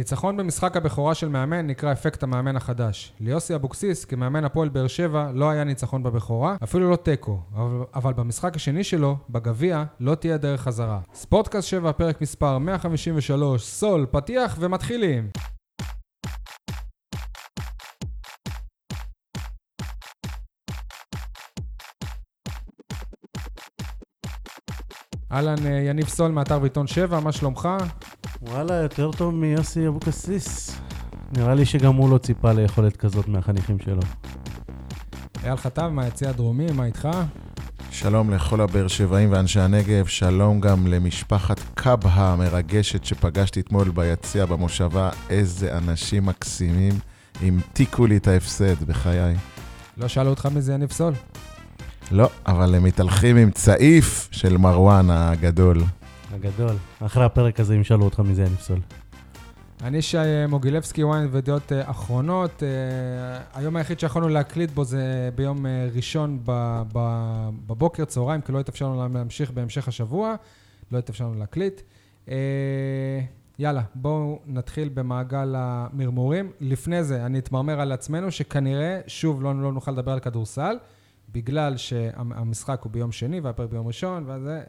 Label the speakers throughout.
Speaker 1: ניצחון במשחק הבכורה של מאמן נקרא אפקט המאמן החדש. ליוסי אבוקסיס, כמאמן הפועל באר שבע, לא היה ניצחון בבכורה, אפילו לא תיקו, אבל- אבל במשחק השני שלו, בגביע, לא תהיה דרך חזרה. ספורטקאסט 7, פרק מספר 153, סול, פתיח ומתחילים. אהלן, אה, יניב סול מאתר ועיתון 7, מה שלומך?
Speaker 2: וואלה, יותר טוב מיוסי אבוקסיס. נראה לי שגם הוא לא ציפה ליכולת כזאת מהחניכים שלו.
Speaker 1: אייל חטב מהיציע הדרומי, מה איתך?
Speaker 3: שלום לכל הבאר שבעים ואנשי הנגב, שלום גם למשפחת קבהה המרגשת שפגשתי אתמול ביציע במושבה. איזה אנשים מקסימים, המתיקו לי את ההפסד, בחיי.
Speaker 1: לא שאלו אותך מי זה יניב סול?
Speaker 3: לא, אבל הם מתהלכים עם צעיף של מרואן הגדול.
Speaker 2: הגדול. אחרי הפרק הזה, אם שאלו אותך מזה, אני אפסול.
Speaker 1: אני שי אה, מוגילבסקי, ויין ודעות אה, אחרונות. אה, היום היחיד שיכולנו להקליט בו זה ביום אה, ראשון ב- ב- בבוקר, צהריים, כי לא התאפשר לנו להמשיך בהמשך השבוע. לא התאפשר לנו להקליט. אה, יאללה, בואו נתחיל במעגל המרמורים. לפני זה, אני אתמרמר על עצמנו, שכנראה, שוב, לא, לא נוכל לדבר על כדורסל, בגלל שהמשחק הוא ביום שני והפרק ביום ראשון, ואז זה...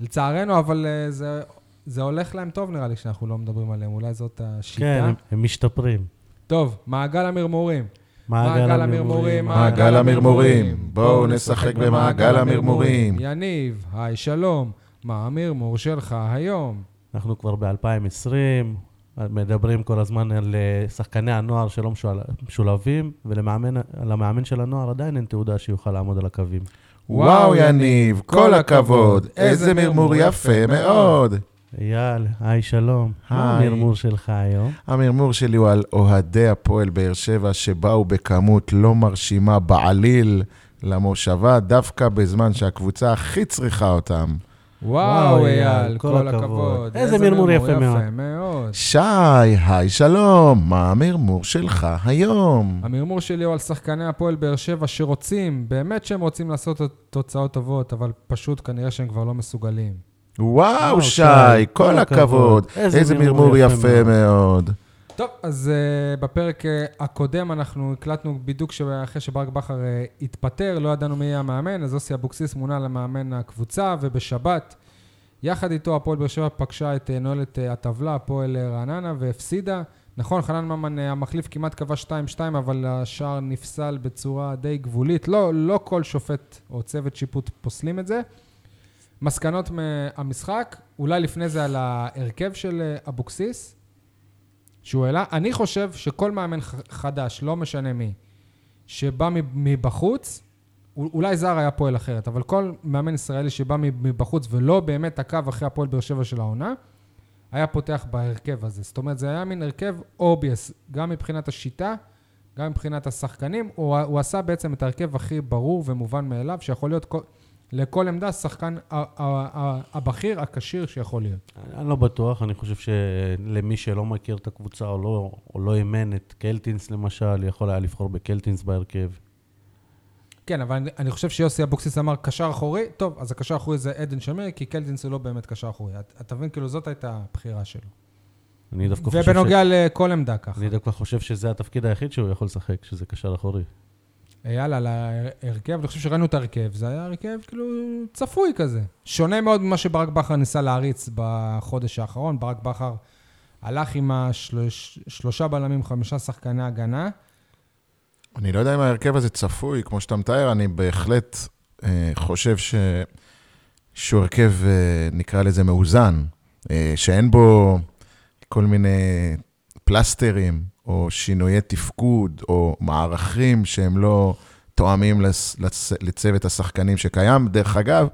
Speaker 1: לצערנו, אבל אה, זה זה הולך להם טוב, נראה לי, שאנחנו לא מדברים עליהם. אולי זאת השיטה.
Speaker 2: כן, הם- הם משתפרים.
Speaker 1: טוב, מעגל המרמורים. מעגל המרמורים,
Speaker 3: מעגל המרמורים, בואו נשחק במעגל המרמורים.
Speaker 1: יניב, היי, שלום. מה המרמור שלך היום?
Speaker 2: אנחנו כבר ב-2020, מדברים כל הזמן על אה, שחקני הנוער שלא משול- משולבים, ולמאמן למאמן של הנוער עדיין אין תעודה שיוכל לעמוד על הקווים.
Speaker 3: וואו, יניב, כל הכבוד, איזה מרמור יפה מאוד.
Speaker 2: אייל, היי, שלום. מה
Speaker 3: היי.
Speaker 2: המרמור שלך היום?
Speaker 3: המרמור שלי הוא על אוהדי הפועל באר שבע שבאו בכמות לא מרשימה בעליל למושבה, דווקא בזמן שהקבוצה הכי צריכה אותם.
Speaker 1: וואו, אייל, כל הכבוד.
Speaker 2: איזה מרמור יפה מאוד.
Speaker 1: מאוד.
Speaker 3: שי, היי שלום, מה המרמור שלך היום?
Speaker 1: המרמור שלי הוא על שחקני הפועל באר שבע שרוצים, באמת שהם רוצים לעשות תוצאות טובות, אבל פשוט כנראה שהם כבר לא מסוגלים.
Speaker 3: וואו,
Speaker 2: וואו,
Speaker 3: שי,
Speaker 2: שי,
Speaker 3: כל הכבוד, איזה מרמור יפה מאוד.
Speaker 1: טוב, אז uh, בפרק uh, הקודם אנחנו הקלטנו בדיוק שאחרי שברק בכר uh, התפטר, לא ידענו מי יהיה המאמן, אז יוסי אבוקסיס מונה למאמן הקבוצה, ובשבת, יחד איתו הפועל באר שבע פגשה את uh, נועלת uh, הטבלה, הפועל uh, רעננה, והפסידה. נכון, חנן ממן uh, המחליף כמעט כבש 2-2, אבל השער נפסל בצורה די גבולית. לא, לא כל שופט או צוות שיפוט פוסלים את זה. מסקנות מהמשחק, אולי לפני זה על ההרכב של אה, אבוקסיס, שהוא העלה. אני חושב שכל מאמן ח- חדש, לא משנה מי, שבא מב- מבחוץ, א- אולי זר היה פועל אחרת, אבל כל מאמן ישראלי שבא מב- מבחוץ ולא באמת עקב אחרי הפועל באר שבע של העונה, היה פותח בהרכב הזה. זאת אומרת, זה היה מין הרכב אובייס, גם מבחינת השיטה, גם מבחינת השחקנים. הוא, הוא עשה בעצם את ההרכב הכי ברור ומובן מאליו, שיכול להיות כל, לכל עמדה השחקן ה- ה- ה- הבכיר, הכשיר שיכול להיות.
Speaker 2: אני לא בטוח, אני חושב שלמי שלא מכיר את הקבוצה או לא, או לא אימן את קלטינס למשל, יכול היה לבחור בקלטינס בהרכב.
Speaker 1: כן, אבל אני, אני חושב שיוסי אבוקסיס אמר קשר אחורי, טוב, אז הקשר האחורי זה עדן שמיר, כי קלטינס הוא לא באמת קשר אחורי. אתה- אתה מבין, כאילו זאת הייתה הבחירה שלו.
Speaker 2: אני דווקא, לא חושב, ש...
Speaker 1: ובנוגע לכל עמדה ככה.
Speaker 2: אני דווקא חושב שזה התפקיד היחיד שהוא יכול לשחק, שזה קשר אחורי.
Speaker 1: יאללה, להרכב, אני חושב שראינו את ההרכב, זה היה הרכב כאילו צפוי כזה. שונה מאוד ממה שברק בכר ניסה להריץ בחודש האחרון. ברק בכר הלך עם השלושה בלמים, חמישה שחקני הגנה.
Speaker 3: אני לא יודע אם ההרכב הזה צפוי, כמו שאתה מתאר, אני בהחלט אה, חושב ש... שהוא הרכב, אה, נקרא לזה, מאוזן, אה, שאין בו כל מיני פלסטרים, או שינויי תפקוד, או מערכים שהם לא תואמים לס... לצ... לצוות השחקנים שקיים. דרך אגב,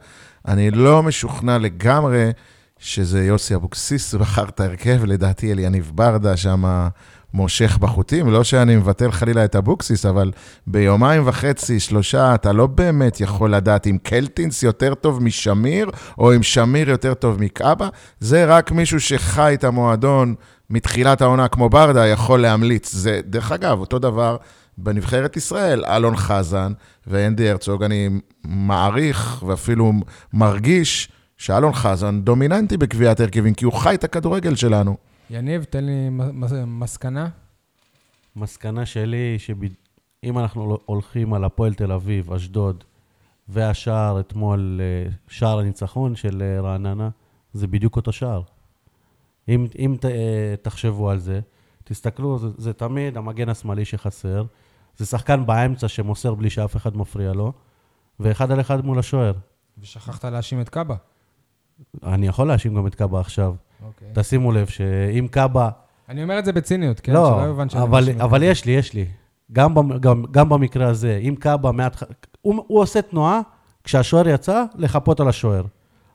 Speaker 3: אני לא משוכנע לגמרי שזה יוסי אבוקסיס בחר את ההרכב, לדעתי אליניב ברדה שם מושך בחוטים. לא שאני מבטל חלילה את אבוקסיס, אבל ביומיים וחצי, שלושה, אתה לא באמת יכול לדעת אם קלטינס יותר טוב משמיר, או אם שמיר יותר טוב מקאבה. זה רק מישהו שחי את המועדון מתחילת העונה כמו ברדה יכול להמליץ. זה, דרך אגב, אותו דבר בנבחרת ישראל, אלון חזן ואנדי הרצוג, אני מעריך ואפילו מרגיש שאלון חזן דומיננטי בקביעת הרכבים, כי הוא חי את הכדורגל שלנו.
Speaker 1: יניב, תן לי מ- מס- מסקנה.
Speaker 2: המסקנה שלי היא שאם אנחנו לא הולכים על הפועל תל אביב, אשדוד והשער אתמול, אה, שער הניצחון של אה, רעננה, זה בדיוק אותו שער. אם, אם ת, אה, תחשבו על זה, תסתכלו, זה, זה תמיד המגן השמאלי שחסר, זה שחקן באמצע שמוסר בלי שאף אחד מפריע לו, ואחד על אחד מול השוער.
Speaker 1: ושכחת להאשים את קאבה.
Speaker 2: אני יכול להאשים גם את קאבה עכשיו.
Speaker 1: אוקיי.
Speaker 2: תשימו לב שאם קאבה
Speaker 1: אני אומר את זה בציניות, כן?
Speaker 2: לא,
Speaker 1: שלא יובן שאני
Speaker 2: אבל,
Speaker 1: מאשים את
Speaker 2: אבל
Speaker 1: קאבה.
Speaker 2: יש לי, יש לי. גם, במ- גם, גם במקרה הזה, אם קאבה מההתחלה... הוא, הוא עושה תנועה, כשהשוער יצא, לחפות על השוער.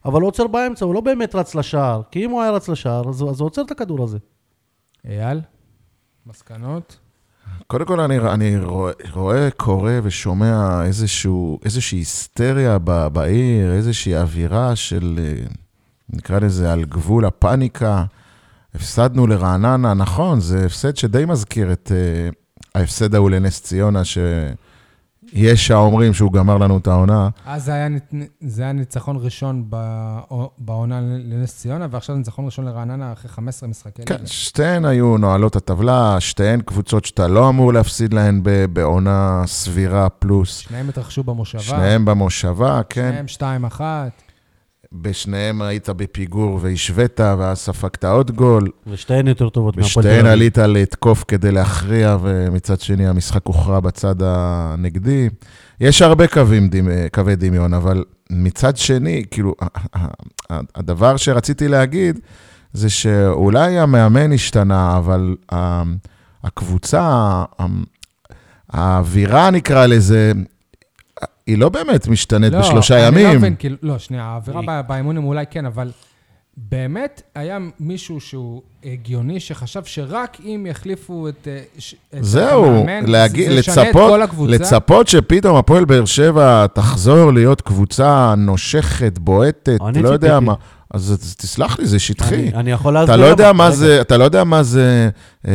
Speaker 2: אבל הוא עוצר באמצע, הוא לא באמת רץ לשער. כי אם הוא היה רץ לשער, אז, הוא- אז הוא עוצר את הכדור הזה.
Speaker 1: אייל? מסקנות?
Speaker 3: קודם כל, אני, אני רואה, רואה, קורא ושומע איזשהו, איזושהי היסטריה ב, בעיר, איזושהי אווירה של, אה, נקרא לזה, על גבול הפאניקה. הפסדנו לרעננה, נכון, זה הפסד שדי מזכיר את אה, ההפסד ההוא לנס ציונה, שיש האומרים שהוא גמר לנו את העונה.
Speaker 1: אז אה, זה היה, ניצ- זה היה ניצחון ראשון בא- בעונה לנס ציונה, ועכשיו ניצחון ראשון לרעננה אחרי 15 משחקי ליגה.
Speaker 3: כן, שתיהן היו נועלות הטבלה, שתיהן קבוצות שאתה לא אמור להפסיד להן ב- בעונה סבירה פלוס.
Speaker 1: שניהם התרחשו במושבה.
Speaker 3: שניהם במושבה, כן.
Speaker 1: שניהם 2-1.
Speaker 3: בשניהם היית בפיגור והשווית, ואז ספגת עוד גול.
Speaker 2: ושתיהן יותר טובות מהפועל
Speaker 1: לא-
Speaker 3: בשתיהן עלית לתקוף כדי להכריע, ומצד שני המשחק הוכרע בצד הנגדי. יש הרבה קווים, דמ- קווי דמיון, אבל מצד שני, כאילו, ה- ה- ה- הדבר שרציתי להגיד, זה שאולי המאמן השתנה, אבל ה- הקבוצה, ה- האווירה נקרא לזה, היא לא באמת משתנית
Speaker 1: לא, אני
Speaker 3: בשלושה ימים.
Speaker 1: לא, מבין, כאילו, לא, שנייה, האווירה
Speaker 2: היא-
Speaker 1: בא- באימונים אולי כן, אבל באמת היה מישהו שהוא הגיוני, שחשב שרק אם יחליפו את, אה, ש- את
Speaker 3: זהו,
Speaker 1: המאמן,
Speaker 3: להגיד,
Speaker 1: זה ישנה את
Speaker 3: לצפות,
Speaker 1: כל הקבוצה.
Speaker 3: לצפות שפתאום הפועל באר שבע תחזור להיות קבוצה נושכת, בועטת,
Speaker 2: אני
Speaker 3: לא יודע
Speaker 2: ציפיתי.
Speaker 3: מה. אז אז תסלח לי, זה שטחי.
Speaker 2: אני, אני יכול להסביר...
Speaker 3: אתה לא יודע
Speaker 2: לך-
Speaker 3: מה
Speaker 2: רגע,
Speaker 3: זה, אתה לא יודע מה זה... אמ,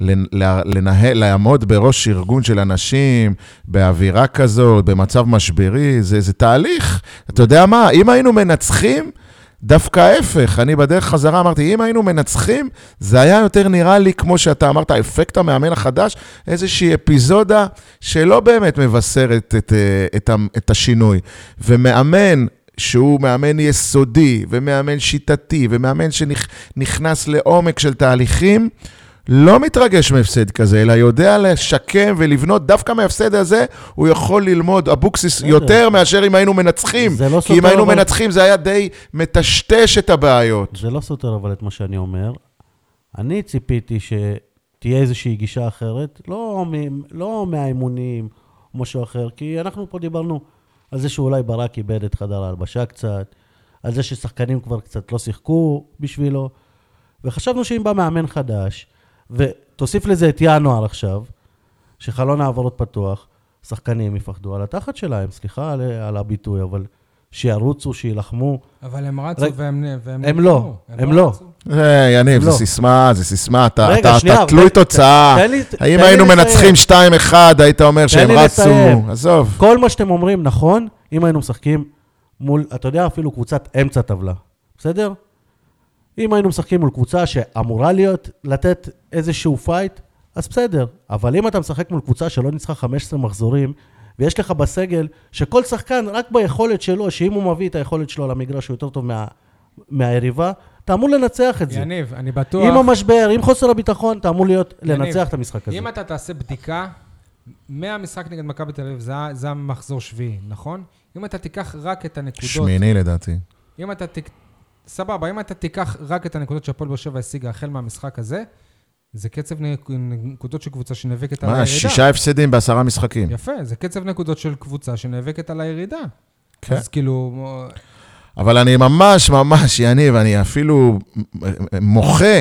Speaker 3: לנ- לה- לנהל, לעמוד בראש ארגון של אנשים, באווירה כזאת, במצב משברי, זה, זה תהליך. אתה יודע מה, אם היינו מנצחים, דווקא ההפך. אני בדרך חזרה אמרתי, אם היינו מנצחים, זה היה יותר נראה לי, כמו שאתה אמרת, אפקט המאמן החדש, איזושהי אפיזודה שלא באמת מבשרת את, אה, את, ה- את השינוי. ומאמן... שהוא מאמן יסודי, ומאמן שיטתי, ומאמן שנכנס לעומק של תהליכים, לא מתרגש מהפסד כזה, אלא יודע לשקם ולבנות, דווקא מההפסד הזה, הוא יכול ללמוד אבוקסיס
Speaker 2: בסדר.
Speaker 3: יותר מאשר אם היינו מנצחים.
Speaker 2: זה לא
Speaker 3: כי אם
Speaker 2: סותר,
Speaker 3: היינו
Speaker 2: אבל-
Speaker 3: מנצחים זה היה די מטשטש את הבעיות.
Speaker 2: זה לא סותר אבל את מה שאני אומר. אני ציפיתי שתהיה איזושהי גישה אחרת, לא, מ- לא מהאימונים או משהו אחר, כי אנחנו פה דיברנו על זה שאולי ברק איבד את חדר ההלבשה קצת, על זה ששחקנים כבר קצת לא שיחקו בשבילו, וחשבנו שאם בא מאמן חדש, ותוסיף לזה את ינואר עכשיו, שחלון העברות פתוח, שחקנים יפחדו על התחת שלהם, סליחה על, על הביטוי, אבל שירוצו, שיילחמו.
Speaker 1: אבל הם רצו
Speaker 2: רגע,
Speaker 1: והם... והם
Speaker 2: הם לא,
Speaker 1: נלחמו.
Speaker 2: הם לא.
Speaker 1: רצו.
Speaker 3: אה, יניב,
Speaker 2: לא.
Speaker 3: זו סיסמה, זו סיסמה, אתה,
Speaker 2: רגע,
Speaker 3: אתה,
Speaker 2: שנייה,
Speaker 3: אתה תלוי
Speaker 2: תן-
Speaker 3: תוצאה.
Speaker 2: תן לי- תן
Speaker 3: האם
Speaker 2: לי
Speaker 3: היינו
Speaker 2: לסיים.
Speaker 3: מנצחים 2-1, היית אומר שהם
Speaker 2: לי
Speaker 3: רצו.
Speaker 2: לסיים.
Speaker 3: עזוב.
Speaker 2: כל מה שאתם אומרים נכון, אם היינו משחקים מול, אתה יודע, אפילו קבוצת אמצע טבלה, בסדר? אם היינו משחקים מול קבוצה שאמורה להיות, לתת איזשהו פייט, אז בסדר. אבל אם אתה משחק מול קבוצה שלא ניצחה 15 מחזורים, ויש לך בסגל שכל שחקן, רק ביכולת שלו, שאם הוא מביא את היכולת שלו למגרש, הוא יותר טוב מה, מהיריבה, אתה אמור לנצח את זה.
Speaker 1: יניב, אני בטוח...
Speaker 2: עם המשבר, עם חוסר הביטחון, אתה אמור להיות,
Speaker 1: יניב,
Speaker 2: לנצח את המשחק הזה.
Speaker 1: אם אתה תעשה בדיקה, מהמשחק נגד מכבי תל אביב, זה ה- זה המחזור שביעי, נכון? אם אתה תיקח רק את הנקודות
Speaker 3: שמיני לדעתי.
Speaker 1: אם אתה ת... סבבה, אם אתה תיקח רק את הנקודות שהפועל באר שבע השיגה החל מהמשחק הזה, זה קצב נק- נקודות של קבוצה שנאבקת על
Speaker 3: מה,
Speaker 1: הירידה.
Speaker 3: שישה הפסדים בעשרה משחקים.
Speaker 1: יפה, זה קצב נקודות של קבוצה שנאבקת על הירידה.
Speaker 3: כן.
Speaker 1: אז כאילו,
Speaker 3: אבל אני ממש, ממש, יניב, אני אפילו מוחה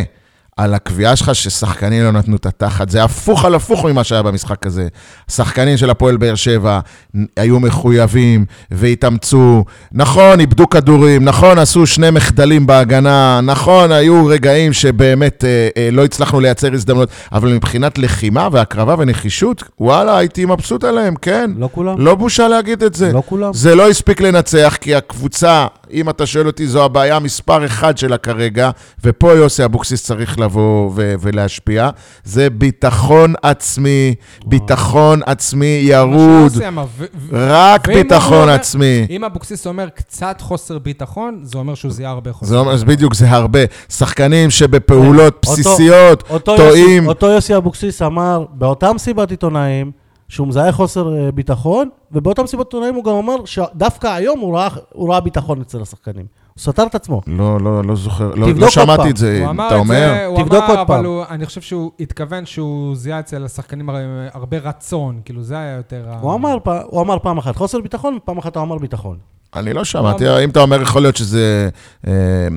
Speaker 3: על הקביעה שלך ששחקנים לא נתנו את התחת. זה הפוך על הפוך ממה שהיה במשחק הזה. שחקנים של הפועל באר שבע נ- היו מחויבים והתאמצו. נכון, איבדו כדורים, נכון, עשו שני מחדלים בהגנה, נכון, היו רגעים שבאמת אה, אה, לא הצלחנו לייצר הזדמנות, אבל מבחינת לחימה והקרבה ונחישות, וואלה, הייתי מבסוט עליהם, כן.
Speaker 2: לא כולם?
Speaker 3: לא בושה להגיד את זה.
Speaker 2: לא כולם?
Speaker 3: זה לא הספיק לנצח, כי הקבוצה אם אתה שואל אותי, זו הבעיה מספר אחד שלה כרגע, ופה יוסי אבוקסיס צריך לבוא ו- ולהשפיע, זה ביטחון עצמי, ביטחון עצמי ירוד,
Speaker 1: מה שעושה, ו- ו-
Speaker 3: רק
Speaker 1: ואם הוא
Speaker 3: ביטחון
Speaker 1: אומר-
Speaker 3: עצמי.
Speaker 1: אם אבוקסיס אומר קצת חוסר ביטחון, זה אומר שהוא זיהה הרבה חוסר
Speaker 3: זה אומר, אז בדיוק, זה הרבה. שחקנים שבפעולות
Speaker 2: אותו-
Speaker 3: בסיסיות
Speaker 2: אותו
Speaker 3: טועים.
Speaker 2: יוסי, אותו יוסי אבוקסיס אמר באותה מסיבת עיתונאים שהוא מזהה חוסר אה, ביטחון, ובאותה מסיבת עיתונאים הוא גם אמר שדווקא היום הוא ראה, הוא ראה ביטחון אצל השחקנים. הוא סתר את עצמו.
Speaker 3: לא, לא, לא זוכר, לא-
Speaker 2: תבדוק
Speaker 3: לא
Speaker 2: עוד
Speaker 3: שמעתי
Speaker 2: פעם.
Speaker 3: את זה,
Speaker 1: הוא אמר
Speaker 3: אתה
Speaker 1: את
Speaker 3: אומר?
Speaker 1: זה, הוא
Speaker 2: תבדוק
Speaker 1: אמר,
Speaker 2: עוד פעם.
Speaker 1: אבל הוא- אני חושב שהוא התכוון שהוא זיהה אצל השחקנים הר- הרבה רצון, כאילו זה היה יותר... ה-
Speaker 2: הוא אמר, פ- הוא אמר פעם אחת חוסר ביטחון, פעם אחת הוא אמר ביטחון.
Speaker 3: אני לא שמעתי, אם אתה אומר, יכול להיות שזה אה, אה,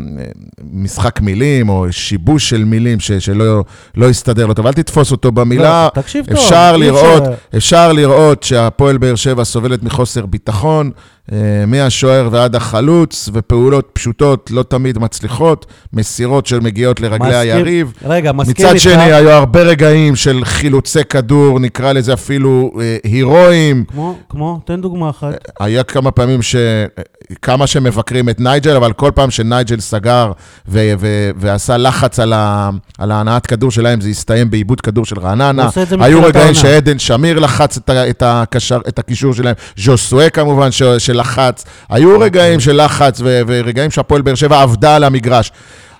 Speaker 3: משחק מילים, או שיבוש של מילים ש- שלא לא הסתדר לו טוב, אל תתפוס אותו במילה.
Speaker 2: לא, תקשיב טוב.
Speaker 3: אפשר
Speaker 2: אי
Speaker 3: לראות,
Speaker 2: אפשר-
Speaker 3: אפשר לראות שהפועל באר שבע סובלת מחוסר ביטחון, אה, מהשוער ועד החלוץ, ופעולות פשוטות לא תמיד מצליחות, מסירות שמגיעות לרגלי
Speaker 2: מסכים-
Speaker 3: היריב.
Speaker 2: רגע, מסכים
Speaker 3: מצד שני, היו הרבה רגעים של חילוצי כדור, נקרא לזה אפילו אה, הירואיים.
Speaker 2: כמו, כמו, תן דוגמה אחת.
Speaker 3: היה כמה פעמים ש... כמה שמבקרים את נייג'ל, אבל כל פעם שנייג'ל סגר ו- ו- ועשה לחץ על, ה- על ההנעת כדור שלהם, זה הסתיים בעיבוד כדור של
Speaker 2: הוא
Speaker 3: רעננה.
Speaker 2: עושה את זה
Speaker 3: היו
Speaker 2: מתחילת
Speaker 3: רגעים
Speaker 2: העונה.
Speaker 3: שעדן שמיר לחץ את, ה- את, הקשר, את הקישור שלהם, ז'וסואה כמובן ש- שלחץ,
Speaker 2: אוקיי.
Speaker 3: היו רגעים של לחץ ו- ורגעים שהפועל באר שבע עבדה על המגרש.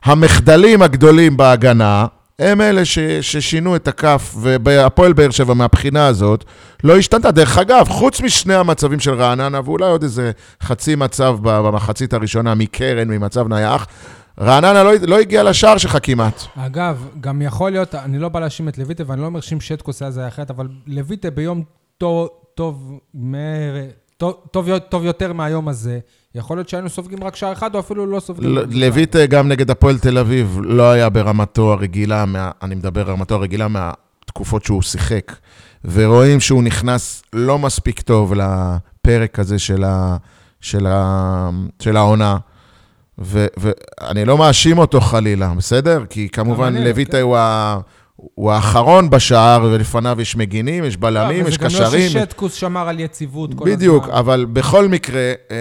Speaker 3: המחדלים הגדולים בהגנה הם אלה ש, ששינו את הכף, והפועל באר שבע מהבחינה הזאת לא השתנתה. דרך אגב, חוץ משני המצבים של רעננה, ואולי עוד איזה חצי מצב ב- במחצית הראשונה מקרן, ממצב נייח, רעננה לא, לא הגיעה לשער שלך כמעט.
Speaker 1: אגב, גם יכול להיות, אני לא בא להאשים את לויטה, ואני לא אומר שאם שטקוס היה זה היה אחרת, אבל לויטה ביום טוב, טוב, מ- טוב, טוב, יו- טוב יותר מהיום הזה, יכול להיות שהיינו סופגים רק שער אחד, או אפילו לא סופגים.
Speaker 3: ל- לויט אה, גם נגד הפועל תל אביב לא היה ברמתו הרגילה, מה, אני מדבר רמתו הרגילה מהתקופות שהוא שיחק, ורואים שהוא נכנס לא מספיק טוב לפרק הזה של, ה, של, ה, של העונה. ו- ואני לא מאשים אותו חלילה, בסדר? כי כמובן
Speaker 1: אני לא,
Speaker 3: לויטה
Speaker 1: כן.
Speaker 3: הוא, ה- הוא האחרון בשער, ולפניו יש מגינים, יש בלמים, יש
Speaker 1: זה גם לא
Speaker 3: קשרים, יש
Speaker 1: ששטקוס שמר על יציבות כל
Speaker 3: בדיוק,
Speaker 1: הזמן.
Speaker 3: אבל בכל מקרה, אה,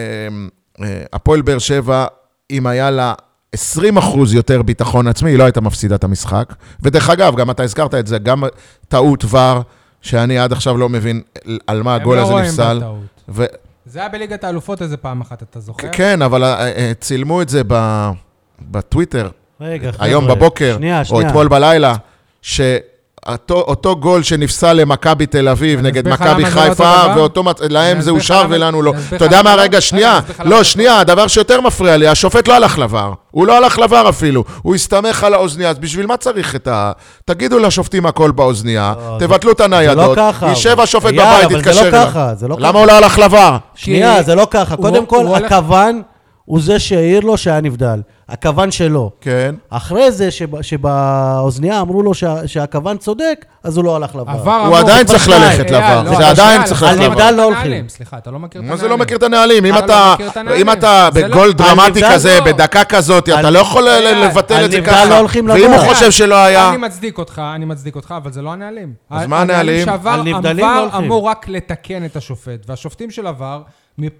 Speaker 3: אה, הפועל באר שבע, אם היה לה 20 אחוז יותר ביטחון עצמי, היא לא הייתה מפסידה את המשחק. ודרך אגב, גם אתה הזכרת את זה, גם טעות ור, שאני עד עכשיו לא מבין על מה הגול הזה
Speaker 1: הם לא
Speaker 3: נפסל.
Speaker 1: רואים בטעות.
Speaker 3: ו-
Speaker 1: זה היה בליגת האלופות איזה פעם אחת, אתה זוכר?
Speaker 3: כן, אבל אה, אה, צילמו את זה ב- בטוויטר,
Speaker 2: רגע, חבר'ה.
Speaker 3: היום בבוקר,
Speaker 2: שנייה,
Speaker 3: או
Speaker 2: שנייה.
Speaker 3: אתמול בלילה, שאותו גול שנפסל למכבי תל אביב
Speaker 1: אני
Speaker 3: נגד
Speaker 1: אסביר לך
Speaker 3: מכבי
Speaker 1: למה זה לא אותו
Speaker 3: חיפה,
Speaker 1: דבר.
Speaker 3: ואותו, מצ- להם
Speaker 1: אני
Speaker 3: זה
Speaker 1: אסביר לך
Speaker 3: אושר
Speaker 1: למה-
Speaker 3: ולנו לא.
Speaker 1: אני אסביר לך
Speaker 3: אתה יודע
Speaker 1: למה
Speaker 3: מה,
Speaker 1: לא.
Speaker 3: רגע,
Speaker 1: רגע,
Speaker 3: שנייה.
Speaker 1: אני אסביר לך למה
Speaker 3: לא,
Speaker 1: לא.
Speaker 3: שנייה, הדבר שיותר מפריע לי, השופט לא הלך לבר. הוא לא הלך לבר אפילו. הוא הסתמך על האוזנייה, אז בשביל מה צריך את ה... תגידו לשופטים הכל באוזנייה,
Speaker 2: לא,
Speaker 3: תבטלו את
Speaker 2: זה לא
Speaker 3: הניידות,
Speaker 2: ככה.
Speaker 3: יישב השופט
Speaker 2: אייל,
Speaker 3: בבית,
Speaker 2: אבל זה
Speaker 3: יתקשר
Speaker 2: לא
Speaker 3: אליו.
Speaker 2: ככה, זה לא ככה.
Speaker 3: למה הוא לא הלך לבר?
Speaker 2: שנייה,
Speaker 1: כי-
Speaker 2: זה לא ככה.
Speaker 1: הוא-
Speaker 2: קודם
Speaker 1: הוא
Speaker 2: כל,
Speaker 1: הולך-
Speaker 2: הכוון הוא זה שהעיר לו שהיה נבדל. הכוון שלו.
Speaker 3: כן.
Speaker 2: אחרי זה שב- שבאוזנייה אמרו לו שה- שהכוון צודק, אז הוא לא הלך לבר.
Speaker 1: עבר
Speaker 3: הוא
Speaker 1: אמור-
Speaker 3: עדיין
Speaker 1: כבר
Speaker 3: צריך
Speaker 1: שניים.
Speaker 3: ללכת
Speaker 1: אייל,
Speaker 3: לבר.
Speaker 1: לא,
Speaker 3: זה
Speaker 1: אבל
Speaker 3: עדיין
Speaker 1: שנייה,
Speaker 3: צריך
Speaker 1: אתה
Speaker 2: ללכת
Speaker 1: לא
Speaker 2: לבר.
Speaker 1: מכיר את
Speaker 2: לא
Speaker 1: הנהלים.
Speaker 2: הולכים.
Speaker 1: סליחה, אתה לא מכיר את
Speaker 3: מה
Speaker 1: הנהלים.
Speaker 3: זה לא מכיר את הנהלים? אם
Speaker 1: אתה לא
Speaker 3: אתה,
Speaker 1: מכיר את
Speaker 3: אם
Speaker 1: הנהלים.
Speaker 3: אתה
Speaker 1: זה לא-
Speaker 3: בגול
Speaker 1: על
Speaker 3: דרמטי
Speaker 2: נבדל
Speaker 3: כזה,
Speaker 1: לא.
Speaker 3: בדקה כזאת, אתה
Speaker 2: על-
Speaker 3: לא יכול ל-
Speaker 1: אייל,
Speaker 3: לבטל
Speaker 2: על
Speaker 3: את זה
Speaker 2: נבדל
Speaker 3: ככה.
Speaker 2: לא הולכים
Speaker 3: ואם הוא
Speaker 2: לדעת.
Speaker 3: חושב שלא היה...
Speaker 1: אני מצדיק אותך, אני מצדיק אותך, אבל זה לא הנהלים.
Speaker 3: אז
Speaker 1: ה-
Speaker 3: מה הנהלים?
Speaker 1: שעבר,
Speaker 2: על נבדלים לא
Speaker 1: עבר
Speaker 2: הולכים.
Speaker 1: אמור רק לתקן את השופט, והשופטים של עבר,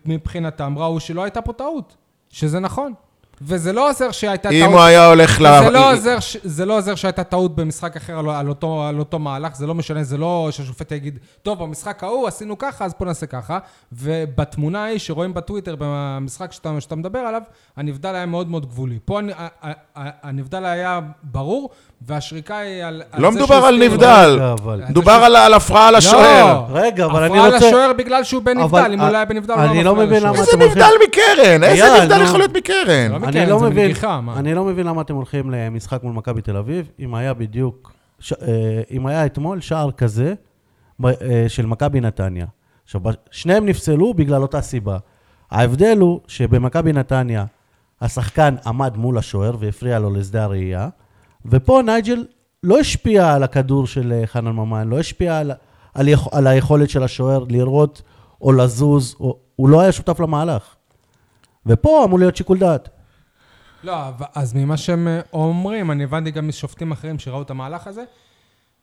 Speaker 1: מבחינתם, ראו שלא הייתה פה טעות, שזה נכון. וזה לא עוזר שהייתה
Speaker 3: אם
Speaker 1: טעות.
Speaker 3: הוא היה הולך ל...
Speaker 1: זה לא, עוזר, ש- זה לא עוזר שהייתה טעות במשחק אחר על, על, אותו, על אותו מהלך, זה לא משנה, זה לא שהשופט יגיד, טוב, במשחק ההוא עשינו ככה, אז בוא נעשה ככה. ובתמונה ההיא שרואים בטוויטר, במשחק שאתה, שאתה מדבר עליו, הנבדל היה מאוד מאוד גבולי. פה הנ- ה- ה- ה- הנבדל היה ברור, והשריקה היא על... על
Speaker 3: לא
Speaker 1: זה
Speaker 3: מדובר על
Speaker 1: שהסתירו-
Speaker 3: נבדל.
Speaker 2: רגע, אבל-
Speaker 3: דובר על- על הפרעה לשוער.
Speaker 1: לא.
Speaker 2: רגע, אבל אני
Speaker 1: הפרעה
Speaker 2: רוצה-
Speaker 1: לשוער בגלל שהוא
Speaker 2: אבל-
Speaker 1: בנבדל, אם הוא לא היה בנבדל, הוא
Speaker 2: אני לא
Speaker 1: מפריע
Speaker 2: מבין
Speaker 1: לשוער.
Speaker 2: למה-
Speaker 3: איזה
Speaker 2: אתם הולכים-
Speaker 3: נבדל מקרן? איזה
Speaker 2: אייל,
Speaker 3: נבדל
Speaker 2: נו.
Speaker 3: יכול להיות מקרן?
Speaker 1: לא
Speaker 2: אני
Speaker 1: מכיר,
Speaker 2: לא
Speaker 1: זה
Speaker 2: מבין,
Speaker 1: מנגיחה, מה?
Speaker 2: אני לא מבין למה אתם הולכים למשחק מול מכבי תל אביב, אם היה בדיוק, ש, אה, אם היה אתמול שער כזה ב- אה, של מכבי נתניה. עכשיו, בש- שניהם נפסלו בגלל אותה סיבה. ההבדל הוא שבמכבי נתניה השחקן עמד מול השוער והפריע לו לשדה הראייה, ופה נייג'ל לא השפיע על הכדור של אה, חנן ממן, לא השפיע על, על, יכ, על היכולת של השוער לראות או לזוז, או, הוא לא היה שותף למהלך. ופה אמור להיות שיקול דעת.
Speaker 1: לא, אבל- אז ממה שהם אה, אומרים, אני הבנתי גם משופטים אחרים שראו את המהלך הזה,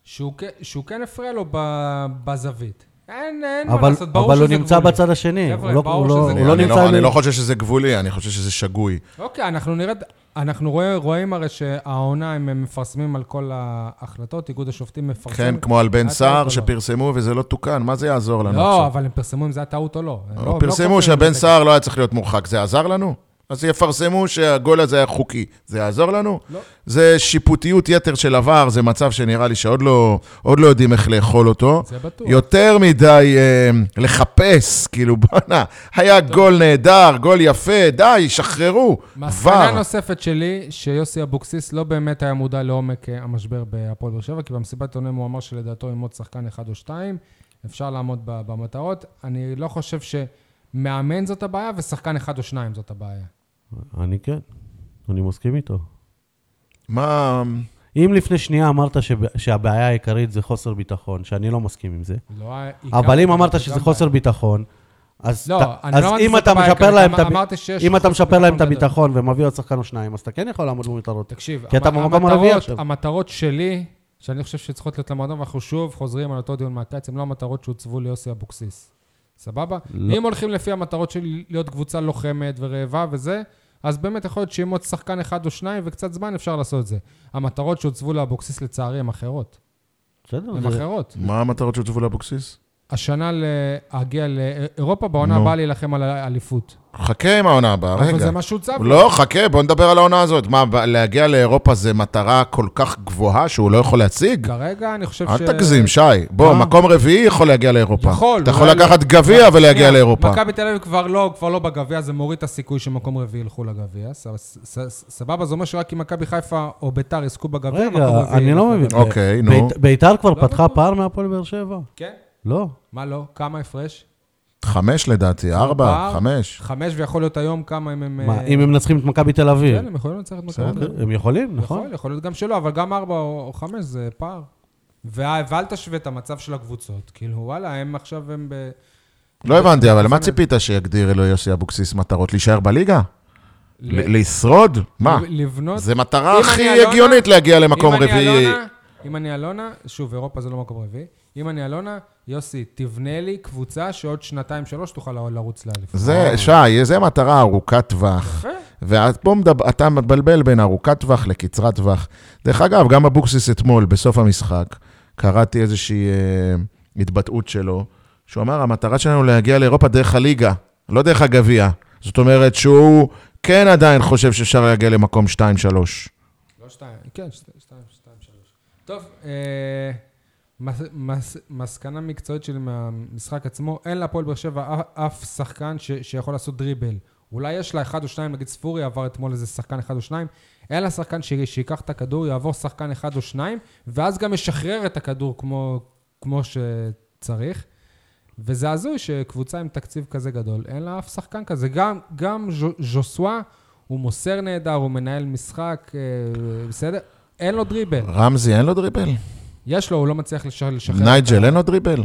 Speaker 1: שהוא, כ- שהוא כן הפריע לו ב, בזווית. אין, אין מה
Speaker 2: אבל,
Speaker 1: לעשות, ברור
Speaker 2: אבל הוא
Speaker 1: שזה
Speaker 2: נמצא
Speaker 1: גבולי.
Speaker 2: בצד השני, הוא
Speaker 1: חבר'ה,
Speaker 2: לא-
Speaker 1: ברור
Speaker 2: הוא לא-
Speaker 3: אני-
Speaker 1: שזה
Speaker 2: הוא לא
Speaker 3: אני
Speaker 2: נמצא...
Speaker 3: אני
Speaker 2: ב-
Speaker 3: לא חושב שזה גבולי, אני חושב שזה שגוי.
Speaker 1: אוקיי, אנחנו נרד... אנחנו רואה, רואים הרי שהעונה, הם הם מפרסמים על כל ההחלטות, איגוד השופטים מפרסם.
Speaker 3: כן, כמו על בן
Speaker 1: אתה
Speaker 3: סער
Speaker 1: יודע.
Speaker 3: שפרסמו וזה לא תוקן, מה זה יעזור לנו
Speaker 1: לא,
Speaker 3: עכשיו?
Speaker 1: אבל הם פרסמו אם זה היה טעות או לא. הם לא-
Speaker 3: או
Speaker 1: לא
Speaker 3: פרסמו
Speaker 1: כותבים
Speaker 3: שהבן
Speaker 1: את זה.
Speaker 3: סער לא היה צריך להיות מורחק, זה עזר לנו? אז יפרסמו שהגול הזה היה חוקי, זה יעזור לנו?
Speaker 1: לא.
Speaker 3: זה שיפוטיות יתר של עבר, זה מצב שנראה לי שעוד לא, עוד לא יודעים איך לאכול אותו.
Speaker 1: זה בטוח.
Speaker 3: יותר מדי אה, לחפש, כאילו, בואנה, היה גול נהדר, גול יפה, די, שחררו.
Speaker 1: מסקנה
Speaker 3: ור.
Speaker 1: נוספת שלי, שיוסי אבוקסיס לא באמת היה מודע לעומק אה, המשבר בהפועל באר שבע, כי במסיבת עיתונאים הוא אמר שלדעתו עם עוד שחקן אחד או שתיים, אפשר לעמוד ב- במטרות. אני לא חושב שמאמן זאת הבעיה ושחקן אחד או שניים זאת הבעיה.
Speaker 2: אני כן, אני מסכים איתו.
Speaker 3: מה...
Speaker 2: אם לפני שנייה אמרת שב- שהבעיה העיקרית זה חוסר ביטחון, שאני לא מסכים עם זה,
Speaker 1: לא היה-
Speaker 2: אבל אם
Speaker 1: גם-
Speaker 2: אמרת
Speaker 1: גם
Speaker 2: שזה
Speaker 1: בעיה.
Speaker 2: חוסר ביטחון, אז
Speaker 1: לא,
Speaker 2: אתה-
Speaker 1: אני
Speaker 2: אז
Speaker 1: לא אמרתי
Speaker 2: אם
Speaker 1: שזאת
Speaker 2: אתה
Speaker 1: הבעיה
Speaker 2: משפר
Speaker 1: העיקרית,
Speaker 2: להם את
Speaker 1: אמר-
Speaker 2: הב-
Speaker 1: אמרתי שיש
Speaker 2: אם אתה
Speaker 1: חוסר
Speaker 2: משפר להם את
Speaker 1: ביטחון גדול.
Speaker 2: הביטחון ומביא עוד שחקן או שניים, אז אתה כן יכול לעמוד במטרות.
Speaker 1: תקשיב,
Speaker 2: כי אתה
Speaker 1: המ-
Speaker 2: במקום
Speaker 1: המטרות-
Speaker 2: הרביעי עכשיו.
Speaker 1: המטרות שלי, שאני חושב שצריכות להיות למועדון, ואנחנו שוב חוזרים על אותו דיון מהקיץ, הן לא המטרות שהוצבו ליוסי אבוקסיס. סבבה?
Speaker 2: לא.
Speaker 1: אם הולכים לפי המטרות שלי להיות קבוצה לוחמת ורעבה וזה, אז באמת יכול להיות שאם עוד שחקן אחד או שניים וקצת זמן אפשר לעשות את זה. המטרות שהוצבו לאבוקסיס לצערי הן אחרות.
Speaker 2: בסדר,
Speaker 1: הן
Speaker 2: לא, זה-
Speaker 1: אחרות.
Speaker 3: מה המטרות שהוצבו לאבוקסיס?
Speaker 1: השנה להגיע לאירופה, בעונה
Speaker 3: נו.
Speaker 1: הבאה להילחם על האליפות.
Speaker 3: חכה עם העונה הבאה, רגע.
Speaker 1: אבל זה מה שהוצב.
Speaker 3: לא, חכה, בוא נדבר על העונה הזאת. מה, ב- להגיע לאירופה זה מטרה כל כך גבוהה שהוא לא יכול להשיג?
Speaker 1: כרגע אני חושב ש...
Speaker 3: אל תגזים, שי. בוא,
Speaker 2: מה?
Speaker 3: מקום רביעי יכול להגיע לאירופה.
Speaker 1: יכול,
Speaker 3: אתה יכול
Speaker 1: אולי לא.
Speaker 3: לקחת גביע ולהגיע
Speaker 1: שנייה,
Speaker 3: לאירופה.
Speaker 1: מכבי תל אביב כבר לא, כבר לא בגביע, זה מוריד את הסיכוי שמקום רביעי ילכו לגביע. ס- ס- ס- סבבה, זה אומר שרק אם מכבי חיפה או ביתר יזכו בגביע,
Speaker 2: רגע,
Speaker 1: מקום רביעי
Speaker 2: אני
Speaker 1: ילך
Speaker 2: לא מבין.
Speaker 1: לגביע.
Speaker 3: אוקיי, נו.
Speaker 2: בית- ביתר כבר
Speaker 1: לא
Speaker 2: פתחה
Speaker 1: בטוח.
Speaker 2: פער מהפועל באר שבע?
Speaker 1: כן?
Speaker 2: לא.
Speaker 1: מה לא? כמה הפרש?
Speaker 3: חמש לדעתי, ארבע,
Speaker 1: פער?
Speaker 3: חמש.
Speaker 1: חמש, ויכול להיות היום כמה אם הם...
Speaker 2: מה,
Speaker 1: אה,
Speaker 2: אם הם מנצחים את מכבי תל אביב?
Speaker 1: כן, הם יכולים לנצח את מכבי.
Speaker 2: בסדר, הם יכולים, נכון?
Speaker 1: יכול, יכול להיות גם שלא, אבל גם ארבע או או חמש זה פער. וה- ואל תשווה את המצב של הקבוצות. כאילו, וואלה, הם עכשיו הם ב...
Speaker 3: לא הבנתי, אבל מה ציפית שיגדיר לו יוסי אבקסיס מטרות? להישאר בליגה? ל- לשרוד? מה?
Speaker 1: לבנות...
Speaker 3: זו
Speaker 1: אם
Speaker 3: מטרה
Speaker 1: אני
Speaker 3: הכי
Speaker 1: אלונה-
Speaker 3: הגיונית להגיע למקום
Speaker 1: אם אני
Speaker 3: רביעי.
Speaker 1: אלונה- אם אני אלונה, שוב, אירופה זה לא מקום רביעי. אם אני אלונה, יוסי, תבנה לי קבוצה שעוד שנתיים-שלוש תוכל לרוץ לאליפות. אה,
Speaker 3: זה, שי, זה מטרה ארוכת טווח. ופה מדבר, אתה מבלבל בין ארוכת טווח לקצרת טווח. דרך אגב, גם אבוקסיס אתמול, בסוף המשחק, קראתי איזושהי אה, התבטאות שלו, שהוא אמר, המטרה שלנו להגיע לאירופה דרך הליגה, לא דרך הגביע. זאת אומרת שהוא כן עדיין חושב שאפשר להגיע למקום 2-3.
Speaker 1: לא שתיים, כן, שת- שתיים, שתיים, שלוש. טוב, אה, מס, מס, מסקנה מקצועית שלי מהמשחק עצמו, אין להפועל באר שבע אף, אף שחקן ש, שיכול לעשות דריבל. אולי יש לה אחד או שניים, נגיד ספורי עבר אתמול איזה שחקן אחד או שניים, אין לה שחקן ש, שיקח את הכדור, יעבור שחקן אחד או שניים, ואז גם ישחרר את הכדור כמו, כמו שצריך. וזה הזוי שקבוצה עם תקציב כזה גדול, אין לה אף שחקן כזה. גם, גם ז'ו- ז'וסווה, הוא מוסר נהדר, הוא מנהל משחק, אה, בסדר? אין לו דריבל.
Speaker 3: רמזי, אין לו דריבל?
Speaker 1: יש לו, הוא לא מצליח לש- לשחרר.
Speaker 3: נייג'ל, אין לו דריבל?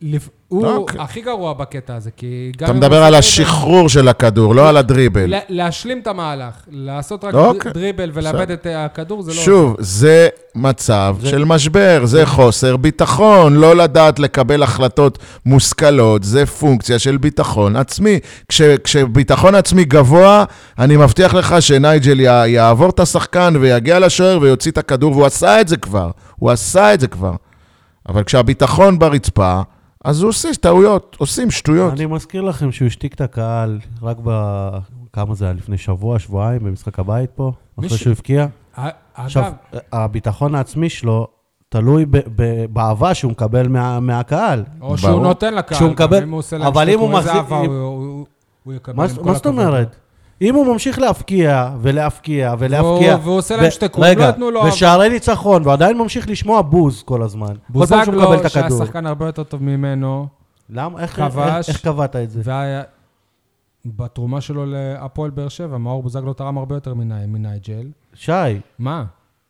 Speaker 1: לפ- הוא
Speaker 3: אוקיי.
Speaker 1: הכי גרוע בקטע הזה, כי גם...
Speaker 3: אתה
Speaker 1: אם הוא לא
Speaker 3: מדבר
Speaker 1: עושה
Speaker 3: על
Speaker 1: דריבל-
Speaker 3: השחרור של הכדור, לא על הדריבל.
Speaker 1: לה- להשלים את המהלך, לעשות רק
Speaker 3: אוקיי.
Speaker 1: דריבל ולאבד את הכדור, זה לא...
Speaker 3: שוב, זה מצב של משבר, זה
Speaker 2: נכון.
Speaker 3: חוסר ביטחון, לא לדעת לקבל החלטות מושכלות, זה פונקציה של ביטחון עצמי. כש, כשביטחון עצמי גבוה, אני מבטיח לך שנייג'ל יע- יעבור את השחקן ויגיע לשוער ויוציא את הכדור, והוא עשה את זה כבר, הוא עשה את זה כבר. אבל כשהביטחון ברצפה, אז הוא עושה טעויות, עושים שטויות.
Speaker 2: אני מזכיר לכם שהוא השתיק את הקהל רק ב... כמה זה היה? לפני שבוע, שבועיים, במשחק הבית פה,
Speaker 1: מי
Speaker 2: אחרי
Speaker 1: ש-
Speaker 2: שהוא הבקיע.
Speaker 1: ה- אה, אגב,
Speaker 2: עכשיו, הביטחון העצמי שלו תלוי ב- ב- באהבה שהוא מקבל מה- מהקהל.
Speaker 1: או שהוא
Speaker 3: ברור.
Speaker 1: נותן לקהל,
Speaker 2: כשהוא
Speaker 1: גם
Speaker 2: מקבל-
Speaker 1: אם הוא עושה
Speaker 2: אבל
Speaker 1: להם
Speaker 2: אם הוא
Speaker 1: שתי קורי
Speaker 2: מחזיק-
Speaker 1: זהב,
Speaker 2: אם-
Speaker 1: הוא- הוא- הוא יקבל
Speaker 2: מה
Speaker 1: עם
Speaker 2: ז-
Speaker 1: כל
Speaker 2: מה זאת
Speaker 1: הכבוד.
Speaker 2: אומרת? אם הוא ממשיך להפקיע ולהפקיע ולהפקיע...
Speaker 1: והוא- והוא עושה להם
Speaker 2: ו-
Speaker 1: שתיקות, לא נתנו לו
Speaker 2: רגע, ושערי ניצחון, והוא עדיין ממשיך לשמוע בוז כל הזמן. כל פעם שהוא מקבל את
Speaker 1: בוזגלו, שהיה
Speaker 2: הכדור.
Speaker 1: שחקן הרבה יותר טוב ממנו,
Speaker 2: למה? איך-
Speaker 1: כבש.
Speaker 2: איך איך קבעת את זה?
Speaker 1: והיה... בתרומה שלו להפועל באר שבע, מאור בוזגלו תרם הרבה יותר מני- מנייג'ל.
Speaker 2: שי,
Speaker 1: מה?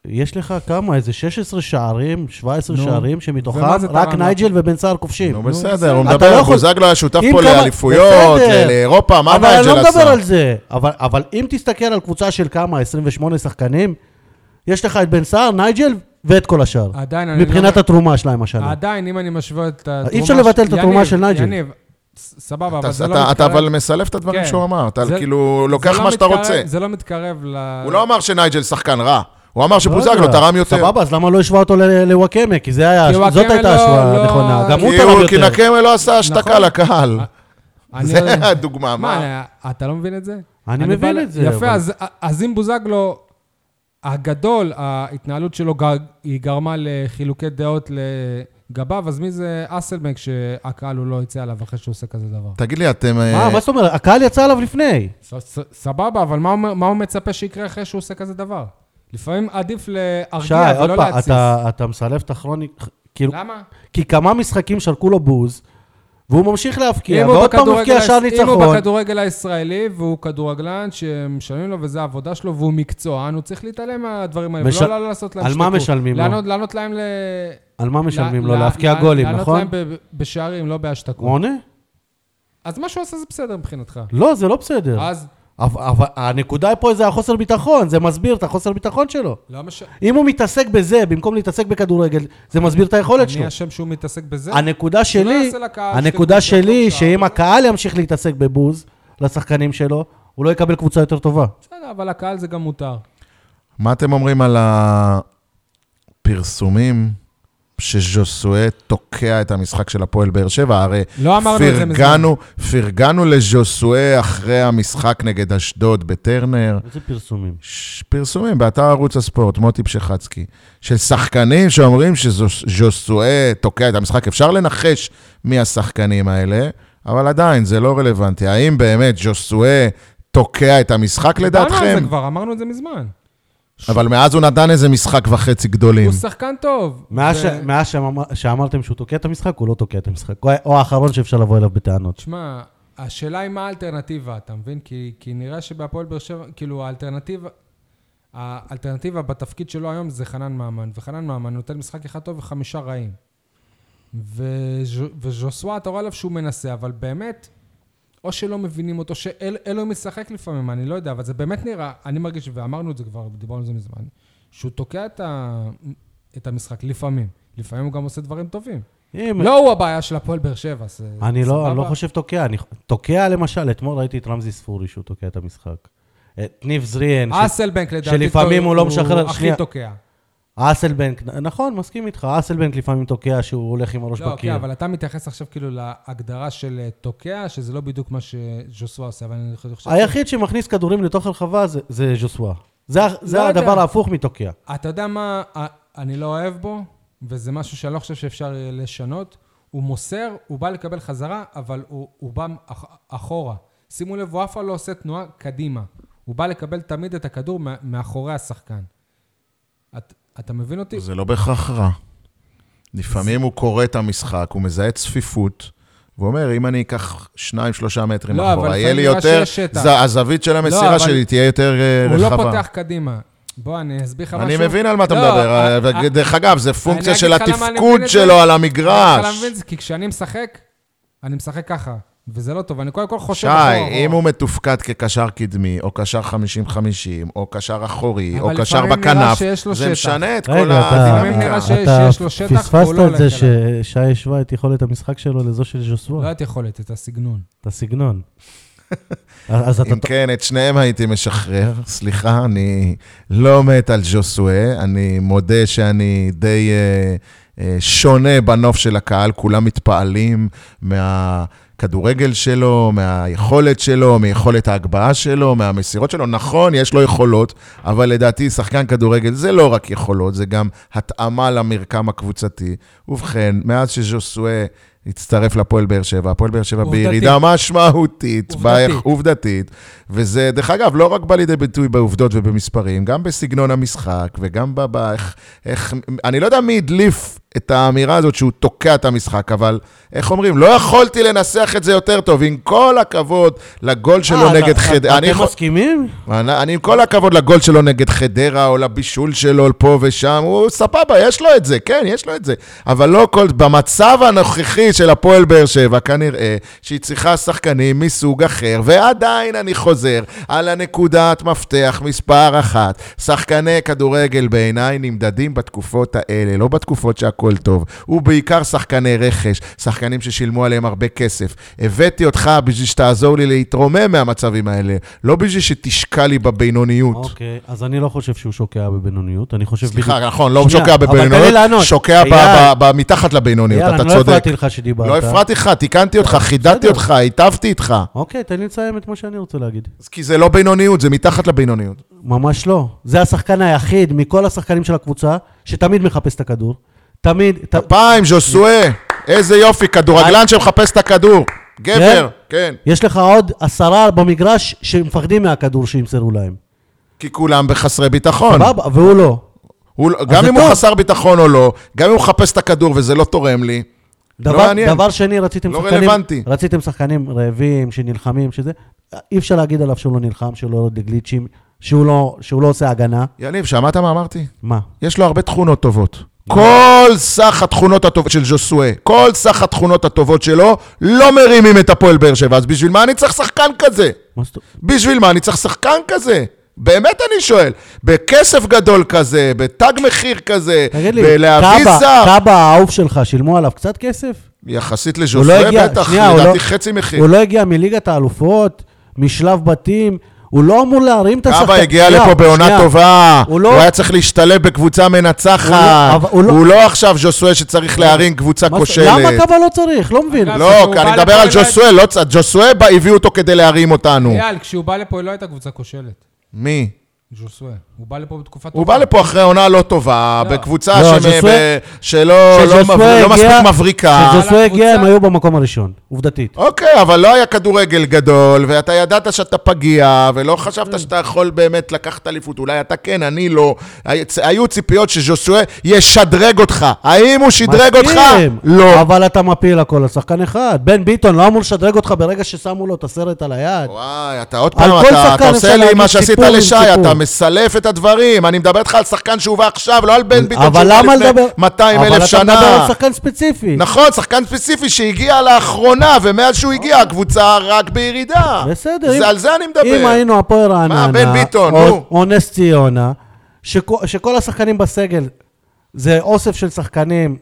Speaker 2: יש לך כמה? איזה 16 שערים, 17
Speaker 1: נו.
Speaker 2: שערים, שמתוכם
Speaker 1: ומה זה תרם
Speaker 2: רק
Speaker 1: לך?
Speaker 2: נייג'ל ובן סער כובשים.
Speaker 3: נו,
Speaker 2: נו.
Speaker 3: בסדר, הוא
Speaker 2: אתה לא
Speaker 3: מדבר,
Speaker 2: יכול-
Speaker 3: בוזגלו היה שותף
Speaker 2: אם
Speaker 3: פה
Speaker 2: כמה-
Speaker 3: לאליפויות,
Speaker 2: בסדר.
Speaker 3: ל- לאירופה, מה
Speaker 2: אבל אני
Speaker 3: נייג'ל
Speaker 2: לא
Speaker 3: עשה?
Speaker 2: מדבר על זה. אבל, אבל אם תסתכל על קבוצה של כמה, 28 שחקנים, יש לך את בן סער, נייג'ל ואת כל השאר.
Speaker 1: עדיין אני
Speaker 2: מבחינת
Speaker 1: לא...
Speaker 2: התרומה שלהם השנה.
Speaker 1: עדיין, אם אני משווה את התרומה...
Speaker 2: אה, אי אפשר
Speaker 1: ש-
Speaker 2: לבטל את התרומה
Speaker 1: יניב,
Speaker 2: של נייג'ל.
Speaker 1: יניב, ס- סבבה, אבל
Speaker 3: אתה-
Speaker 1: זה לא
Speaker 3: אתה-
Speaker 1: מתקרב...
Speaker 3: אתה אבל מסלף את הדברים
Speaker 1: כן.
Speaker 3: שהוא אמר, אתה
Speaker 1: זה-
Speaker 3: כאילו
Speaker 1: זה
Speaker 3: לוקח
Speaker 1: לא
Speaker 3: מה שאתה
Speaker 1: מתקרב-
Speaker 3: רוצה.
Speaker 1: זה לא מתקרב ל...
Speaker 3: הוא לא אמר שנייג'ל שחקן רע, הוא אמר
Speaker 2: לא יודע.
Speaker 3: שבוזגלו תרם יותר.
Speaker 2: סבבה, אז למה לא השווה אותו ל- לוואקמה? כי זה היה-
Speaker 1: כי
Speaker 2: זאת
Speaker 1: וואקמה
Speaker 2: הייתה
Speaker 1: לא-
Speaker 2: השוואה
Speaker 1: לא-
Speaker 2: הנכונה. גם הוא
Speaker 3: כי
Speaker 2: תרם
Speaker 3: הוא- כי
Speaker 2: יותר.
Speaker 3: נקמה לא עשה השתקה
Speaker 1: נכון.
Speaker 3: לקהל.
Speaker 1: אני
Speaker 3: זה
Speaker 1: לא-
Speaker 3: הדוגמה, מה?
Speaker 1: מה, אתה לא מבין את זה?
Speaker 2: אני
Speaker 1: בא
Speaker 2: מבין
Speaker 1: ל-
Speaker 2: את זה.
Speaker 1: יפה,
Speaker 2: אבל-
Speaker 1: אז- אז אם בוזגלו הגדול, ההתנהלות שלו גר- היא גרמה לחילוקי דעות לגביו, אז מי זה אסלבנק שהקהל הוא לא יצא עליו אחרי שהוא עושה כזה דבר?
Speaker 3: תגיד לי, אתם... אה,
Speaker 2: מה, מה זאת אומרת? הקהל יצא עליו לפני.
Speaker 1: ס- ס- סבבה, אבל מה הוא- מה הוא מצפה שיקרה אחרי שהוא עושה כזה דבר? לפעמים עדיף
Speaker 2: שי,
Speaker 1: להרגיע
Speaker 2: עוד
Speaker 1: ולא
Speaker 2: פעם,
Speaker 1: להתסיס.
Speaker 2: אתה- אתה מסלף את הכרוניק... כאילו,
Speaker 1: למה?
Speaker 2: כי כמה משחקים שרקו לו בוז, והוא ממשיך
Speaker 1: אם
Speaker 2: להבקיע,
Speaker 1: הוא
Speaker 2: ועוד פעם
Speaker 1: בכדורגל
Speaker 2: מבקיע
Speaker 1: היש-
Speaker 2: שער
Speaker 1: אם הוא
Speaker 2: ניצחון.
Speaker 1: בכדורגל הישראלי, והוא כדורגלן שמשלמים לו וזו העבודה שלו, והוא מקצוען, הוא צריך להתעלם מהדברים האלה,
Speaker 2: מש-
Speaker 1: ולא לא לעשות להם
Speaker 2: על מה משלמים לו?
Speaker 1: לענות- לענות להם ל...
Speaker 2: על מה משלמים לו?
Speaker 1: ל-
Speaker 2: להבקיע
Speaker 1: ל-
Speaker 2: גולים, נכון?
Speaker 1: לענות להם ב- בשערים, לא
Speaker 2: הוא
Speaker 1: בהשתקות.
Speaker 2: עונה?
Speaker 1: אז מה שהוא עושה זה בסדר מבחינתך.
Speaker 2: לא, זה לא בסדר.
Speaker 1: אז
Speaker 2: אבל אבל הנקודה פה זה החוסר ביטחון, זה מסביר את החוסר ביטחון שלו.
Speaker 1: לא מש...
Speaker 2: אם הוא מתעסק בזה במקום להתעסק בכדורגל, זה מסביר את היכולת שלו.
Speaker 1: אני אשם שהוא מתעסק בזה?
Speaker 2: הנקודה
Speaker 1: שלא
Speaker 2: שלי,
Speaker 1: יעשה לקהל
Speaker 2: הנקודה
Speaker 1: שתי בוז
Speaker 2: שלי,
Speaker 1: בכל
Speaker 2: שאם
Speaker 1: שעה.
Speaker 2: הקהל ימשיך להתעסק בבוז לשחקנים שלו, הוא לא יקבל קבוצה יותר טובה.
Speaker 1: בסדר, אבל לקהל זה גם מותר.
Speaker 3: מה אתם אומרים על הפרסומים שז'וסואה תוקע את המשחק של הפועל באר שבע? הרי
Speaker 1: לא אמרנו את זה מזמן.
Speaker 3: פרגנו, פרגנו לז'וסואה אחרי המשחק נגד אשדוד בטרנר.
Speaker 2: איזה פרסומים.
Speaker 3: ש- פרסומים באתר ערוץ הספורט, מוטי פשחצקי, של שחקנים שאומרים שז'וסואה תוקע את המשחק. אפשר לנחש מי השחקנים האלה, אבל עדיין זה לא רלוונטי. האם באמת ז'וסואה תוקע את המשחק
Speaker 1: אמרנו את
Speaker 3: לדעתכם?
Speaker 1: זה כבר, אמרנו את זה מזמן.
Speaker 3: אבל מאז הוא נתן איזה משחק וחצי גדולים.
Speaker 1: הוא שחקן טוב.
Speaker 2: מאז
Speaker 1: ו-
Speaker 2: ש- מאז שאמר- שאמרתם שהוא תוקע את המשחק, הוא לא תוקע את המשחק. הוא ה- הוא האחרון שאפשר לבוא אליו בטענות.
Speaker 1: תשמע, השאלה היא מה האלטרנטיבה, אתה מבין? כי, כי נראה שבהפועל באר שבע, כאילו האלטרנטיבה, האלטרנטיבה בתפקיד שלו היום זה חנן ממן, וחנן ממן נותן משחק אחד טוב וחמישה רעים. וז'- וז'וסווה, אתה רואה עליו שהוא מנסה, אבל באמת, או שלא מבינים אותו, שאלו משחק לפעמים, אני לא יודע, אבל זה באמת נראה, אני מרגיש, ואמרנו את זה כבר, דיברנו על זה מזמן, שהוא תוקע את, ה, את המשחק לפעמים. לפעמים הוא גם עושה דברים טובים.
Speaker 2: אם-
Speaker 1: לא הוא הבעיה של הפועל באר שבע, זה
Speaker 2: אני לא, אני לא
Speaker 1: סבבה?
Speaker 2: חושב תוקע, אני תוקע למשל, אתמול ראיתי את רמזי ספורי שהוא תוקע את המשחק. את ניב זריאן, ש-
Speaker 1: אסלבנק לדעתי,
Speaker 2: שלפעמים הוא לא משחרר,
Speaker 1: הוא הכי
Speaker 2: שנייה.
Speaker 1: תוקע.
Speaker 2: אסלבנק, נכון, מסכים איתך, אסלבנק לפעמים תוקע שהוא הולך עם הראש
Speaker 1: לא, כן,
Speaker 2: בקיר.
Speaker 1: אבל אתה מתייחס עכשיו כאילו להגדרה של אה, תוקע, שזה לא בדיוק מה שז'וסווה עושה, אבל אני חושב...
Speaker 2: היחיד שמכניס כדורים לתוך הרחבה זה- זה ז'וסווה. זה ה-
Speaker 1: לא
Speaker 2: זה
Speaker 1: יודע.
Speaker 2: הדבר ההפוך מתוקע.
Speaker 1: אתה יודע מה אה, אני לא אוהב בו, וזה משהו שאני לא חושב שאפשר אה, לשנות? הוא מוסר, הוא בא לקבל חזרה, אבל הוא, הוא בא אח, אחורה. שימו לב, הוא אף פעם לא עושה תנועה קדימה. הוא בא לקבל תמיד את הכדור מה- מאחורי השחקן. את, אתה מבין אותי?
Speaker 3: זה לא בהכרח רע. לפעמים הוא קורא את המשחק, הוא מזהה צפיפות, ואומר, אם אני אקח שניים, שלושה מטרים
Speaker 1: לא, אבל
Speaker 3: אחורה, יהיה לי
Speaker 1: לפעמים נראה
Speaker 3: יותר,
Speaker 1: שיש שטח. לא,
Speaker 3: ז- הזווית של המסירה
Speaker 1: אבל-
Speaker 3: שלי תהיה יותר אה,
Speaker 1: הוא
Speaker 3: רחבה.
Speaker 1: לא פותח קדימה. בוא, אני אסביר לך משהו.
Speaker 3: אני מבין על מה אתה
Speaker 1: לא,
Speaker 3: מדבר.
Speaker 1: אה, אה,
Speaker 3: אבל דרך אגב, זה פונקציה
Speaker 1: אגיד
Speaker 3: של
Speaker 1: לך למה אני
Speaker 3: התפקוד
Speaker 1: מבין את זה.
Speaker 3: שלו על
Speaker 1: אני בכלל לא
Speaker 3: המגרש.
Speaker 1: מבין את זה, כי כשאני משחק, אני משחק ככה, וזה לא טוב. אני קודם כל
Speaker 3: שי,
Speaker 1: חושב... אחורה,
Speaker 3: אם
Speaker 1: אחורה.
Speaker 3: הוא מתופקד כקשר קדמי, או קשר 50-50, או קשר אחורי, או
Speaker 1: אבל
Speaker 3: קשר
Speaker 1: לפעמים נראה
Speaker 3: בכנף,
Speaker 1: שיש לו
Speaker 3: זה
Speaker 1: שטח.
Speaker 3: משנה את
Speaker 2: רגע,
Speaker 3: כל
Speaker 2: אתה-
Speaker 1: לפעמים
Speaker 3: הדינמיקה.
Speaker 1: נראה ש- שיש לו שטח, והוא
Speaker 2: פספסת
Speaker 1: לא
Speaker 2: את זה
Speaker 1: הולך
Speaker 2: ששי השווה את יכולת המשחק שלו לזו של
Speaker 1: לא
Speaker 2: ז'וסווה,
Speaker 1: את יכולת, את הסגנון.
Speaker 2: את הסגנון. אז אתה...
Speaker 3: אם כן, את שניהם הייתי משחרר. סליחה, אני לא מת על ז'וסואה. אני מודה שאני די אה, אה, שונה בנוף של הקהל. כולם מתפעלים מהכדורגל שלו, מהיכולת שלו, מיכולת ההגבהה שלו, מהמסירות שלו. נכון, יש לו יכולות, אבל לדעתי שחקן כדורגל זה לא רק יכולות, זה גם התאמה למרקם הקבוצתי. ובכן, מאז שז'וסואה... הצטרף לפועל באר שבע, הפועל באר שבע
Speaker 1: עובדתית.
Speaker 3: בירידה משמעותית,
Speaker 1: עובדתית.
Speaker 3: באיך- עובדתית, וזה, דרך אגב, לא רק בא לידי ביטוי בעובדות ובמספרים, גם בסגנון המשחק וגם ב... ב איך, איך, אני לא יודע מי הדליף את האמירה הזאת שהוא תוקע את המשחק, אבל איך אומרים? לא יכולתי לנסח את זה יותר טוב. עם כל הכבוד לגול שלו
Speaker 2: אה,
Speaker 3: כן, נגד
Speaker 2: אתה-
Speaker 3: חדרה... אני
Speaker 2: אתם
Speaker 3: יכול-
Speaker 2: מסכימים?
Speaker 3: אני, אני עם כל הכבוד לגול שלו נגד חדרה, או לבישול שלו פה ושם, הוא סבבה, יש לו את זה, כן, יש לו את זה. אבל לא כל... במצב הנוכחי של הפועל באר שבע, כנראה שהיא צריכה שחקנים מסוג אחר, ועדיין אני חוזר על הנקודת מפתח מספר אחת. שחקני כדורגל בעיניי נמדדים בתקופות האלה, לא בתקופות שהכול טוב. ובעיקר שחקני רכש, שחקנים ששילמו עליהם הרבה כסף. הבאתי אותך בשביל שתעזור לי להתרומם מהמצבים האלה, לא בשביל שתשקע לי בבינוניות.
Speaker 2: אוקיי, אז אני לא חושב שהוא שוקע בבינוניות, אני חושב...
Speaker 3: סליחה,
Speaker 2: בדיוק-
Speaker 3: נכון, לא
Speaker 2: שנייה,
Speaker 3: שוקע
Speaker 2: אבל תן לי
Speaker 3: בבינוניות,
Speaker 2: לענות.
Speaker 3: שוקע ב-
Speaker 2: אייל,
Speaker 3: ב- ב- מתחת לבינוניות,
Speaker 2: אייל,
Speaker 3: אתה
Speaker 2: אני לא
Speaker 3: צודק.
Speaker 2: הפרעתי לך שדיברת.
Speaker 3: לא הפרעתי לך, תיקנתי אותך, חידדתי
Speaker 2: בסדר.
Speaker 3: אותך, היטבתי איתך.
Speaker 2: אוקיי, תן לי לסיים את מה שאני רוצה להגיד.
Speaker 3: אז כי זה לא בינוניות, זה מתחת לבינוניות.
Speaker 2: ממש לא. זה השחקן היחיד מכל השחקנים של הקבוצה, שתמיד מחפש את הכדור. תמיד... ת-
Speaker 3: כפיים, ז'וסואה, איזה יופי, כדורגלן שמחפש את הכדור. גבר, כן.
Speaker 2: יש לך עוד עשרה במגרש שמפחדים מהכדור שימסרו להם.
Speaker 3: כי כולם בחסרי ביטחון.
Speaker 2: סבבה? והוא לא.
Speaker 3: הוא, גם
Speaker 2: זה
Speaker 3: אם הוא
Speaker 2: טוב.
Speaker 3: חסר ביטחון או לא, גם אם הוא מחפש את הכדור וזה לא תורם לי, לא
Speaker 2: דבר,
Speaker 3: מעניין.
Speaker 2: דבר שני, רציתם
Speaker 3: לא
Speaker 2: שחקנים...
Speaker 3: רלוונטי.
Speaker 2: רציתם שחקנים רעבים, שנלחמים, שזה... אי אפשר להגיד עליו שהוא לא נלחם, שהוא לא יורד לגליצ'ים, שהוא לא, שהוא לא עושה הגנה.
Speaker 3: יניב, שמעת מה אמרתי?
Speaker 2: מה?
Speaker 3: יש לו הרבה תכונות טובות. כל סך התכונות הטובות של ז'וסואה, כל סך התכונות הטובות שלו, לא מרימים את הפועל באר שבע, אז בשביל מה אני צריך שחקן כזה?
Speaker 2: מה זאת...
Speaker 3: בשביל מה אני צריך שחקן כזה? באמת אני שואל. בכסף גדול כזה, בתג מחיר כזה,
Speaker 2: תגיד לי,
Speaker 3: בלהביא
Speaker 2: קאבה,
Speaker 3: זר,
Speaker 2: קאבה האהוב שלך, שילמו עליו קצת כסף?
Speaker 3: יחסית
Speaker 2: הוא לא
Speaker 3: לז'וסואה
Speaker 2: הגיע,
Speaker 3: בטח,
Speaker 2: שנייה, הוא
Speaker 3: לדעתי
Speaker 2: לא-
Speaker 3: חצי מחיר.
Speaker 2: הוא לא הגיע מליגת האלופות, משלב בתים, הוא לא אמור להרים את השחקן.
Speaker 3: קאבה הגיע
Speaker 2: שנייה,
Speaker 3: לפה בעונה
Speaker 2: שנייה.
Speaker 3: טובה,
Speaker 2: הוא
Speaker 3: הוא
Speaker 2: לא-
Speaker 3: היה צריך להשתלב בקבוצה
Speaker 2: הוא לא-
Speaker 3: מנצחת,
Speaker 2: אבל הוא לא-
Speaker 3: הוא לא עכשיו ז'וסואל שצריך להרים קבוצה
Speaker 2: מה זה-
Speaker 3: כושלת.
Speaker 2: למה קאבה לא צריך? לא מבין.
Speaker 1: אגב,
Speaker 3: לא,
Speaker 1: כשהוא
Speaker 3: כי
Speaker 1: בא
Speaker 3: אני
Speaker 1: לפה
Speaker 3: מדבר על
Speaker 1: אליי-
Speaker 3: ג'וסואל, לא צד, ג'וסואל בא- הביאו אותו כדי להרים אותנו.
Speaker 1: אייל, כשהוא בא לפה, היא לא הייתה קבוצה כושלת.
Speaker 3: מי?
Speaker 1: ז'וסווה. הוא בא לפה בתקופה טובה.
Speaker 3: הוא בא לפה אחרי עונה לא טובה,
Speaker 1: לא.
Speaker 3: בקבוצה
Speaker 2: לא,
Speaker 3: שמ-
Speaker 2: ז'וסואל-
Speaker 3: ב- שלא לא
Speaker 2: כשז'וסואל
Speaker 3: מב- לא
Speaker 2: הגיע-
Speaker 3: מספיק מבריקה.
Speaker 2: כשז'וסוי הגיע הם
Speaker 1: הקבוצה-
Speaker 2: היו במקום הראשון, עובדתית.
Speaker 3: אוקיי, אבל לא היה כדורגל גדול, ואתה ידעת שאתה פגיע, ולא חשבת שאתה יכול באמת לקחת אליפות. אולי אתה כן, אני לא. הי- צ- היו ציפיות שז'וסואה ישדרג אותך. האם הוא שדרג אותך?
Speaker 2: מסכים,
Speaker 3: לא.
Speaker 2: אבל אתה מפיל הכל על שחקן אחד. בן ביטון לא אמור לשדרג אותך ברגע ששמו לו את הסרט על היד.
Speaker 3: וואי, אתה עוד
Speaker 2: על
Speaker 3: פעם,
Speaker 2: כל
Speaker 3: אתה,
Speaker 2: שחקן
Speaker 3: אתה
Speaker 2: אפשר
Speaker 3: עושה לי
Speaker 2: להגיד
Speaker 3: מה שעשית
Speaker 2: סיפור עם
Speaker 3: לשי,
Speaker 2: סיפור.
Speaker 3: אתה מסלף את הדברים. אני מדבר איתך על שחקן שהובא עכשיו, לא על בן ביטון
Speaker 2: אבל
Speaker 3: שהובא
Speaker 2: למה
Speaker 3: לפני
Speaker 2: לדבר...
Speaker 3: 200 אלף שנה.
Speaker 2: אבל אתה מדבר על שחקן ספציפי.
Speaker 3: נכון, שחקן ספציפי שהגיע לאחרונה, ומאז שהוא הגיע הקבוצה רק בירידה.
Speaker 2: אוקיי. בסדר. אם-
Speaker 3: זה, על זה אני מדבר.
Speaker 2: אם היינו הפועל רעננה,
Speaker 3: בן ביטון,
Speaker 2: או-
Speaker 3: נו.
Speaker 2: או נס ציונה, שכו- שכל השחקנים בסגל זה אוסף של שחקנים,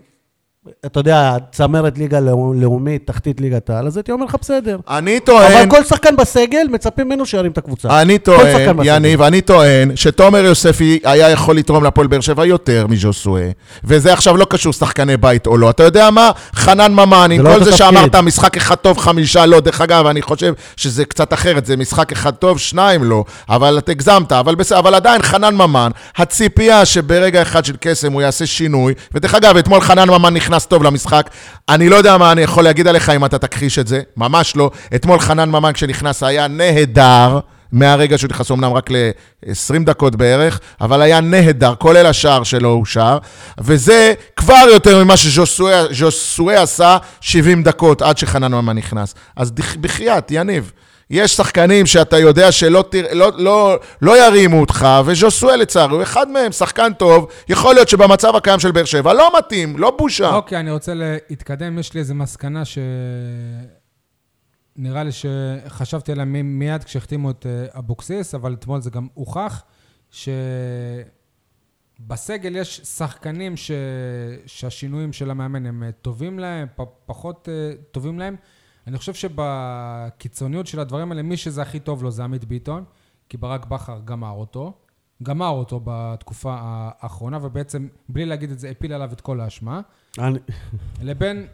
Speaker 2: אתה יודע, צמרת ליגה לאו- לאומית, תחתית ליגת העל, אז הייתי אומר לך בסדר.
Speaker 3: אני
Speaker 2: אבל
Speaker 3: טוען,
Speaker 2: כל שחקן בסגל, מצפים ממנו שירים את הקבוצה.
Speaker 3: אני
Speaker 2: כל שחקן
Speaker 3: טוען,
Speaker 2: בסגל.
Speaker 3: יניב, אני טוען שתומר יוספי היה יכול לתרום להפועל באר שבע יותר מז'וסואה, וזה עכשיו לא קשור שחקני בית או לא. אתה יודע מה? חנן ממן, עם
Speaker 2: זה לא
Speaker 3: כל
Speaker 2: אותו
Speaker 3: זה
Speaker 2: תפקיד.
Speaker 3: שאמרת משחק אחד טוב, חמישה לא. דרך אגב, אני חושב שזה קצת אחרת, זה משחק אחד טוב, שניים לא. אבל את הגזמת, אבל בסדר, אבל עדיין חנן ממן, הציפייה שברגע אחד של קסם הוא יעשה שינוי, ודרך אגב, אתמול חנן ממן נכנס טוב למשחק. אני לא יודע מה אני יכול להגיד עליך אם אתה תכחיש את זה, ממש לא. אתמול חנן ממן כשנכנס היה נהדר. מהרגע שהוא נכנס, אמנם רק ל-20 דקות בערך, אבל היה נהדר, כולל השער שלו הוא שער, וזה כבר יותר ממה שז'וסואה עשה 70 דקות עד שחנן ממן נכנס. אז דח- בחייאת, יניב. יש שחקנים שאתה יודע שלא תר... לא, לא, לא ירימו אותך, וז'וסואה לצערי הוא אחד מהם, שחקן טוב, יכול להיות שבמצב הקיים של באר שבע לא מתאים, לא בושה.
Speaker 1: אוקיי, אני רוצה להתקדם. יש לי איזו מסקנה ש... נראה לי שחשבתי עליה מ- מיד כשהחתימו את אה, אבוקסיס, אבל אתמול זה גם הוכח, שבסגל יש שחקנים ש... שהשינויים של המאמן הם אה, טובים להם, פ... פחות אה, טובים להם. אני חושב שבקיצוניות של הדברים האלה, מי שזה הכי טוב לו זה עמית ביטון, כי ברק בכר גמר אותו, גמר אותו בתקופה האחרונה, ובעצם, בלי להגיד את זה, הפיל עליו את כל האשמה.
Speaker 2: אני-
Speaker 1: לבין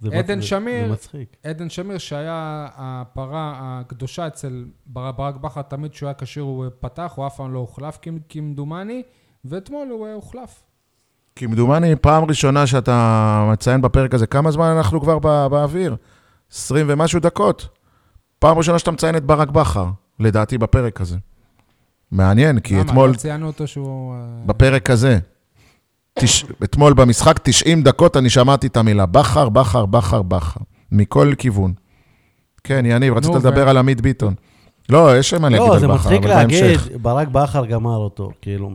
Speaker 2: זה
Speaker 1: עדן
Speaker 2: מצ-
Speaker 1: שמיר.
Speaker 2: זה מצחיק.
Speaker 1: עדן שמיר, שהיה הפרה הקדושה אצל בר- ברק בכר, תמיד כשהוא היה כשיר הוא אה, פתח, הוא אף פעם לא הוחלף כמ- כמדומני, ואתמול הוא אה, הוחלף.
Speaker 3: כמדומני, פעם ראשונה שאתה מציין בפרק הזה, כמה זמן אנחנו כבר בא, באוויר? 20 ומשהו דקות. פעם ראשונה שאתה מציין את ברק בכר, לדעתי, בפרק הזה. מעניין, כי
Speaker 1: למה?
Speaker 3: אתמול,
Speaker 1: לא ציינו אותו שהוא... אה,
Speaker 3: בפרק הזה, תש... אתמול במשחק, 90 דקות, אני שמעתי את המילה בכר, בכר, בכר, בכר. מכל כיוון. כן, יניב, רצית
Speaker 1: נו, ו-
Speaker 3: לדבר על עמית ביטון. לא, יש מה להגיד על בכר,
Speaker 2: לא, זה
Speaker 3: אבל
Speaker 2: מצחיק
Speaker 3: בהמשך.
Speaker 2: להגיד, ברק בכר גמר אותו, כאילו.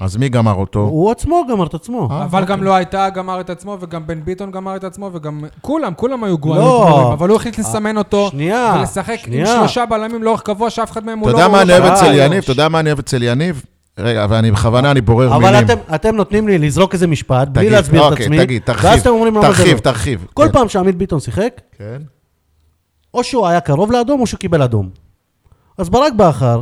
Speaker 3: אז מי גמר אותו?
Speaker 2: הוא עצמו גמר את עצמו.
Speaker 3: אה,
Speaker 1: אבל גם
Speaker 3: אוקיי.
Speaker 1: לא הייתה גמר את עצמו, וגם בן ביטון גמר את עצמו, וגם כולם, כולם היו גרועים,
Speaker 2: לא.
Speaker 1: גרועים, אבל הוא
Speaker 3: אה,
Speaker 1: החליט לסמן אותו,
Speaker 2: שנייה,
Speaker 1: ולשחק עם
Speaker 2: שנייה.
Speaker 1: שלושה בלמים לאורך קבוע, שאף אחד מהם
Speaker 3: אתה
Speaker 1: הוא לא...
Speaker 3: יודע מה אני אוהב
Speaker 2: לא
Speaker 3: אצל
Speaker 2: בראש.
Speaker 3: יניב? אתה יודע מה אני אוהב אצל יניב? רגע, ואני בכוונה, אני בורר
Speaker 2: אבל
Speaker 3: מילים.
Speaker 2: אתם, אתם נותנים לי לזרוק איזה משפט, בלי
Speaker 3: תגיד,
Speaker 2: להסביר את
Speaker 3: אוקיי,
Speaker 2: עצמי,
Speaker 3: תגיד, תרחיב.
Speaker 2: ואז אתם אומרים למה זה
Speaker 3: תרחיב,
Speaker 2: לא.
Speaker 3: תרחיב.
Speaker 2: כל
Speaker 3: כן.
Speaker 2: פעם שעמית ביטון שיחק,
Speaker 3: כן.
Speaker 2: או שהוא היה קרוב לאדום, או שהוא קיבל אדום. אז ברק בכר,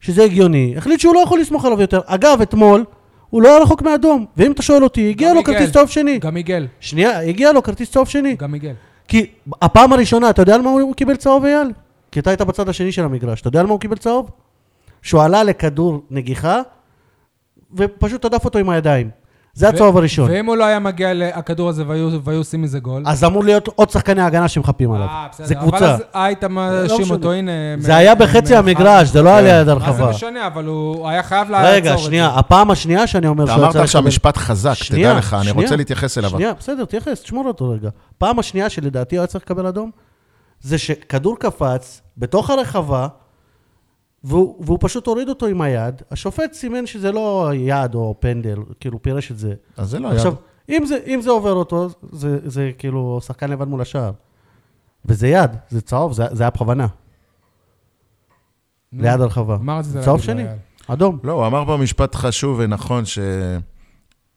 Speaker 2: שזה הגיוני, החליט שהוא לא יכול לסמוך עליו יותר. אגב, אתמול, הוא לא היה רחוק מאדום. ואם אתה שואל אותי, הגיע
Speaker 1: גם
Speaker 2: לו
Speaker 1: מיגל,
Speaker 2: כרטיס צהוב שני.
Speaker 1: גם מיגל,
Speaker 2: שנייה, הגיע לו כרטיס צהוב שני.
Speaker 1: גם מיגל.
Speaker 2: כי הפעם הראשונה, אתה יודע על מה הוא הוא קיבל צהוב, אייל? כי אתה היית בצד השני של המגרש. אתה יודע על מה הוא קיבל צהוב? שהוא עלה לכדור נגיחה, ופשוט הדף אותו עם הידיים. זה הצהוב הראשון.
Speaker 1: ואם הוא לא היה מגיע לכדור הזה והיו והיו עושים מזה
Speaker 3: אה,
Speaker 1: גול?
Speaker 2: אז אמור להיות עוד שחקני הגנה שמחפים עליו.
Speaker 1: אה, בסדר,
Speaker 2: זה קבוצה.
Speaker 1: אבל אז היית מאשים
Speaker 3: לא
Speaker 2: משנה.
Speaker 1: אותו, הנה...
Speaker 2: זה
Speaker 1: מ-
Speaker 2: היה
Speaker 1: מ-
Speaker 2: בחצי
Speaker 1: מ- כן.
Speaker 2: המגרש, זה לא היה ליד
Speaker 1: מה זה
Speaker 2: הרחבה.
Speaker 1: משנה, אבל הוא הוא היה חייב לעצור את זה.
Speaker 2: רגע, שנייה, הפעם השנייה שאני אומר
Speaker 3: אתה
Speaker 2: שהוא היה
Speaker 3: אמרת
Speaker 2: צריך
Speaker 3: עכשיו
Speaker 2: לקבל-
Speaker 3: משפט חזק,
Speaker 2: לא, שנייה,
Speaker 3: תדע לך, אני
Speaker 2: שנייה.
Speaker 3: רוצה להתייחס אליו.
Speaker 2: שנייה, בסדר, תייחס, תשמור אותו רגע. פעם השנייה שלדעתי הוא היה צריך לקבל אדום, זה שכדור קפץ בתוך הרחבה, והוא, והוא פשוט הוריד אותו עם היד, השופט סימן שזה לא יד או פנדל, כאילו פירש את זה.
Speaker 3: אז זה לא היה.
Speaker 2: עכשיו, אם זה, אם זה עובר אותו, זה, זה כאילו שחקן לבד מול השער. וזה יד, זה צהוב, זה, זה היה בכוונה,
Speaker 1: נו,
Speaker 2: ליד הרחבה.
Speaker 1: מה רצית
Speaker 2: צהוב
Speaker 1: להגיד,
Speaker 2: שני,
Speaker 1: אייל?
Speaker 2: אדום.
Speaker 3: לא, הוא אמר פה משפט חשוב ונכון,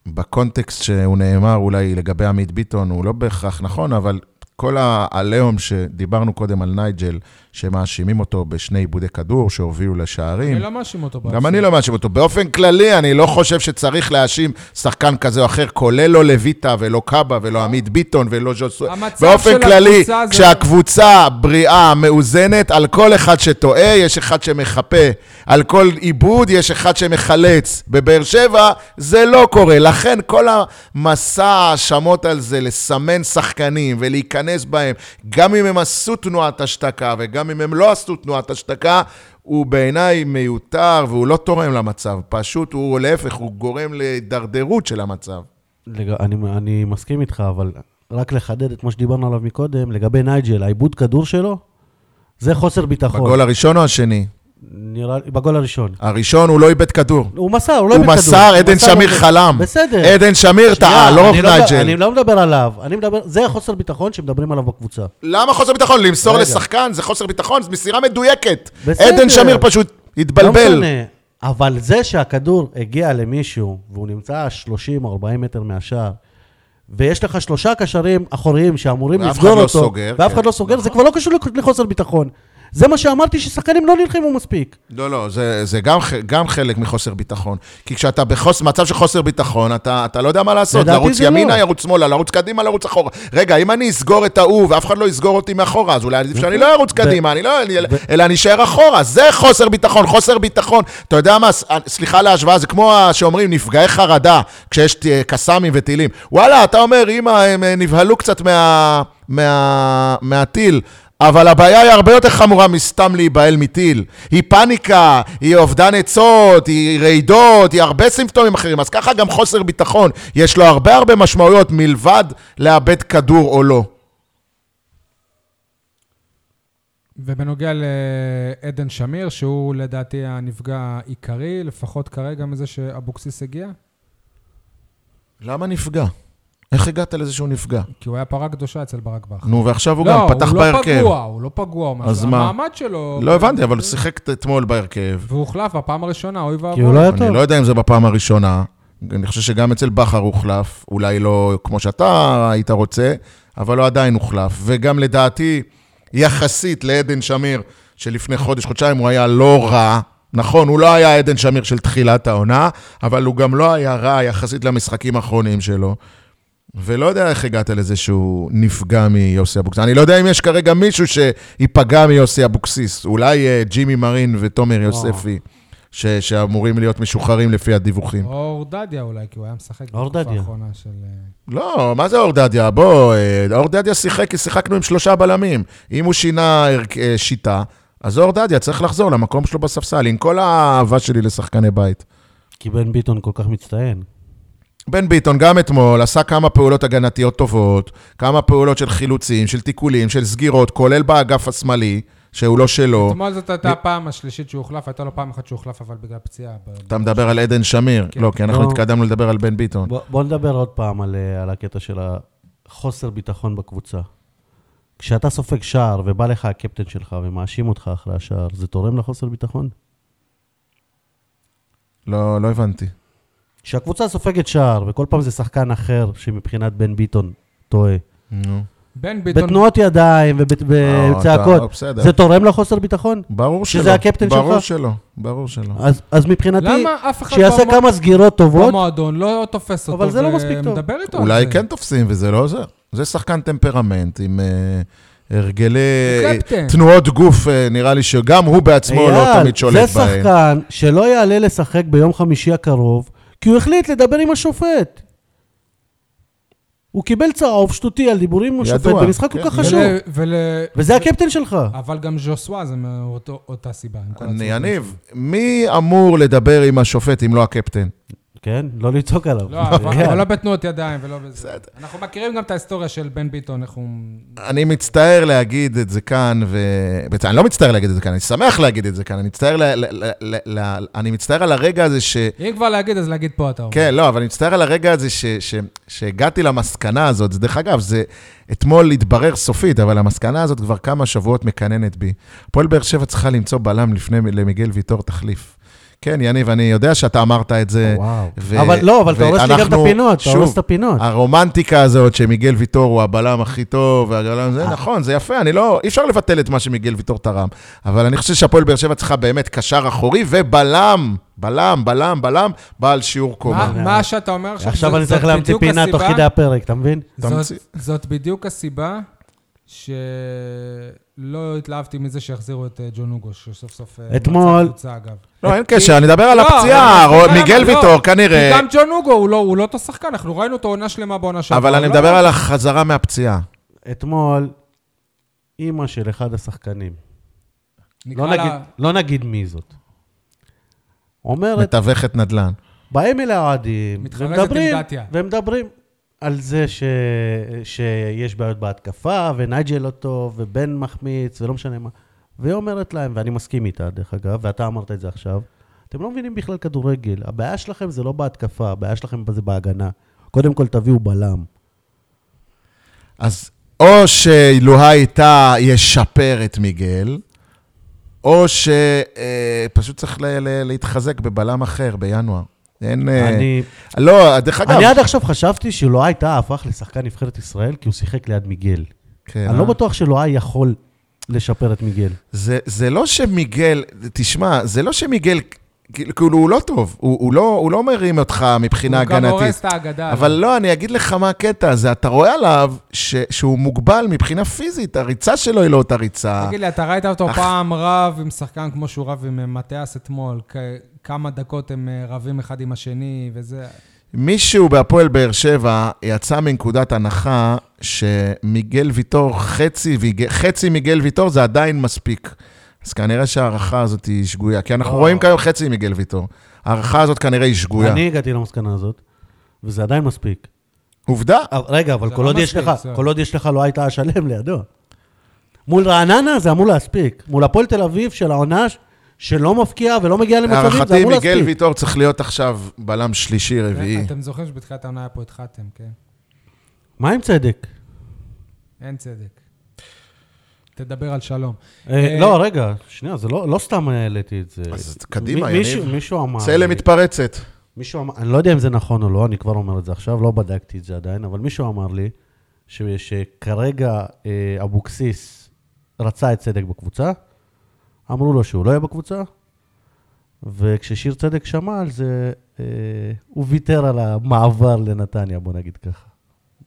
Speaker 3: שבקונטקסט שהוא נאמר אולי לגבי עמית ביטון, הוא לא בהכרח נכון, אבל כל העליהום שדיברנו קודם על נייג'ל, שמאשימים אותו בשני עיבודי כדור שהובילו לשערים.
Speaker 1: אני לא מאשים אותו.
Speaker 3: גם אני לא מאשים אותו. באופן כללי, אני לא חושב שצריך להאשים שחקן כזה או אחר, כולל לא לויטה ולא קאבה ולא עמית ביטון ולא ז'וסו.
Speaker 1: המצב של
Speaker 3: באופן כללי,
Speaker 1: הקבוצה זה-
Speaker 3: כשהקבוצה בריאה, מאוזנת, על כל אחד שטועה, יש אחד שמחפה. על כל עיבוד, יש אחד שמחלץ. בבאר שבע זה לא קורה. לכן כל המסע ההאשמות על זה, לסמן שחקנים ולהיכנס בהם, גם אם הם עשו תנועת השתקה וגם אם הם לא עשו תנועת השתקה, הוא בעיניי מיותר והוא לא תורם למצב. פשוט הוא להפך, הוא גורם להידרדרות של המצב.
Speaker 2: לג... אני, אני מסכים איתך, אבל רק לחדד את מה שדיברנו עליו מקודם, לגבי נייג'ל, העיבוד כדור שלו, זה חוסר ביטחון.
Speaker 3: בגול הראשון או השני?
Speaker 2: נראה, לי- בגול הראשון.
Speaker 3: הראשון הוא לא איבד כדור.
Speaker 2: הוא מסר, הוא לא
Speaker 3: הוא
Speaker 2: איבד כדור.
Speaker 3: מסר, עדן
Speaker 2: לא
Speaker 3: שמיר
Speaker 2: איבד-
Speaker 3: חלם.
Speaker 2: בסדר.
Speaker 3: עדן שמיר
Speaker 2: שנייה,
Speaker 3: טעה, לא
Speaker 2: אני מד-
Speaker 3: נייג'ל.
Speaker 2: אני לא מדבר עליו, אני מדבר, זה החוסר ביטחון שמדברים עליו בקבוצה.
Speaker 3: למה חוסר ביטחון? למסור
Speaker 2: רגע.
Speaker 3: לשחקן זה חוסר ביטחון, זו מסירה מדויקת.
Speaker 2: בסדר.
Speaker 3: עדן שמיר פשוט
Speaker 2: לא
Speaker 3: התבלבל.
Speaker 2: משנה, אבל זה שהכדור הגיע למישהו, והוא נמצא 30 או 40 מטר מהשער, ויש לך שלושה קשרים אחוריים שאמורים
Speaker 3: ואף
Speaker 2: לסגור
Speaker 3: אחד לא
Speaker 2: אותו,
Speaker 3: סוגר,
Speaker 2: ואף
Speaker 3: כן.
Speaker 2: אחד לא סוגר, זה כבר לא קשור לק- לחוסר ביטחון. זה מה שאמרתי, ששחקנים לא נלחמו מספיק.
Speaker 3: לא, לא, זה, זה גם, ח- גם חלק מחוסר ביטחון. כי כשאתה בחוס, מצב של חוסר ביטחון, אתה, אתה לא יודע מה לעשות.
Speaker 2: לדעתי
Speaker 3: לרוץ
Speaker 2: זה לא.
Speaker 3: ימינה, ירוץ שמאלה, לרוץ קדימה, לרוץ אחורה. רגע, אם אני אסגור את ההוא ואף אחד לא יסגור אותי מאחורה, אז אולי עדיף שאני לא ארוץ קדימה, אני לא, אני, אלא אני אשאר אחורה. זה חוסר ביטחון, חוסר ביטחון. אתה יודע מה, ס- אה, סליחה על ההשוואה, זה כמו ה- שאומרים נפגעי חרדה, כשיש ט- קסאמים וטילים. וואלה, אתה אומר, אמא, הם אה, נבהלו קצת מה, מה, מהטיל. אבל הבעיה היא הרבה יותר חמורה מסתם להיבהל מטיל. היא פאניקה, היא אובדן עצות, היא רעידות, היא הרבה סימפטומים אחרים. אז ככה גם חוסר ביטחון. יש לו הרבה הרבה משמעויות מלבד לאבד כדור או לא.
Speaker 1: ובנוגע לעדן שמיר, שהוא לדעתי הנפגע העיקרי, לפחות כרגע מזה שאבוקסיס הגיע,
Speaker 3: למה נפגע? איך הגעת לזה שהוא נפגע?
Speaker 1: כי הוא היה פרה קדושה אצל ברק בכר.
Speaker 3: נו, ועכשיו הוא
Speaker 1: לא,
Speaker 3: גם פתח
Speaker 1: הוא לא
Speaker 3: בהרכב.
Speaker 1: פגוע, הוא לא פגוע. הוא
Speaker 3: אז
Speaker 1: משהו.
Speaker 3: מה?
Speaker 1: המעמד שלו...
Speaker 3: לא הבנתי, אבל הוא שיחק אתמול בהרכב.
Speaker 1: והוא הוחלף בפעם הראשונה, אוי
Speaker 2: כי הוא
Speaker 1: ואבוי.
Speaker 2: לא היה
Speaker 3: אני
Speaker 2: טוב.
Speaker 3: לא יודע אם זה בפעם הראשונה. אני חושב שגם אצל בכר הוחלף, אולי לא כמו שאתה היית רוצה, אבל הוא עדיין הוחלף. וגם לדעתי, יחסית לעדן שמיר, שלפני חודש, חודשיים, הוא היה לא רע. נכון, הוא לא היה עדן שמיר של תחילת העונה, אבל הוא גם לא היה רע יחסית למשחקים האחרונים שלו. ולא יודע איך הגעת לזה שהוא נפגע מיוסי אבוקסיס. אני לא יודע אם יש כרגע מישהו שייפגע מיוסי אבוקסיס. אולי אה, ג'ימי מרין ותומר יוספי, ש- שאמורים להיות משוחררים לפי הדיווחים.
Speaker 1: או אורדדיה אולי, כי הוא היה משחק בתקופה
Speaker 2: אורדדיה.
Speaker 1: האחרונה של... אה,
Speaker 3: לא, מה זה אורדדיה? בוא, אה, אורדדיה שיחק כי שיחקנו עם שלושה בלמים. אם הוא שינה ערכ- אה, שיטה, אז אורדדיה צריך לחזור למקום שלו בספסל, עם כל האהבה שלי לשחקני בית.
Speaker 2: כי בן ביטון כל כך מצטיין.
Speaker 3: בן ביטון גם אתמול עשה כמה פעולות הגנתיות טובות, כמה פעולות של חילוצים, של תיקולים, של סגירות, כולל באגף השמאלי, שהוא לא שלו.
Speaker 1: אתמול זאת הייתה הפעם השלישית שהוא הוחלף, הייתה לו פעם אחת שהוא הוחלף, אבל בגלל פציעה. ב-
Speaker 3: אתה מדבר על עדן שמיר.
Speaker 1: כן.
Speaker 3: לא, כי אנחנו
Speaker 2: לא.
Speaker 3: התקדמנו לדבר על בן ביטון.
Speaker 2: בוא, בוא נדבר עוד פעם על, אה, על הקטע של החוסר ביטחון בקבוצה. כשאתה סופג שער ובא לך הקפטן שלך ומאשים אותך אחרי השער, זה תורם לחוסר ביטחון?
Speaker 3: לא לא הבנתי.
Speaker 2: כשהקבוצה סופגת שער וכל פעם זה שחקן אחר שמבחינת בן ביטון טועה,
Speaker 3: נו.
Speaker 1: בן ביטון,
Speaker 2: בתנועות ידיים
Speaker 3: אה,
Speaker 2: ובצעקות,
Speaker 3: אתה- בסדר.
Speaker 2: זה תורם לחוסר ביטחון?
Speaker 3: ברור שלא.
Speaker 2: שזה הקפטן
Speaker 3: ברור
Speaker 2: שלך? אה,
Speaker 3: שלא, ברור שלא.
Speaker 2: אז, אז מבחינתי,
Speaker 1: למה אף אחד
Speaker 2: שיעשה
Speaker 1: במוע-
Speaker 2: כמה סגירות טובות,
Speaker 1: במועדון לא תופס אותו
Speaker 2: אבל זה לא מספיק טוב.
Speaker 1: ומדבר איתו על זה?
Speaker 3: אולי כן תופסים וזה לא עוזר. זה שחקן טמפרמנט עם אה, הרגלי... אה,
Speaker 1: קפטן.
Speaker 3: תנועות גוף, אה, נראה לי שגם הוא בעצמו לא
Speaker 2: אייל,
Speaker 3: תמיד שולט
Speaker 2: זה
Speaker 3: בהן.
Speaker 2: שחקן שלא יעלה לשחק ביום חמישי הקרוב, כי הוא החליט לדבר עם השופט. הוא קיבל צהוב שטותי על דיבורים עם
Speaker 3: ידוע,
Speaker 2: השופט במשחק
Speaker 3: כן,
Speaker 2: כל כך
Speaker 3: ידוע.
Speaker 2: חשוב.
Speaker 1: ול- ול-
Speaker 2: וזה הקפטן שלך.
Speaker 1: אבל גם ז'וסווה זה מאותו- אותה סיבה. עם כל
Speaker 3: אני-
Speaker 1: הצהובים.
Speaker 3: יניב, מי אמור לדבר עם השופט אם לא הקפטן?
Speaker 2: כן, לא לצעוק עליו.
Speaker 1: לא, אבל
Speaker 2: כן.
Speaker 1: אבל לא בתנועות ידיים ולא בזה. אנחנו מכירים גם את ההיסטוריה של בן ביטון, איך הוא...
Speaker 3: אני מצטער להגיד את זה כאן, ו... בעצם, אני לא מצטער להגיד את זה כאן, אני שמח להגיד את זה כאן, אני מצטער, ל... ל... ל... ל... ל... אני מצטער על הרגע הזה ש...
Speaker 1: אם כבר להגיד, אז להגיד פה, אתה אומר.
Speaker 3: כן, לא, אבל אני מצטער על הרגע הזה ש, ש, שהגעתי למסקנה הזאת. זה, דרך אגב, זה אתמול התברר סופית, אבל המסקנה הזאת כבר כמה שבועות מקננת בי. הפועל באר שבע צריכה למצוא בלם לפני למיגל ויטור תחליף. כן, יניב, אני יודע שאתה אמרת את זה.
Speaker 1: אה,
Speaker 2: וואו. אבל לא, אבל אתה הורס לי גם את
Speaker 3: ואנחנו-
Speaker 2: הפינות, אתה הורס את הפינות.
Speaker 3: הרומנטיקה הזאת שמיגל ויטור הוא הבלם הכי טוב, והבלם זה נכון, זה יפה, אני לא, אי אפשר לבטל את מה שמיגל ויטור תרם, אבל אני חושב שהפועל באר שבע צריכה באמת קשר אחורי ובלם, בלם, בלם, בלם, בעל שיעור קומה.
Speaker 1: מה- מה שאתה אומר עכשיו,
Speaker 2: עכשיו
Speaker 1: זאת-
Speaker 2: אני צריך
Speaker 1: זאת
Speaker 2: להמציא
Speaker 1: בדיוק
Speaker 2: פינה תוך
Speaker 1: הסיבה-
Speaker 2: כדי הפרק, אתה מבין?
Speaker 1: זאת-
Speaker 3: תמציא.
Speaker 1: זאת בדיוק הסיבה שלא התלהבתי מזה שיחזירו את אה, ג'ון אוגו, שסוף סוף... אה,
Speaker 2: אתמול-
Speaker 1: מצא קבוצה, אגב.
Speaker 3: לא, אין קשר, אני מדבר על
Speaker 1: לא,
Speaker 3: הפציעה,
Speaker 1: אבל-
Speaker 3: רו-
Speaker 1: אבל-
Speaker 3: מיגל
Speaker 1: לא,
Speaker 3: ויטור
Speaker 1: כי
Speaker 3: כנראה,
Speaker 1: גם ג'ון אוגו הוא לא- הוא לא אותו שחקן, אנחנו ראינו אותו עונה שלמה בעונה שעברה.
Speaker 3: אבל
Speaker 1: הוא
Speaker 3: אני
Speaker 1: לא-
Speaker 3: מדבר על החזרה מהפציעה.
Speaker 2: אתמול, אימא של אחד השחקנים,
Speaker 1: נקרא
Speaker 2: לא
Speaker 1: לה-
Speaker 2: נגיד- לא נגיד מי זאת, אומרת,
Speaker 3: מתווכת נדל"ן.
Speaker 2: באים אל האוהדים,
Speaker 1: מתחרזת
Speaker 2: ומדברים,
Speaker 1: עם דתיה.
Speaker 2: ומדברים על זה ש... שיש בעיות בהתקפה, ונייג'ל לא טוב, ובן מחמיץ, ולא משנה מה. והיא אומרת להם, ואני מסכים איתה, דרך אגב, ואתה אמרת את זה עכשיו, אתם לא מבינים בכלל כדורגל. הבעיה שלכם זה לא בהתקפה, הבעיה שלכם זה בהגנה. קודם כל תביאו בלם.
Speaker 3: אז או שלוהה איתה ישפר את מיגל, או שפשוט צריך ל- ל- להתחזק בבלם אחר בינואר. אין... אה,
Speaker 2: אני,
Speaker 3: לא, דרך אגב...
Speaker 2: אני עד עכשיו חשבתי שלא הייתה הפך לשחקן נבחרת ישראל, כי הוא שיחק ליד מיגל.
Speaker 3: כן,
Speaker 2: אני
Speaker 3: אה?
Speaker 2: לא בטוח שלא היה יכול לשפר את מיגל.
Speaker 3: זה, זה לא שמיגל, תשמע, זה לא שמיגל, כאילו, כאילו, הוא לא טוב, הוא, הוא, לא, הוא לא מרים אותך מבחינה
Speaker 1: הוא גם
Speaker 3: הגנתית.
Speaker 1: הורס את האגדה.
Speaker 3: אבל לא, אני אגיד לך מה הקטע הזה, אתה רואה עליו ש, שהוא מוגבל מבחינה פיזית, הריצה שלו היא לא אותה ריצה.
Speaker 1: תגיד לי, אתה ראית אותו
Speaker 3: אך-
Speaker 1: פעם רב עם שחקן כמו שהוא רב עם אה, מטיאס אתמול, כ- כמה דקות הם אה, רבים אחד עם השני וזה...
Speaker 3: מישהו בהפועל באר שבע יצא מנקודת הנחה שמיגל ויטור, חצי, ויג- חצי מיגל ויטור זה עדיין מספיק. אז כנראה שההערכה הזאת היא שגויה, כי אנחנו
Speaker 2: וואו.
Speaker 3: רואים כיום חצי מיגל ויטור. ההערכה הזאת כנראה היא שגויה.
Speaker 2: אני הגעתי למסקנה הזאת, וזה עדיין מספיק.
Speaker 3: עובדה.
Speaker 2: אבל- רגע, אבל
Speaker 1: זה
Speaker 2: כל
Speaker 1: לא
Speaker 2: עוד יש
Speaker 1: מספיק,
Speaker 2: לך,
Speaker 1: זה-
Speaker 2: כל עוד יש לך לא הייתה השלם לידו. מול רעננה זה אמור להספיק. מול הפועל תל אביב של העונה ש- שלא מפקיע ולא מגיע למצבים, זה
Speaker 3: להערכתי,
Speaker 2: אמור
Speaker 3: מיגל
Speaker 2: להספיק.
Speaker 3: ויטור צריך להיות עכשיו בלם שלישי, רביעי.
Speaker 1: אתם זוכרים שבתחילת העונה היה פה את חתם, כן?
Speaker 2: מה עם צדק?
Speaker 1: אין צדק. תדבר על שלום.
Speaker 2: אה, לא, רגע, שנייה, זה לא לא סתם העליתי את זה.
Speaker 3: אז קדימה,
Speaker 2: מ- מישהו-
Speaker 3: יניב.
Speaker 2: מישהו אמר...
Speaker 3: צלם
Speaker 2: לי-
Speaker 3: מתפרצת.
Speaker 2: מישהו אמר, אני לא יודע אם זה נכון או לא, אני כבר אומר את זה עכשיו, לא בדקתי את זה עדיין, אבל מישהו אמר לי ש, שכרגע אה, אבוקסיס רצה את צדק בקבוצה, אמרו לו שהוא לא יהיה בקבוצה, וכששיר צדק שמע על זה, אה, הוא ויתר על המעבר לנתניה, בוא נגיד ככה,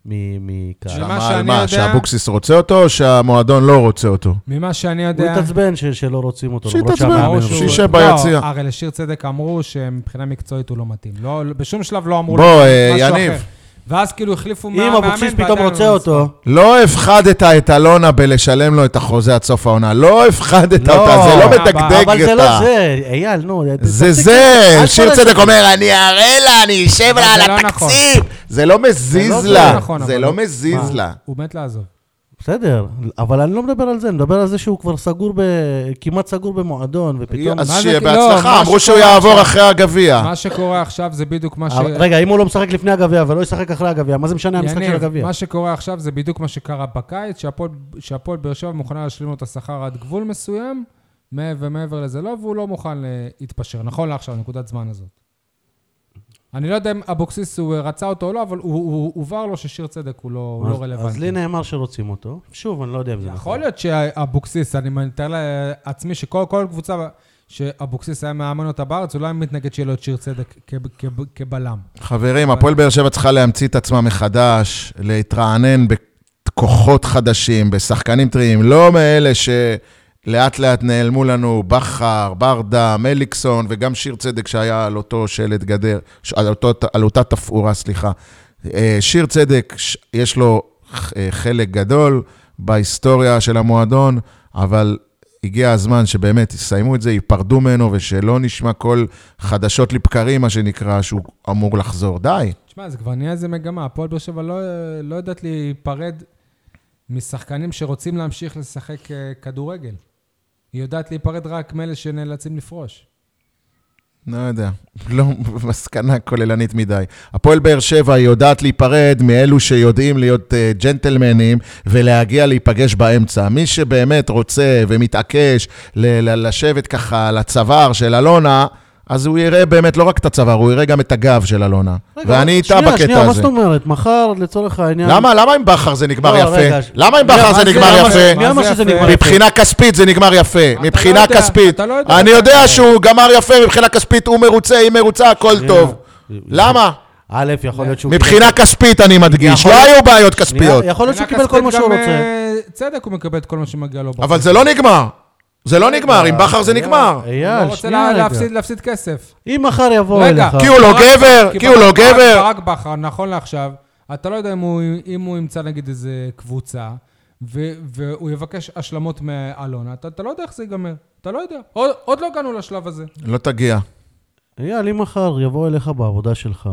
Speaker 2: מ-
Speaker 1: שמע,
Speaker 2: מקהל.
Speaker 1: ממה
Speaker 3: מה,
Speaker 1: שאני
Speaker 3: מה,
Speaker 1: יודע-
Speaker 3: שאבוקסיס רוצה אותו, או שהמועדון לא רוצה אותו?
Speaker 1: ממה שאני
Speaker 2: הוא
Speaker 1: יודע...
Speaker 2: התעצבן ש- שלא רוצים אותו, למרות
Speaker 3: שיתעצבן,
Speaker 2: שהמאמן
Speaker 1: ברור
Speaker 2: רוצה.
Speaker 1: שהוא-
Speaker 3: שישב
Speaker 1: לא,
Speaker 3: ביציע.
Speaker 1: הרי לשיר צדק אמרו שמבחינה מקצועית הוא לא מתאים. לא, בשום שלב לא אמרו לו
Speaker 3: בוא, אה,
Speaker 1: משהו אחר.
Speaker 3: יניב,
Speaker 1: ואז כאילו החליפו
Speaker 2: אם
Speaker 1: מהמאמן.
Speaker 2: אבוקסיס פתאום
Speaker 1: ועדיין
Speaker 2: רוצה
Speaker 1: לא
Speaker 2: אותו,
Speaker 3: לא הפחדת את אלונה בלשלם לו את החוזה עד סוף העונה. לא הפחדת
Speaker 2: לא.
Speaker 3: אותה, זה לא
Speaker 1: אבל
Speaker 3: מדגדג
Speaker 2: אבל זה לא
Speaker 3: אותה.
Speaker 2: זה, אייל, נו.
Speaker 1: לא
Speaker 3: זה
Speaker 2: תפסיק.
Speaker 3: זה,
Speaker 2: אל
Speaker 3: שיר
Speaker 2: תראה-
Speaker 3: צדק אומר, אני אראה לה, אני אשב
Speaker 1: אבל
Speaker 3: לה על
Speaker 1: זה לא נכון.
Speaker 3: התקציב. זה לא מזיז
Speaker 1: זה לא
Speaker 3: לה,
Speaker 1: נכון,
Speaker 3: זה
Speaker 1: אבל-
Speaker 3: לא
Speaker 1: מה,
Speaker 3: מזיז לה.
Speaker 1: הוא מת לעזוב.
Speaker 2: בסדר, אבל אני לא מדבר על זה, אני מדבר על זה שהוא כבר סגור, ב... כמעט סגור במועדון, ופתאום...
Speaker 3: אז
Speaker 1: מה זה-
Speaker 3: שיהיה
Speaker 1: לא, מה
Speaker 3: בהצלחה, אמרו שהוא
Speaker 1: שקורה
Speaker 3: יעבור אחרי הגביע.
Speaker 1: מה שקורה עכשיו זה בדיוק מה ש...
Speaker 2: אבל רגע, אם הוא לא משחק לפני הגביע ולא ישחק אחרי הגביע, מה זה משנה המשחק של הגביע?
Speaker 1: מה שקורה עכשיו זה בדיוק מה שקרה בקיץ, שהפועל- שהפועל באר שבע מוכנה להשלים לו את השכר עד גבול מסוים, מעבר ומעבר לזה לא, והוא לא מוכן להתפשר, נכון לעכשיו, נקודת זמן הזאת. אני לא יודע אם אבוקסיס הוא אה, רצה אותו או לא, אבל הוא- הוא- הובהר לו ששיר צדק הוא לא הוא לא
Speaker 2: אז- אז
Speaker 1: רלוונטי.
Speaker 2: לי נאמר שרוצים אותו. שוב, אני לא יודע אם זה נכון.
Speaker 1: יכול להיות שאבוקסיס, אני מתאר לעצמי שכל כל קבוצה שאבוקסיס היה מאמן אותה בארץ, הוא לא היה מתנגד שיהיה לו את שיר צדק כ- כ- כבלם.
Speaker 3: חברים, הפועל באר שבע צריכה להמציא את עצמה מחדש, להתרענן בכוחות חדשים, בשחקנים טריים, לא מאלה שלאט לאט נעלמו לנו בכר, ברדה, מליקסון, וגם שיר צדק שהיה על אותו שלט גדר, ש- על, אותו, על אותה תפאורה, סליחה. אה, שיר צדק, ש- יש לו אה, חלק גדול בהיסטוריה של המועדון, אבל הגיע הזמן שבאמת יסיימו את זה, ייפרדו ממנו, ושלא נשמע כל חדשות לבקרים, מה שנקרא, שהוא אמור לחזור. די.
Speaker 1: תשמע, זה כבר נהיה איזה מגמה. הפועל באר שבע לא, לא יודעת להיפרד משחקנים שרוצים להמשיך לשחק אה, כדורגל. היא יודעת להיפרד רק מאלה שנאלצים לפרוש.
Speaker 3: לא יודע, לא מסקנה כוללנית מדי. הפועל באר שבע יודעת להיפרד מאלו שיודעים להיות אה, ג'נטלמנים ולהגיע להיפגש באמצע. מי שבאמת רוצה ומתעקש ל- ל- לשבת ככה על הצוואר של אלונה, אז הוא יראה באמת לא רק את הצוואר, הוא יראה גם את הגב של אלונה.
Speaker 2: רגע,
Speaker 3: ואני איתה
Speaker 2: שנייה,
Speaker 3: בקטע
Speaker 2: שנייה, מה
Speaker 3: הזה.
Speaker 2: זאת אומרת? מחר, לצורך העניין...
Speaker 3: למה? למה עם בכר זה נגמר
Speaker 2: לא,
Speaker 3: יפה?
Speaker 2: רגע, ש-
Speaker 3: למה עם
Speaker 2: מי
Speaker 3: בכר
Speaker 1: לא,
Speaker 2: אמר-
Speaker 3: זה
Speaker 2: מי
Speaker 3: נגמר
Speaker 2: אמר-
Speaker 3: יפה?
Speaker 2: מי אמר שזה
Speaker 1: מה זה
Speaker 2: נגמר
Speaker 1: יפה?
Speaker 2: יפה?
Speaker 3: מבחינה כספית זה נגמר יפה,
Speaker 1: אתה לא
Speaker 3: מבחינה
Speaker 1: יודע,
Speaker 3: כספית.
Speaker 1: אתה לא יודע.
Speaker 3: אני יודע שהוא גמר יפה מבחינה כספית, הוא מרוצה, היא מרוצה, הכל טוב. למה?
Speaker 2: א', יכול להיות שהוא...
Speaker 3: מבחינה כספית אני מדגיש,
Speaker 2: יכול
Speaker 3: לא
Speaker 2: להיות-
Speaker 3: היו בעיות
Speaker 2: שנייה,
Speaker 3: כספיות.
Speaker 2: יכול להיות שהוא
Speaker 1: מבחינה
Speaker 2: קיבל כל מה
Speaker 1: כספית
Speaker 2: שהוא
Speaker 1: גם,
Speaker 2: רוצה.
Speaker 1: אה, צדק הוא מקבל את כל מה שמגיע לו.
Speaker 3: אבל זה לא נגמר. זה לא נגמר, עם בכר זה
Speaker 2: אייל,
Speaker 3: נגמר.
Speaker 1: הוא
Speaker 2: אייל,
Speaker 1: לא רוצה
Speaker 2: שנייה
Speaker 1: לה-
Speaker 2: רגע.
Speaker 1: להפסיד, להפסיד כסף.
Speaker 2: אם מחר יבוא
Speaker 1: רגע,
Speaker 2: אליך...
Speaker 3: כי הוא לא
Speaker 1: ברק-
Speaker 3: גבר, כי הוא לא
Speaker 1: ברק-
Speaker 3: גבר.
Speaker 1: ברק בכר, נכון לעכשיו, אתה לא יודע אם הוא, אם הוא ימצא נגיד איזה קבוצה, ו, והוא יבקש השלמות מאלונה, אתה, אתה לא יודע איך זה ייגמר. אתה לא יודע. עוד, עוד לא הגענו לשלב הזה.
Speaker 3: לא תגיע.
Speaker 2: אייל, אם מחר יבואו אליך בעבודה שלך,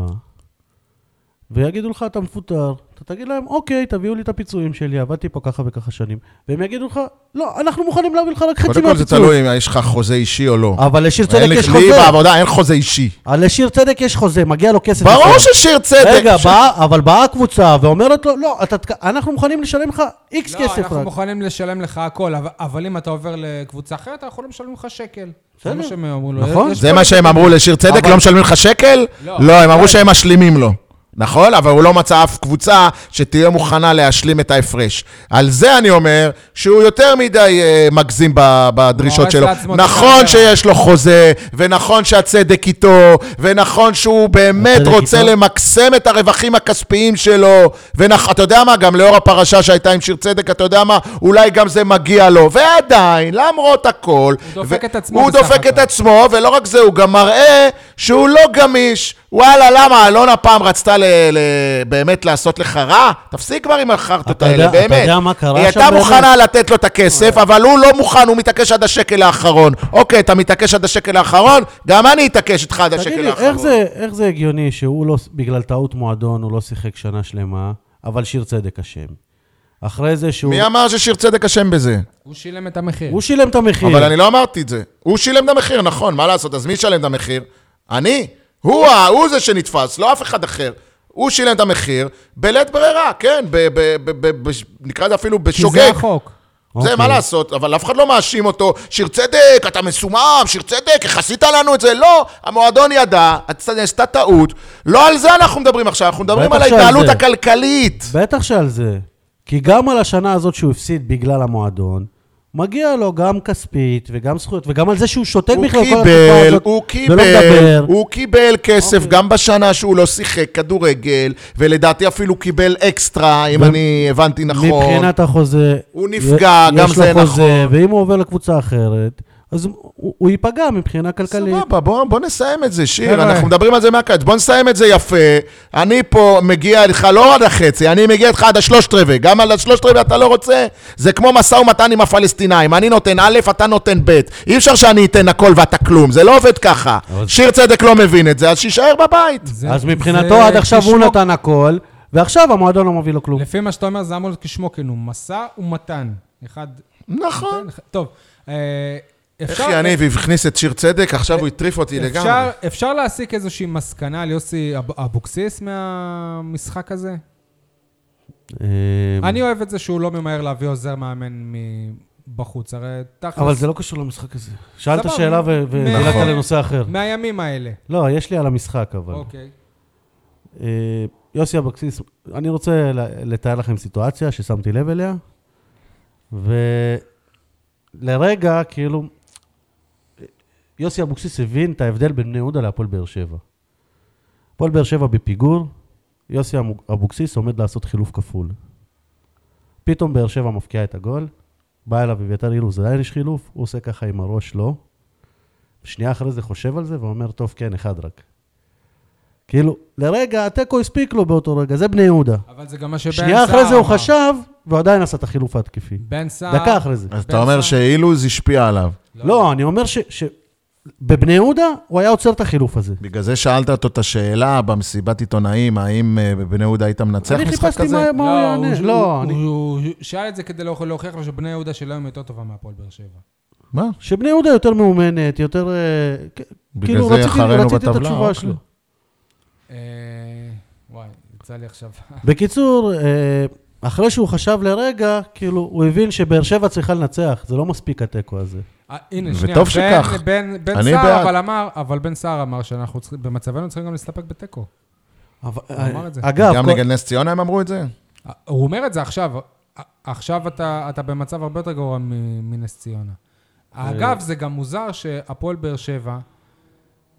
Speaker 2: ויגידו לך, אתה מפוטר, אתה תגיד להם, אוקיי, תביאו לי את הפיצויים שלי, עבדתי פה ככה וככה שנים. והם יגידו לך, לא, אנחנו מוכנים להביא לך רק חצי
Speaker 3: קודם כל זה
Speaker 2: מהפיצויים.
Speaker 3: תלוי אם יש לך חוזה אישי או לא.
Speaker 2: אבל לשיר צדק
Speaker 3: אין לי-
Speaker 2: אה, יש
Speaker 3: לי
Speaker 2: חוזה.
Speaker 3: בעבודה אין חוזה אישי.
Speaker 2: על לשיר צדק יש חוזה, מגיע לו כסף.
Speaker 3: ברור
Speaker 2: מסוים.
Speaker 3: ששיר צדק.
Speaker 2: רגע,
Speaker 3: ש-
Speaker 2: באה, אבל באה הקבוצה ואומרת לו, לא, אתה תק- אנחנו מוכנים לשלם לך איקס
Speaker 1: לא,
Speaker 2: כסף
Speaker 1: אנחנו
Speaker 2: רק.
Speaker 1: מוכנים לשלם לך הכל, אבל, אבל אם אתה עובר לקבוצה אחרת, אנחנו לא משלמים לך שקל. זה מה
Speaker 2: בסדר.
Speaker 1: שהם אמרו לו.
Speaker 2: נכון.
Speaker 1: יש
Speaker 3: זה
Speaker 1: פה-
Speaker 3: מה שהם אמרו לשיר צדק,
Speaker 2: אבל-
Speaker 3: לא משלמים לך שקל?
Speaker 1: לא.
Speaker 3: לא, הם אמרו שהם משלימים לו. נכון, אבל הוא לא מצא אף קבוצה שתהיה מוכנה להשלים את ההפרש. על זה אני אומר שהוא יותר מדי אה, מגזים ב- בדרישות
Speaker 1: הורס
Speaker 3: שלו.
Speaker 1: לעצמו את
Speaker 3: נכון
Speaker 1: הקריירה.
Speaker 3: שיש לו חוזה, ונכון שהצדק איתו, ונכון שהוא באמת
Speaker 2: הצדק
Speaker 3: רוצה
Speaker 2: איתו?
Speaker 3: למקסם את הרווחים הכספיים שלו, ואתה יודע מה, גם לאור הפרשה שהייתה עם שיר צדק, אתה יודע מה, אולי גם זה מגיע לו. ועדיין, למרות הכל,
Speaker 1: הוא דופק
Speaker 3: ו-
Speaker 1: את עצמו
Speaker 3: הוא
Speaker 1: בסך
Speaker 3: דופק
Speaker 1: הכל.
Speaker 3: את עצמו, ולא רק זה, הוא גם מראה שהוא לא גמיש. וואלה, למה? אלונה פעם רצתה ל- ל- באמת לעשות לך רע? תפסיק כבר עם החרטות
Speaker 2: אתה
Speaker 3: האלה,
Speaker 2: יודע- אתה
Speaker 3: באמת.
Speaker 2: יודע מה קרה
Speaker 3: היא
Speaker 2: שם
Speaker 3: הייתה
Speaker 2: באמת? אה.
Speaker 3: מוכנה לתת לו את הכסף, אבל הוא לא מוכן, הוא מתעקש עד השקל האחרון. אוקיי, אתה מתעקש עד השקל האחרון, גם אני אתעקש איתך עד
Speaker 2: תגיד
Speaker 3: השקל
Speaker 2: לי, איך
Speaker 3: האחרון.
Speaker 2: זה, איך זה הגיוני שהוא לא, בגלל טעות מועדון, הוא לא שיחק שנה שלמה, אבל שיר צדק אשם. אחרי זה שהוא...
Speaker 3: מי אמר ששיר צדק אשם בזה?
Speaker 1: הוא שילם את המחיר.
Speaker 2: הוא שילם את המחיר.
Speaker 3: אבל אני לא אמרתי את זה. הוא שילם את המחיר, נכון, מה לעשות? אז מי ישלם את המחיר? אני. הוא, ה- הוא זה שנתפס, לא אף אחד אחר. הוא שילם את המחיר בלית ברירה, כן, ב, ב, ב, ב, ב, נקרא לזה אפילו
Speaker 1: כי זה
Speaker 3: בשוגג.
Speaker 1: החוק.
Speaker 3: זה,
Speaker 2: אוקיי.
Speaker 3: מה לעשות, אבל אף אחד לא מאשים אותו, שיר צדק, אתה מסומם, שיר צדק, איך עשית לנו את זה? לא, המועדון ידע, הצ- עשתה טעות, לא על זה אנחנו מדברים עכשיו, אנחנו מדברים
Speaker 2: בטח
Speaker 3: על
Speaker 2: שעל
Speaker 3: ההתנהלות
Speaker 2: זה.
Speaker 3: הכלכלית.
Speaker 2: בטח שעל זה. כי גם על השנה הזאת שהוא הפסיד בגלל המועדון, מגיע לו גם כספית וגם זכויות, וגם על זה שהוא שותק
Speaker 3: הוא
Speaker 2: בכלל כל התקופה
Speaker 3: קיבל,
Speaker 2: הזאת,
Speaker 3: הוא
Speaker 2: ולא
Speaker 3: קיבל,
Speaker 2: מדבר. אוקיי.
Speaker 3: הוא קיבל כסף גם בשנה שהוא לא שיחק כדורגל, ולדעתי אפילו קיבל אקסטרה, אם
Speaker 2: ו-
Speaker 3: אני הבנתי נכון.
Speaker 2: מבחינת החוזה...
Speaker 3: הוא נפגע,
Speaker 2: י-
Speaker 3: גם זה נכון.
Speaker 2: יש לו חוזה, ואם הוא עובר לקבוצה אחרת, אז הוא, הוא ייפגע מבחינה כלכלית.
Speaker 3: סבבה, בוא, בוא נסיים את זה, שיר.
Speaker 1: חבר'ה.
Speaker 3: אנחנו מדברים על זה מהקיץ. בוא נסיים את זה יפה. אני פה מגיע איתך לא עד החצי, אני מגיע איתך עד השלושת רבעי. גם על השלושת רבעי אתה לא רוצה? זה כמו משא ומתן עם הפלסטינאים. אני נותן א', אתה נותן ב'. אי אפשר שאני אתן הכל ואתה כלום, זה לא עובד ככה.
Speaker 2: אבל-
Speaker 3: שיר צדק לא מבין את זה, אז שיישאר בבית.
Speaker 1: זה-
Speaker 2: אז
Speaker 1: זה
Speaker 2: מבחינתו עד עכשיו הוא
Speaker 1: כשמו-
Speaker 2: נתן הכל, ועכשיו המועדון לא מביא לו כלום.
Speaker 1: לפי מה שאתה אומר, זה אמור להיות כשמו, כאילו, משא ומתן. אחד...
Speaker 3: נכון.
Speaker 1: נותן, אחד- טוב, אה,
Speaker 3: איך
Speaker 1: אפשר...
Speaker 3: יניב הכניס את שיר צדק, עכשיו הוא הטריף אותי
Speaker 1: אפשר,
Speaker 3: לגמרי.
Speaker 1: אפשר להסיק איזושהי מסקנה על יוסי אב- אבוקסיס מהמשחק הזה?
Speaker 2: אה,
Speaker 1: אני אוהב את זה שהוא לא ממהר להביא עוזר מאמן מבחוץ, הרי תכלס...
Speaker 2: אבל זה לא קשור למשחק הזה. שאלת
Speaker 1: סבבה.
Speaker 2: שאלה ו- ודילגת
Speaker 3: נכון.
Speaker 2: לנושא אחר.
Speaker 1: מהימים האלה.
Speaker 2: לא, יש לי על המשחק אבל.
Speaker 1: אוקיי.
Speaker 2: אה, יוסי אבקסיס, אני רוצה ל- לתאר לכם סיטואציה ששמתי לב אליה, ולרגע, כאילו, יוסי אבוקסיס הבין את ההבדל בין בני יהודה להפועל באר שבע. הפועל באר שבע בפיגור, יוסי אמו- אבוקסיס עומד לעשות חילוף כפול. פתאום באר שבע מפקיעה את הגול, בא אליו אביתר אילוז, עדיין יש חילוף, הוא עושה ככה עם הראש, לא. שנייה אחרי זה חושב על זה ואומר, טוב, כן, אחד רק. כאילו, לרגע התיקו הספיק לו באותו רגע, זה בני יהודה.
Speaker 1: אבל זה גם מה שבן סער
Speaker 2: שנייה אחרי זה הוא
Speaker 1: אמר.
Speaker 2: חשב, והוא עדיין עשה את החילוף ההתקפי.
Speaker 1: בן סער...
Speaker 2: דקה אחרי זה.
Speaker 3: אז אתה אומר שאילוז השפיע עליו.
Speaker 2: לא, אני אומר ש- ש- בבני יהודה הוא היה עוצר את החילוף הזה.
Speaker 3: בגלל זה שאלת אותו את השאלה במסיבת עיתונאים, האם אה, בבני יהודה היית מנצח
Speaker 2: אני
Speaker 3: משחק
Speaker 2: חיפשתי
Speaker 3: כזה?
Speaker 2: מה- מה הוא יענה. לא, אני-
Speaker 1: הוא הוא שאל את זה כדי להוכ- להוכיח לו שבני יהודה של היום יותר טובה מהפועל באר שבע.
Speaker 3: מה?
Speaker 2: שבני יהודה יותר מאומנת, יותר... אה, כ-
Speaker 3: בגלל
Speaker 2: כאילו,
Speaker 3: זה
Speaker 2: רציתי
Speaker 3: אחרינו
Speaker 2: רציתי את
Speaker 3: בטבלה,
Speaker 2: התשובה
Speaker 3: אוקיי.
Speaker 2: שלו.
Speaker 1: אה, וואי, יצא לי עכשיו...
Speaker 2: בקיצור, אה, אחרי שהוא חשב לרגע, כאילו, הוא הבין שבאר שבע צריכה לנצח, זה לא מספיק התיקו הזה.
Speaker 1: אה, הנה, שנייה.
Speaker 3: וטוב
Speaker 1: בן-
Speaker 3: שכך.
Speaker 1: בן בן
Speaker 3: אני
Speaker 1: סער
Speaker 3: בעד.
Speaker 1: אבל אמר, אבל בן סער אמר שאנחנו צריכים, במצבנו צריכים גם להסתפק בתיקו.
Speaker 2: אבל-
Speaker 1: אמר את זה.
Speaker 2: אגב,
Speaker 3: גם
Speaker 2: כל-
Speaker 3: נגד נס ציונה הם אמרו את זה?
Speaker 1: אה, הוא אומר את זה עכשיו. אה, עכשיו אתה, אתה במצב הרבה יותר גרוע מ- מנס ציונה. אגב, זה גם מוזר שהפועל באר שבע,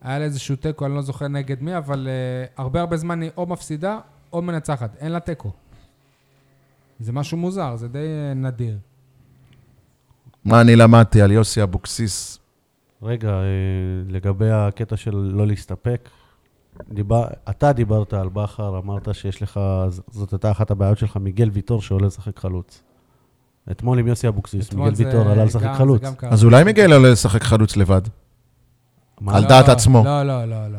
Speaker 1: היה לה איזשהו תיקו, אני לא זוכר נגד מי, אבל uh, הרבה הרבה זמן היא או מפסידה או מנצחת. אין לה תיקו. זה משהו מוזר, זה די אה, נדיר.
Speaker 3: מה אני למדתי על יוסי אבוקסיס?
Speaker 2: רגע, אה, לגבי הקטע של לא להסתפק, דיבר, אתה דיברת על בכר, אמרת שיש לך, ז- זאת הייתה אחת הבעיות שלך, מיגל ויטור שעולה לשחק חלוץ. אתמול עם יוסי אבוקסיס,
Speaker 1: אתמול
Speaker 2: מיגל
Speaker 1: זה
Speaker 2: ויטור עלה
Speaker 1: גם-
Speaker 2: לשחק
Speaker 1: זה
Speaker 2: חלוץ.
Speaker 1: גם קרה.
Speaker 3: אז אולי מיגל עולה לשחק חלוץ לבד.
Speaker 2: מה?
Speaker 3: על
Speaker 1: לא,
Speaker 3: דעת עצמו.
Speaker 1: לא, לא, לא, לא.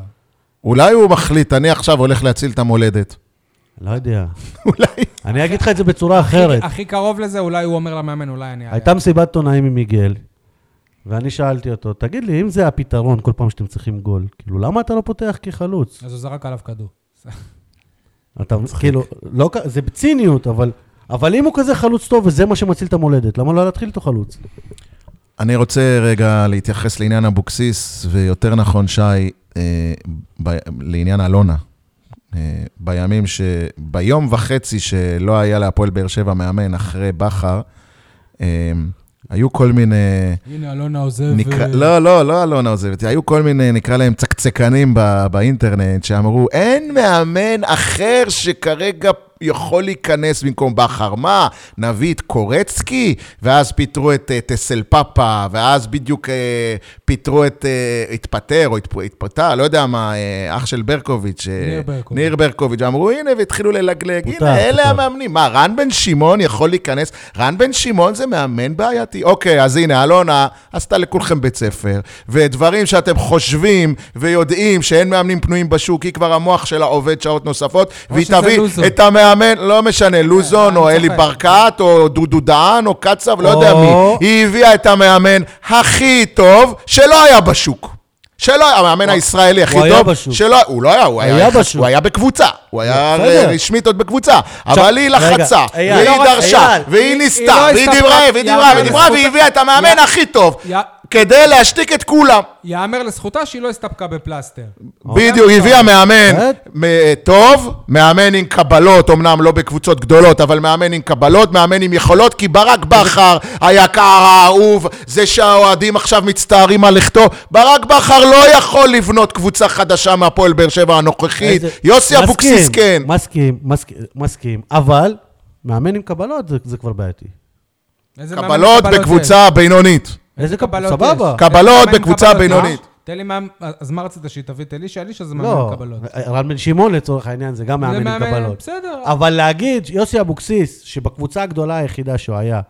Speaker 3: אולי הוא מחליט, אני עכשיו הולך להציל את המולדת.
Speaker 2: לא יודע.
Speaker 3: אולי.
Speaker 2: אני אגיד לך את זה בצורה אחרת.
Speaker 1: הכי קרוב לזה, אולי הוא אומר למאמן, אולי אני...
Speaker 2: הייתה מסיבת עיתונאים עם מיגל, ואני שאלתי אותו, תגיד לי, אם זה הפתרון כל פעם שאתם צריכים גול, כאילו, למה אתה לא פותח כחלוץ?
Speaker 1: אז הוא זרק עליו כדור.
Speaker 2: אתה, כאילו, לא, כ- זה בציניות, אבל... אבל אם הוא כזה חלוץ טוב וזה מה שמציל את המולדת, למה לא להתחיל איתו חלוץ?
Speaker 3: אני רוצה רגע להתייחס לעניין אבוקסיס, ויותר נכון, שי, אה, ב- לעניין אלונה. אה, בימים ש... ביום וחצי שלא היה להפועל באר שבע מאמן אחרי בכר, אה, היו כל מיני...
Speaker 1: הנה, אלונה עוזב.
Speaker 3: נקרא,
Speaker 1: אה,
Speaker 3: לא, לא, לא אלונה עוזבת, היו כל מיני, נקרא להם צקצקנים ב, באינטרנט, שאמרו, אין מאמן אחר שכרגע יכול להיכנס במקום בכר. מה, נביא את קורצקי? ואז פיטרו את אה, טסל פאפה, ואז בדיוק אה, פיטרו את... אה, התפטר או התפ- התפטר, לא יודע מה, אה, אח של ברקוביץ'. אה,
Speaker 1: ניר ברקוביץ'.
Speaker 3: ניר ברקוביץ', ואמרו, הנה, והתחילו ללגלג,
Speaker 2: פוטר,
Speaker 3: הנה, אלה
Speaker 2: פוטר.
Speaker 3: המאמנים. מה, רן בן שמעון יכול להיכנס? רן בן שמעון זה מאמן בעייתי. אוקיי, אז הנה, אלונה עשתה לכולכם בית ספר, ודברים שאתם חושבים ויודעים שאין מאמנים פנויים בשוק, היא כבר המוח שלה עובד שעות נוספות,
Speaker 1: או
Speaker 3: והיא
Speaker 1: שזה
Speaker 3: תביא
Speaker 1: לוזון.
Speaker 3: את המאמן, לא משנה, לוזון,
Speaker 1: אני
Speaker 3: או אלי
Speaker 1: צוחק.
Speaker 3: ברקת, או דודו דהן, או קצב, לא
Speaker 2: או-
Speaker 3: יודע מי. היא הביאה את המאמן הכי טוב שלא היה בשוק. שלא, המאמן הישראלי הכי
Speaker 2: הוא היה
Speaker 3: טוב,
Speaker 2: בשוק.
Speaker 3: שלא, הוא לא היה, הוא היה,
Speaker 2: היה
Speaker 3: יחס-
Speaker 2: בשוק.
Speaker 3: הוא היה בקבוצה, הוא היה
Speaker 2: בסדר.
Speaker 3: רשמית עוד בקבוצה,
Speaker 2: עכשיו,
Speaker 3: אבל היא
Speaker 2: רגע,
Speaker 3: לחצה,
Speaker 2: אייל,
Speaker 3: והיא
Speaker 2: לא רק-
Speaker 3: דרשה,
Speaker 2: אייל,
Speaker 3: והיא
Speaker 1: היא-
Speaker 3: ניסתה,
Speaker 1: היא לא
Speaker 3: והיא
Speaker 1: הסתפרה,
Speaker 3: דיברה, והיא
Speaker 1: היא
Speaker 3: דיברה,
Speaker 1: אמרה
Speaker 3: והיא דיברה,
Speaker 1: לזכותה-
Speaker 3: והיא הביאה את המאמן
Speaker 1: יא-
Speaker 3: הכי טוב,
Speaker 1: יא-
Speaker 3: כדי להשתיק את כולם.
Speaker 1: יאמר לזכותה שהיא לא הסתפקה בפלסטר.
Speaker 2: אוקיי,
Speaker 3: בדיוק, היא הביאה מאמן
Speaker 2: באמת?
Speaker 3: מ- טוב, מאמן עם קבלות, אמנם לא בקבוצות גדולות, אבל מאמן עם קבלות, מאמן עם יכולות, כי ברק בכר, היקר האהוב, זה שהאוהדים עכשיו מצטערים על לכתו, ברק בכר לא יכול לבנות קבוצה חדשה מהפועל באר שבע הנוכחית.
Speaker 2: איזה-
Speaker 3: כן, יוסי
Speaker 2: מסכים,
Speaker 3: אבוקסיס כן.
Speaker 2: מסכים, מסכים, מסכים, אבל מאמן עם קבלות זה, זה כבר בעייתי.
Speaker 1: איזה מאמן
Speaker 3: קבלות
Speaker 1: קבלות
Speaker 3: בקבוצה בינונית.
Speaker 2: איזה קבלות?
Speaker 1: קבלות
Speaker 2: סבבה.
Speaker 1: יש?
Speaker 3: קבלות
Speaker 1: מאמן
Speaker 3: בקבוצה
Speaker 1: קבלות,
Speaker 3: בינונית.
Speaker 1: מה? תן לי מאמן, אז מה רצית, שהיא תביא את אלישע? אלישע זה מאמן
Speaker 2: לא,
Speaker 1: קבלות.
Speaker 2: רן בן שמעון לצורך העניין זה גם מאמן
Speaker 1: זה
Speaker 2: עם קבלות.
Speaker 1: בסדר.
Speaker 2: אבל להגיד, יוסי אבוקסיס, שבקבוצה הגדולה היחידה שהוא היה,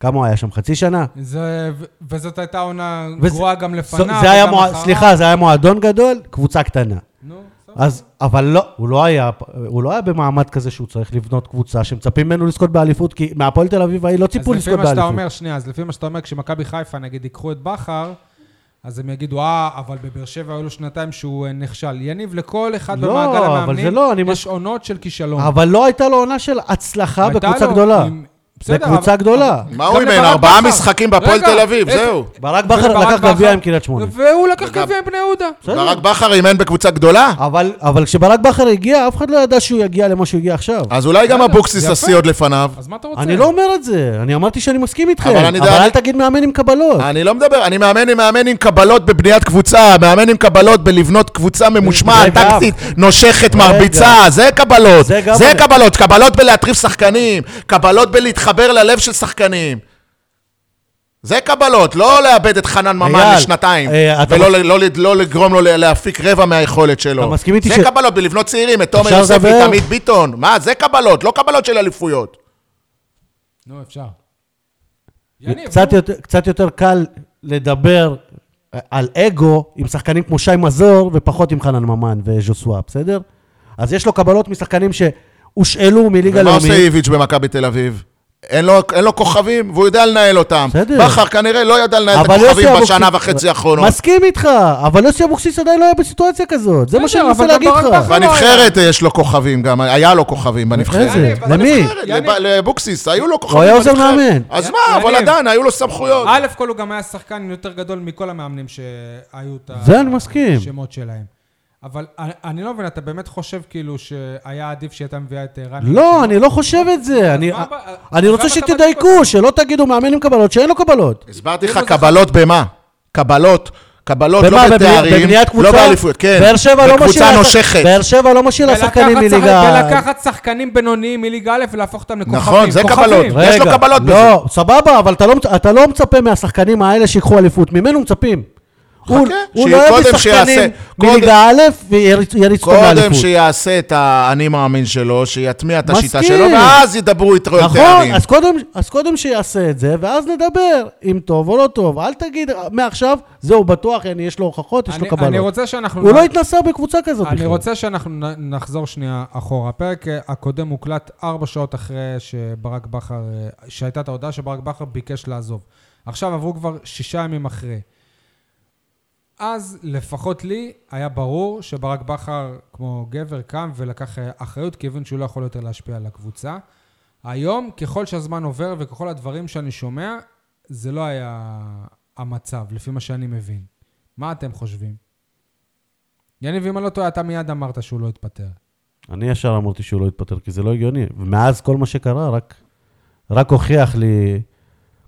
Speaker 2: כמה הוא היה שם? חצי שנה?
Speaker 1: זה- ו- וזאת הייתה עונה
Speaker 2: וזה-
Speaker 1: גרועה גם
Speaker 2: זו-
Speaker 1: לפניו.
Speaker 2: זה היה
Speaker 1: וגם
Speaker 2: מוע-
Speaker 1: אחריו.
Speaker 2: סליחה, זה היה מועדון גדול, קבוצה קטנה.
Speaker 1: נו, בסדר.
Speaker 2: אז, אבל לא, הוא לא היה, הוא לא היה במעמד כזה שהוא צריך לבנות קבוצה שמצפים ממנו לזכות באליפות, כי מהפועל תל אביב ההיא לא ציפו
Speaker 1: אז לפי
Speaker 2: לזכות
Speaker 1: מה שאתה
Speaker 2: באליפות.
Speaker 1: אומר, שנייה, אז לפי מה שאתה אומר, כשמכבי חיפה נגיד ייקחו את בכר, אז הם יגידו, אה, אבל בבאר שבע היו לו שנתיים שהוא אה, נכשל. יניב, לכל אחד
Speaker 2: לא,
Speaker 1: במעגל
Speaker 2: אבל
Speaker 1: המאמנים,
Speaker 2: זה לא, אני
Speaker 1: יש עונות של כישלון.
Speaker 2: אבל לא הייתה לו עונה של הצלחה
Speaker 1: הייתה
Speaker 2: בקבוצה
Speaker 1: לו
Speaker 2: גדולה.
Speaker 1: עם- בסדר,
Speaker 2: בקבוצה
Speaker 1: אבל-
Speaker 2: גדולה.
Speaker 1: אבל-
Speaker 3: מה הוא
Speaker 1: גם
Speaker 3: אימן?
Speaker 1: לברק
Speaker 3: ארבעה
Speaker 1: בכר.
Speaker 3: משחקים בהפועל
Speaker 1: רגע,
Speaker 3: תל אביב,
Speaker 1: איזה-
Speaker 3: זהו.
Speaker 2: ברק בכר
Speaker 1: וברק
Speaker 2: לקח גביע
Speaker 1: בכר-
Speaker 2: עם קריית שמונה.
Speaker 1: והוא לקח
Speaker 3: וגם-
Speaker 1: גביע עם בני יהודה.
Speaker 2: בסדר.
Speaker 3: ברק בכר אימן בקבוצה גדולה?
Speaker 2: אבל, אבל כשברק בכר הגיע, אף אחד לא ידע שהוא יגיע למה שהוא הגיע עכשיו.
Speaker 3: אז אולי גם
Speaker 1: בסדר,
Speaker 3: אבוקסיס
Speaker 1: יפה.
Speaker 3: השיא עוד לפניו.
Speaker 1: אז מה אתה לא רוצה?
Speaker 2: אני לא אומר את זה, אני אמרתי שאני מסכים איתכם.
Speaker 3: אבל
Speaker 2: אבל,
Speaker 3: אני
Speaker 2: אני
Speaker 3: יודע-
Speaker 2: אבל אל תגיד מאמן עם קבלות.
Speaker 3: אני לא מדבר, אני מאמן עם מאמן עם קבלות בבניית קבוצה, מאמן עם קבלות בלבנות קבוצה ממושמעת,
Speaker 2: רגע.
Speaker 3: טקטית, נושכת, מרביצה, זה קבלות.
Speaker 2: זה גם
Speaker 3: זה
Speaker 2: אני.
Speaker 3: קבלות, קבלות בלהטריף שחקנים, קבלות בלהתחבר ללב של שחקנים. זה קבלות, לא לאבד את חנן ממן
Speaker 2: אייל,
Speaker 3: לשנתיים,
Speaker 2: אה, אתה
Speaker 3: ולא
Speaker 2: מס-
Speaker 3: ל- לא ל- לא לגרום לו ל- להפיק רבע מהיכולת שלו.
Speaker 2: אתה מסכים איתי
Speaker 3: זה
Speaker 2: ש-
Speaker 3: קבלות בלבנות צעירים, את תומר
Speaker 2: אפשר
Speaker 3: יוספי,
Speaker 2: לדבר?
Speaker 3: תמיד ביטון. מה, זה קבלות, לא קבלות של אליפויות.
Speaker 1: נו, אפשר. יניב,
Speaker 2: קצת, יותר, קצת יותר קל לדבר על אגו עם שחקנים כמו שי מזור, ופחות עם חנן ממן וז'וסווה, בסדר? אז יש לו קבלות משחקנים שהושאלו מליגה
Speaker 3: ומה
Speaker 2: לאומית.
Speaker 3: עושה איביץ' במכבי תל אביב? אין לו, אין לו כוכבים, והוא יודע לנהל אותם.
Speaker 2: בסדר.
Speaker 3: בכר כנראה לא ידע לנהל את
Speaker 2: אבל יוסי
Speaker 3: הכוכבים
Speaker 2: אבוקסיס-
Speaker 3: בשנה וחצי האחרונות.
Speaker 2: מסכים איתך, אבל יוסי אבוקסיס עדיין לא היה בסיטואציה כזאת. זה מה
Speaker 1: בסדר,
Speaker 2: שאני מנסה
Speaker 1: אבל גם
Speaker 2: להגיד
Speaker 1: ברק
Speaker 2: לך.
Speaker 1: בכר-
Speaker 3: בנבחרת יש לו כוכבים גם, היה לו כוכבים בנבחרת.
Speaker 2: איזה?
Speaker 1: יניב, אבל
Speaker 2: למי?
Speaker 1: בסדר, יניב.
Speaker 3: לב- לאבוקסיס, היו לו כוכבים
Speaker 2: היה עוזר
Speaker 3: בנבחרת.
Speaker 2: מאמן.
Speaker 3: אז
Speaker 1: י-
Speaker 3: מה, אבל
Speaker 1: יניב.
Speaker 3: עדיין, היו לו סמכויות.
Speaker 1: א' כל הוא גם היה שחקן יותר גדול מכל המאמנים שהיו את
Speaker 2: זה אני מסכים.
Speaker 1: השמות שלהם. אבל אני- אני לא מבין, אתה באמת חושב כאילו שהיה עדיף שהיא הייתה מביאה את אה, רן?
Speaker 2: לא, אני לא חושב את זה. אני-
Speaker 1: מה הבעיה?
Speaker 2: אני רוצה
Speaker 1: למה אתה
Speaker 2: שתדייקו, שלא תגידו מאמן עם קבלות שאין לו קבלות.
Speaker 3: הסברתי לך
Speaker 1: כאילו זה-
Speaker 3: קבלות במה? קבלות. קבלות
Speaker 2: במה?
Speaker 3: לא
Speaker 2: בבני-
Speaker 3: בתארים,
Speaker 2: בבניית קבוצה?
Speaker 3: לא באליפויות, כן.
Speaker 2: באר שבע לא משאירה...
Speaker 3: בקבוצה
Speaker 2: שח-
Speaker 3: נושכת.
Speaker 2: באר שבע לא משאירה
Speaker 1: ולקחת
Speaker 2: שחקנים
Speaker 1: שחק-
Speaker 2: מליגה...
Speaker 1: ולקחת שחקנים בינוניים מליגה א' ולהפוך אותם לכוכבים.
Speaker 3: נכון, זה
Speaker 1: כוכבים.
Speaker 3: קבלות.
Speaker 1: רגע,
Speaker 2: רגע,
Speaker 3: יש לו קבלות
Speaker 2: לא,
Speaker 3: בזה.
Speaker 2: לא, סבבה, אבל אתה לא, מצ- אתה לא מצפה מהשחקנים האלה שיקחו אליפות, ממנו מצפים. הוא, הוא לא
Speaker 3: שיהיה-
Speaker 2: יביא
Speaker 3: קודם שיעשה-
Speaker 2: שחקנים
Speaker 3: קודם-
Speaker 2: מליגה א' ויריצו אותם
Speaker 3: קודם
Speaker 2: לאליפות.
Speaker 3: שיעשה את האני מאמין שלו, שיטמיע את השיטה
Speaker 2: מסכים.
Speaker 3: שלו, ואז ידברו איתו יותר.
Speaker 2: נכון, אז קודם, אז קודם שיעשה את זה, ואז נדבר אם טוב או לא טוב. אל תגיד מעכשיו, זהו, בטוח, הנה, יש לו הוכחות, יש לו
Speaker 1: אני-
Speaker 2: קבלות.
Speaker 1: אני רוצה שאנחנו...
Speaker 2: הוא
Speaker 1: נע-
Speaker 2: לא התנסה בקבוצה כזאת
Speaker 1: אני
Speaker 2: בכלל.
Speaker 1: רוצה שאנחנו נ- נחזור שנייה אחורה. הפרק אה, הקודם הוקלט ארבע שעות אחרי שברק בכר, אה, שהייתה את ההודעה שברק בכר ביקש לעזוב. עכשיו עברו כבר שישה ימים אחרי. אז לפחות לי היה ברור שברק בכר, כמו גבר, קם ולקח אה, אחריות, כי הבין שהוא לא יכול יותר להשפיע על הקבוצה. היום, ככל שהזמן עובר וככל הדברים שאני שומע, זה לא היה המצב, לפי מה שאני מבין. מה אתם חושבים? יניב, אם אני לא טועה, אתה מיד אמרת שהוא לא התפטר.
Speaker 2: אני ישר אמרתי שהוא לא יתפטר, כי זה לא הגיוני. ומאז כל מה שקרה רק, רק הוכיח לי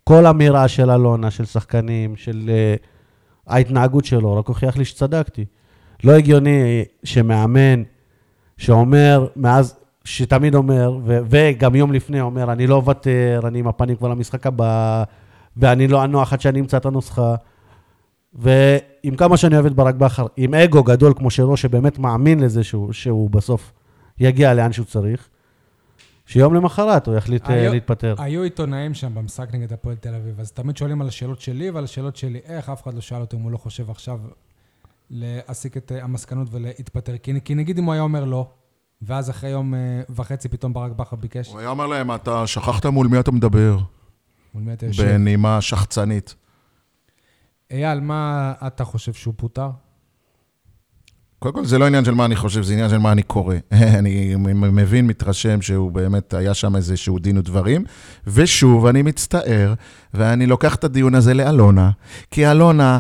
Speaker 2: כל אמירה של אלונה, של שחקנים, של uh, ההתנהגות שלו, רק הוכיח לי שצדקתי. לא הגיוני שמאמן שאומר, מאז, שתמיד אומר, ו- וגם יום לפני אומר, אני לא אוותר, אני עם הפנים כבר למשחק הבא, ואני לא אנוח עד שאני אמצא את הנוסחה. ועם כמה שאני אוהב את ברק בכר, עם אגו גדול כמו שלו, שבאמת מאמין לזה שהוא, שהוא בסוף יגיע לאן שהוא צריך, שיום למחרת הוא יחליט אה, היו...
Speaker 1: היו-
Speaker 2: להתפטר.
Speaker 3: כן.
Speaker 1: היו עיתונאים שם במשחק נגד הפועל תל אביב, אז תמיד שואלים על השאלות שלי ועל השאלות שלי איך, אף אחד לא שאל אותו אם הוא לא חושב עכשיו להסיק את אה, המסקנות ולהתפטר. כי, כי נגיד אם הוא היה אומר לא, ואז אחרי יום אה, וחצי פתאום ברק בכר ביקש,
Speaker 3: הוא היה אומר להם, אתה שכחת מול מי אתה מדבר,
Speaker 1: מול מי אתה יושב?
Speaker 3: בנימה שחצנית.
Speaker 1: אייל, מה אתה חושב שהוא פוטר?
Speaker 3: קודם כל, זה לא עניין של מה אני חושב, זה עניין של מה אני קורא. אני מ- מבין, מתרשם שהוא באמת, היה שם איזשהו דין ודברים. ושוב, אני מצטער, ואני לוקח את הדיון הזה לאלונה, כי אלונה,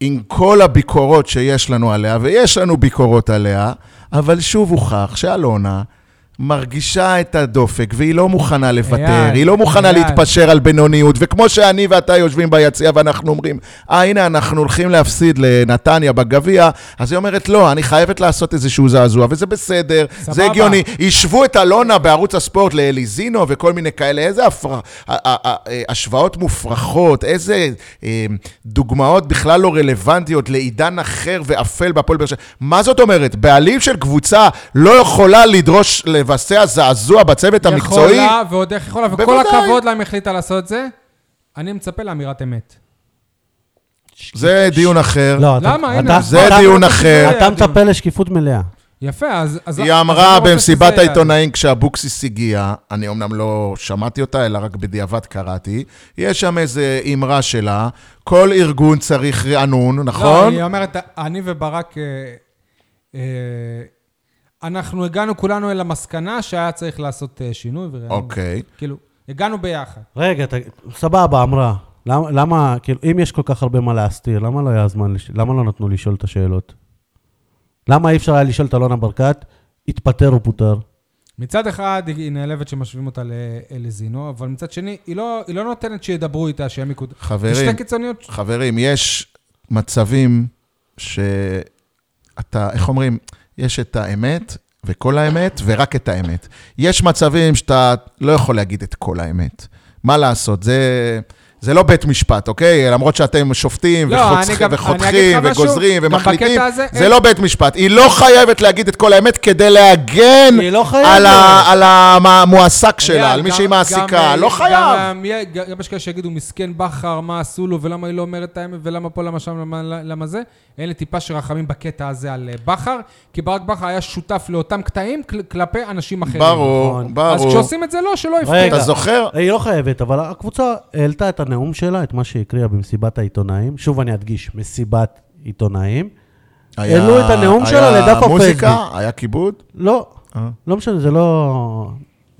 Speaker 3: עם כל הביקורות שיש לנו עליה, ויש לנו ביקורות עליה, אבל שוב הוכח שאלונה מרגישה את הדופק, והיא לא מוכנה לוותר,
Speaker 1: אייל,
Speaker 3: היא לא מוכנה
Speaker 1: אייל.
Speaker 3: להתפשר על בינוניות, וכמו שאני ואתה יושבים ביציע ואנחנו אומרים, אה, הנה, אנחנו הולכים להפסיד לנתניה בגביע, אז היא אומרת, לא, אני חייבת לעשות איזשהו זעזוע, וזה בסדר,
Speaker 1: סבבה.
Speaker 3: זה הגיוני. השוו את אלונה בערוץ הספורט לאליזינו וכל מיני כאלה, איזה הפר... ה- ה- ה- השוואות מופרכות, איזה אה, דוגמאות בכלל לא רלוונטיות לעידן אחר ואפל בהפועל באר שבע. מה זאת אומרת? בעלים של קבוצה לא יכולה לדרוש לבצע זעזוע בצוות המקצועי?
Speaker 1: יכולה ועוד איך יכולה, וכל
Speaker 3: בוודאי.
Speaker 1: הכבוד להם החליטה לעשות זה. אני מצפה לאמירת אמת.
Speaker 3: זה דיון אחר.
Speaker 2: לא, אתה-
Speaker 1: למה? הנה,
Speaker 2: אתה-
Speaker 3: זה
Speaker 2: אתה-
Speaker 3: דיון
Speaker 1: אתה-
Speaker 3: אחר.
Speaker 1: זה
Speaker 2: אתה
Speaker 1: הדיון.
Speaker 2: מצפה לשקיפות מלאה.
Speaker 1: יפה, אז... אז- אז
Speaker 3: היא
Speaker 1: אני
Speaker 3: אמרה
Speaker 1: רוצה
Speaker 3: במסיבת
Speaker 1: שזה-
Speaker 3: העיתונאים כשאבוקסיס הגיע, אני אמנם לא שמעתי אותה, אלא רק בדיעבד קראתי, יש שם איזו אמרה שלה, כל ארגון צריך רענון,
Speaker 1: לא,
Speaker 3: נכון?
Speaker 1: היא אומרת, אני וברק, אה, אה, אנחנו הגענו כולנו אל המסקנה שהיה צריך לעשות אה, שינוי. ורעיון.
Speaker 3: אוקיי.
Speaker 1: כאילו, הגענו ביחד.
Speaker 2: רגע, ת- סבבה, אמרה. למה, למה, כאילו, אם יש כל כך הרבה מה להסתיר, למה לא היה זמן, לש- למה לא נתנו לשאול את השאלות? למה אי אפשר היה לשאול את אלונה ברקת, התפטר או פוטר?
Speaker 1: מצד אחד, היא נעלבת שמשווים אותה לאליזינו, אבל מצד שני, היא לא, היא לא נותנת שידברו איתה, שיעמיקו...
Speaker 3: חברים.
Speaker 1: זה שתי קיצוניות.
Speaker 3: חברים, יש מצבים שאתה, איך אומרים? יש את האמת וכל האמת ורק את האמת. יש מצבים שאתה לא יכול להגיד את כל האמת. מה לעשות, זה... זה לא בית משפט, אוקיי? למרות שאתם שופטים
Speaker 1: לא,
Speaker 3: וחוצ-
Speaker 1: אני גם- אני
Speaker 3: וחותכים
Speaker 1: אגיד לך משהו,
Speaker 3: וגוזרים
Speaker 1: גם
Speaker 3: ומחליטים,
Speaker 1: בקטע הזה אה,
Speaker 3: זה
Speaker 1: אין-
Speaker 3: לא בית משפט. היא לא חייבת להגיד את כל האמת כדי להגן
Speaker 2: היא לא חייבת.
Speaker 3: על ה- על המועסק שלה,
Speaker 1: אייל,
Speaker 3: על מי
Speaker 1: גם-
Speaker 3: שהיא מעסיקה.
Speaker 1: גם,
Speaker 3: לא
Speaker 1: אה,
Speaker 3: חייב.
Speaker 1: גם, אה, גם גם יש כאלה שיגידו, מסכן בכר, מה עשו לו, ולמה היא לא אומרת את האמת, ולמה פה, למה שם, למה, למה זה. אין לי טיפה של רחמים בקטע הזה על אה, בכר, כי ברק בכר היה שותף לאותם קטעים כל- כלפי אנשים אחרים.
Speaker 3: ברור,
Speaker 2: נכון.
Speaker 1: כן. אז
Speaker 3: ברור.
Speaker 1: כשעושים את זה, לא, שלא יפתח.
Speaker 2: רגע.
Speaker 3: אתה זוכר?
Speaker 2: היא לא חייבת, אבל הקבוצה העלתה את הנאום שלה, את מה שהקריאה במסיבת העיתונאים. שוב, אני אדגיש, מסיבת עיתונאים. העלו את הנאום שלה לדף
Speaker 3: היה
Speaker 2: הפייסבוק.
Speaker 3: מוזיקה, היה כיבוד.
Speaker 2: לא,
Speaker 3: אה.
Speaker 2: לא משנה, זה לא...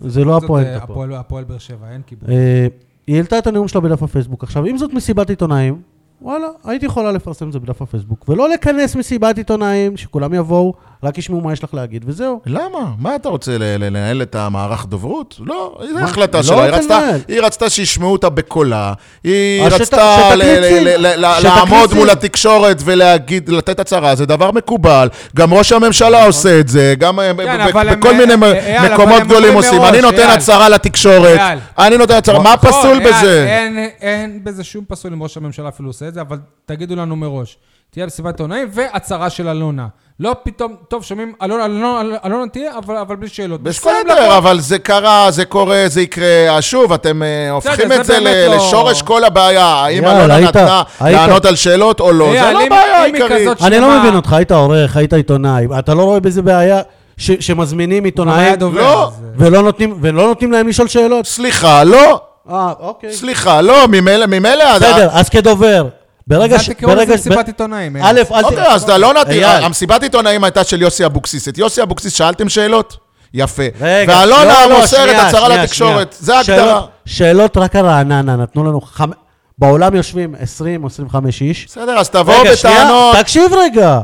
Speaker 2: זה לא הפואנטה פה.
Speaker 1: אה, הפועל באר שבע, אין כיבוש.
Speaker 2: אה, היא העלתה את הנאום שלה בדף הפייסבוק. עכשיו, אם זאת מסיבת עיתונאים, וואלה, הייתי יכולה לפרסם את זה בדף הפייסבוק, ולא לכנס מסיבת עיתונאים, שכולם יבואו, רק ישמעו מה יש לך להגיד, וזהו.
Speaker 3: למה? מה אתה רוצה, ל- ל- לנהל את המערך דוברות? לא, זו
Speaker 2: מה?
Speaker 3: החלטה
Speaker 2: לא
Speaker 3: שלה. היא
Speaker 2: רוצה
Speaker 3: רצתה-
Speaker 2: לנהל.
Speaker 3: היא רצתה שישמעו אותה בקולה. היא
Speaker 2: אז שת-
Speaker 3: רצתה ל-
Speaker 2: שתקליטים.
Speaker 3: ל- ל- ל-
Speaker 2: שתקליטים.
Speaker 3: לעמוד מול התקשורת ולהגיד, לתת הצהרה, זה דבר מקובל. גם ראש
Speaker 2: נכון.
Speaker 3: הממשלה עושה את זה, גם אה, ב-
Speaker 1: כן,
Speaker 3: ב-
Speaker 1: אבל הם- אה,
Speaker 3: בכל מיני מ-
Speaker 1: אייל, אבל
Speaker 3: מקומות
Speaker 1: הם
Speaker 3: גדולים
Speaker 1: אומרים
Speaker 3: עושים.
Speaker 1: מראש,
Speaker 3: אני נותן
Speaker 1: אייל.
Speaker 3: הצהרה לתקשורת.
Speaker 1: אייל.
Speaker 3: אני נותן הצהרה. מה
Speaker 1: נכון,
Speaker 3: פסול
Speaker 1: אין-
Speaker 3: בזה?
Speaker 1: אין, אין בזה שום פסול אם ראש הממשלה אפילו עושה את זה, אבל תגידו לנו מראש. תהיה מסיבת עונאים והצהרה של אלונה. לא פתאום, טוב, שומעים, אלונה, אלונה, אלונה תהיה, אבל, אבל בלי שאלות. שקולים
Speaker 3: בסדר,
Speaker 1: לפה.
Speaker 3: אבל זה קרה, זה קורה, זה יקרה. אז שוב, אתם אה, הופכים
Speaker 1: זה
Speaker 3: את זה
Speaker 1: באמת
Speaker 3: ל-
Speaker 1: לא-
Speaker 3: לשורש כל הבעיה. האם
Speaker 2: יאללה,
Speaker 3: אלונה
Speaker 2: היית-
Speaker 3: נתנה
Speaker 2: היית- אה,
Speaker 3: לענות על שאלות או לא? זה
Speaker 1: אייל,
Speaker 3: לא
Speaker 1: אם-
Speaker 3: הבעיה
Speaker 1: אם היא
Speaker 3: העיקרית.
Speaker 1: כזאת
Speaker 2: אני
Speaker 1: שלמה-
Speaker 2: לא מבין אותך, היית עורך, היית עיתונאי, אתה לא רואה בזה בעיה ש- שמזמינים
Speaker 1: גם היה
Speaker 2: עיתונאים
Speaker 1: דובר,
Speaker 3: לא.
Speaker 1: אז, אה,
Speaker 2: ולא נותנים- ולא נותנים להם לשאול שאלות?
Speaker 3: סליחה, לא.
Speaker 2: אה, אוקיי.
Speaker 3: סליחה, לא, ממילא, ממילא. אז-
Speaker 2: בסדר, אז כדובר, ברגע ש...
Speaker 1: זה תקראו לזה
Speaker 2: ברגע ש-
Speaker 1: מסיבת
Speaker 2: ב-
Speaker 1: עיתונאים. אין.
Speaker 2: א', אל ת...
Speaker 3: אוקיי, אז אתה לא נתן...
Speaker 2: אייל.
Speaker 3: המסיבת עיתונאים הייתה של יוסי אבוקסיס. את יוסי אבוקסיס שאלתם שאלות? יפה.
Speaker 2: רגע,
Speaker 3: ואלונה
Speaker 2: לא, לא,
Speaker 3: מוסרת
Speaker 2: שנייה,
Speaker 3: הצהרה
Speaker 2: שנייה,
Speaker 3: לתקשורת.
Speaker 2: שנייה.
Speaker 3: זה ההגדרה.
Speaker 2: שאלות- שאלות רק על רעננה, נתנו לנו חמ... בעולם יושבים 20 או 25 איש.
Speaker 3: בסדר, אז תבואו בטענות.
Speaker 2: תקשיב רגע.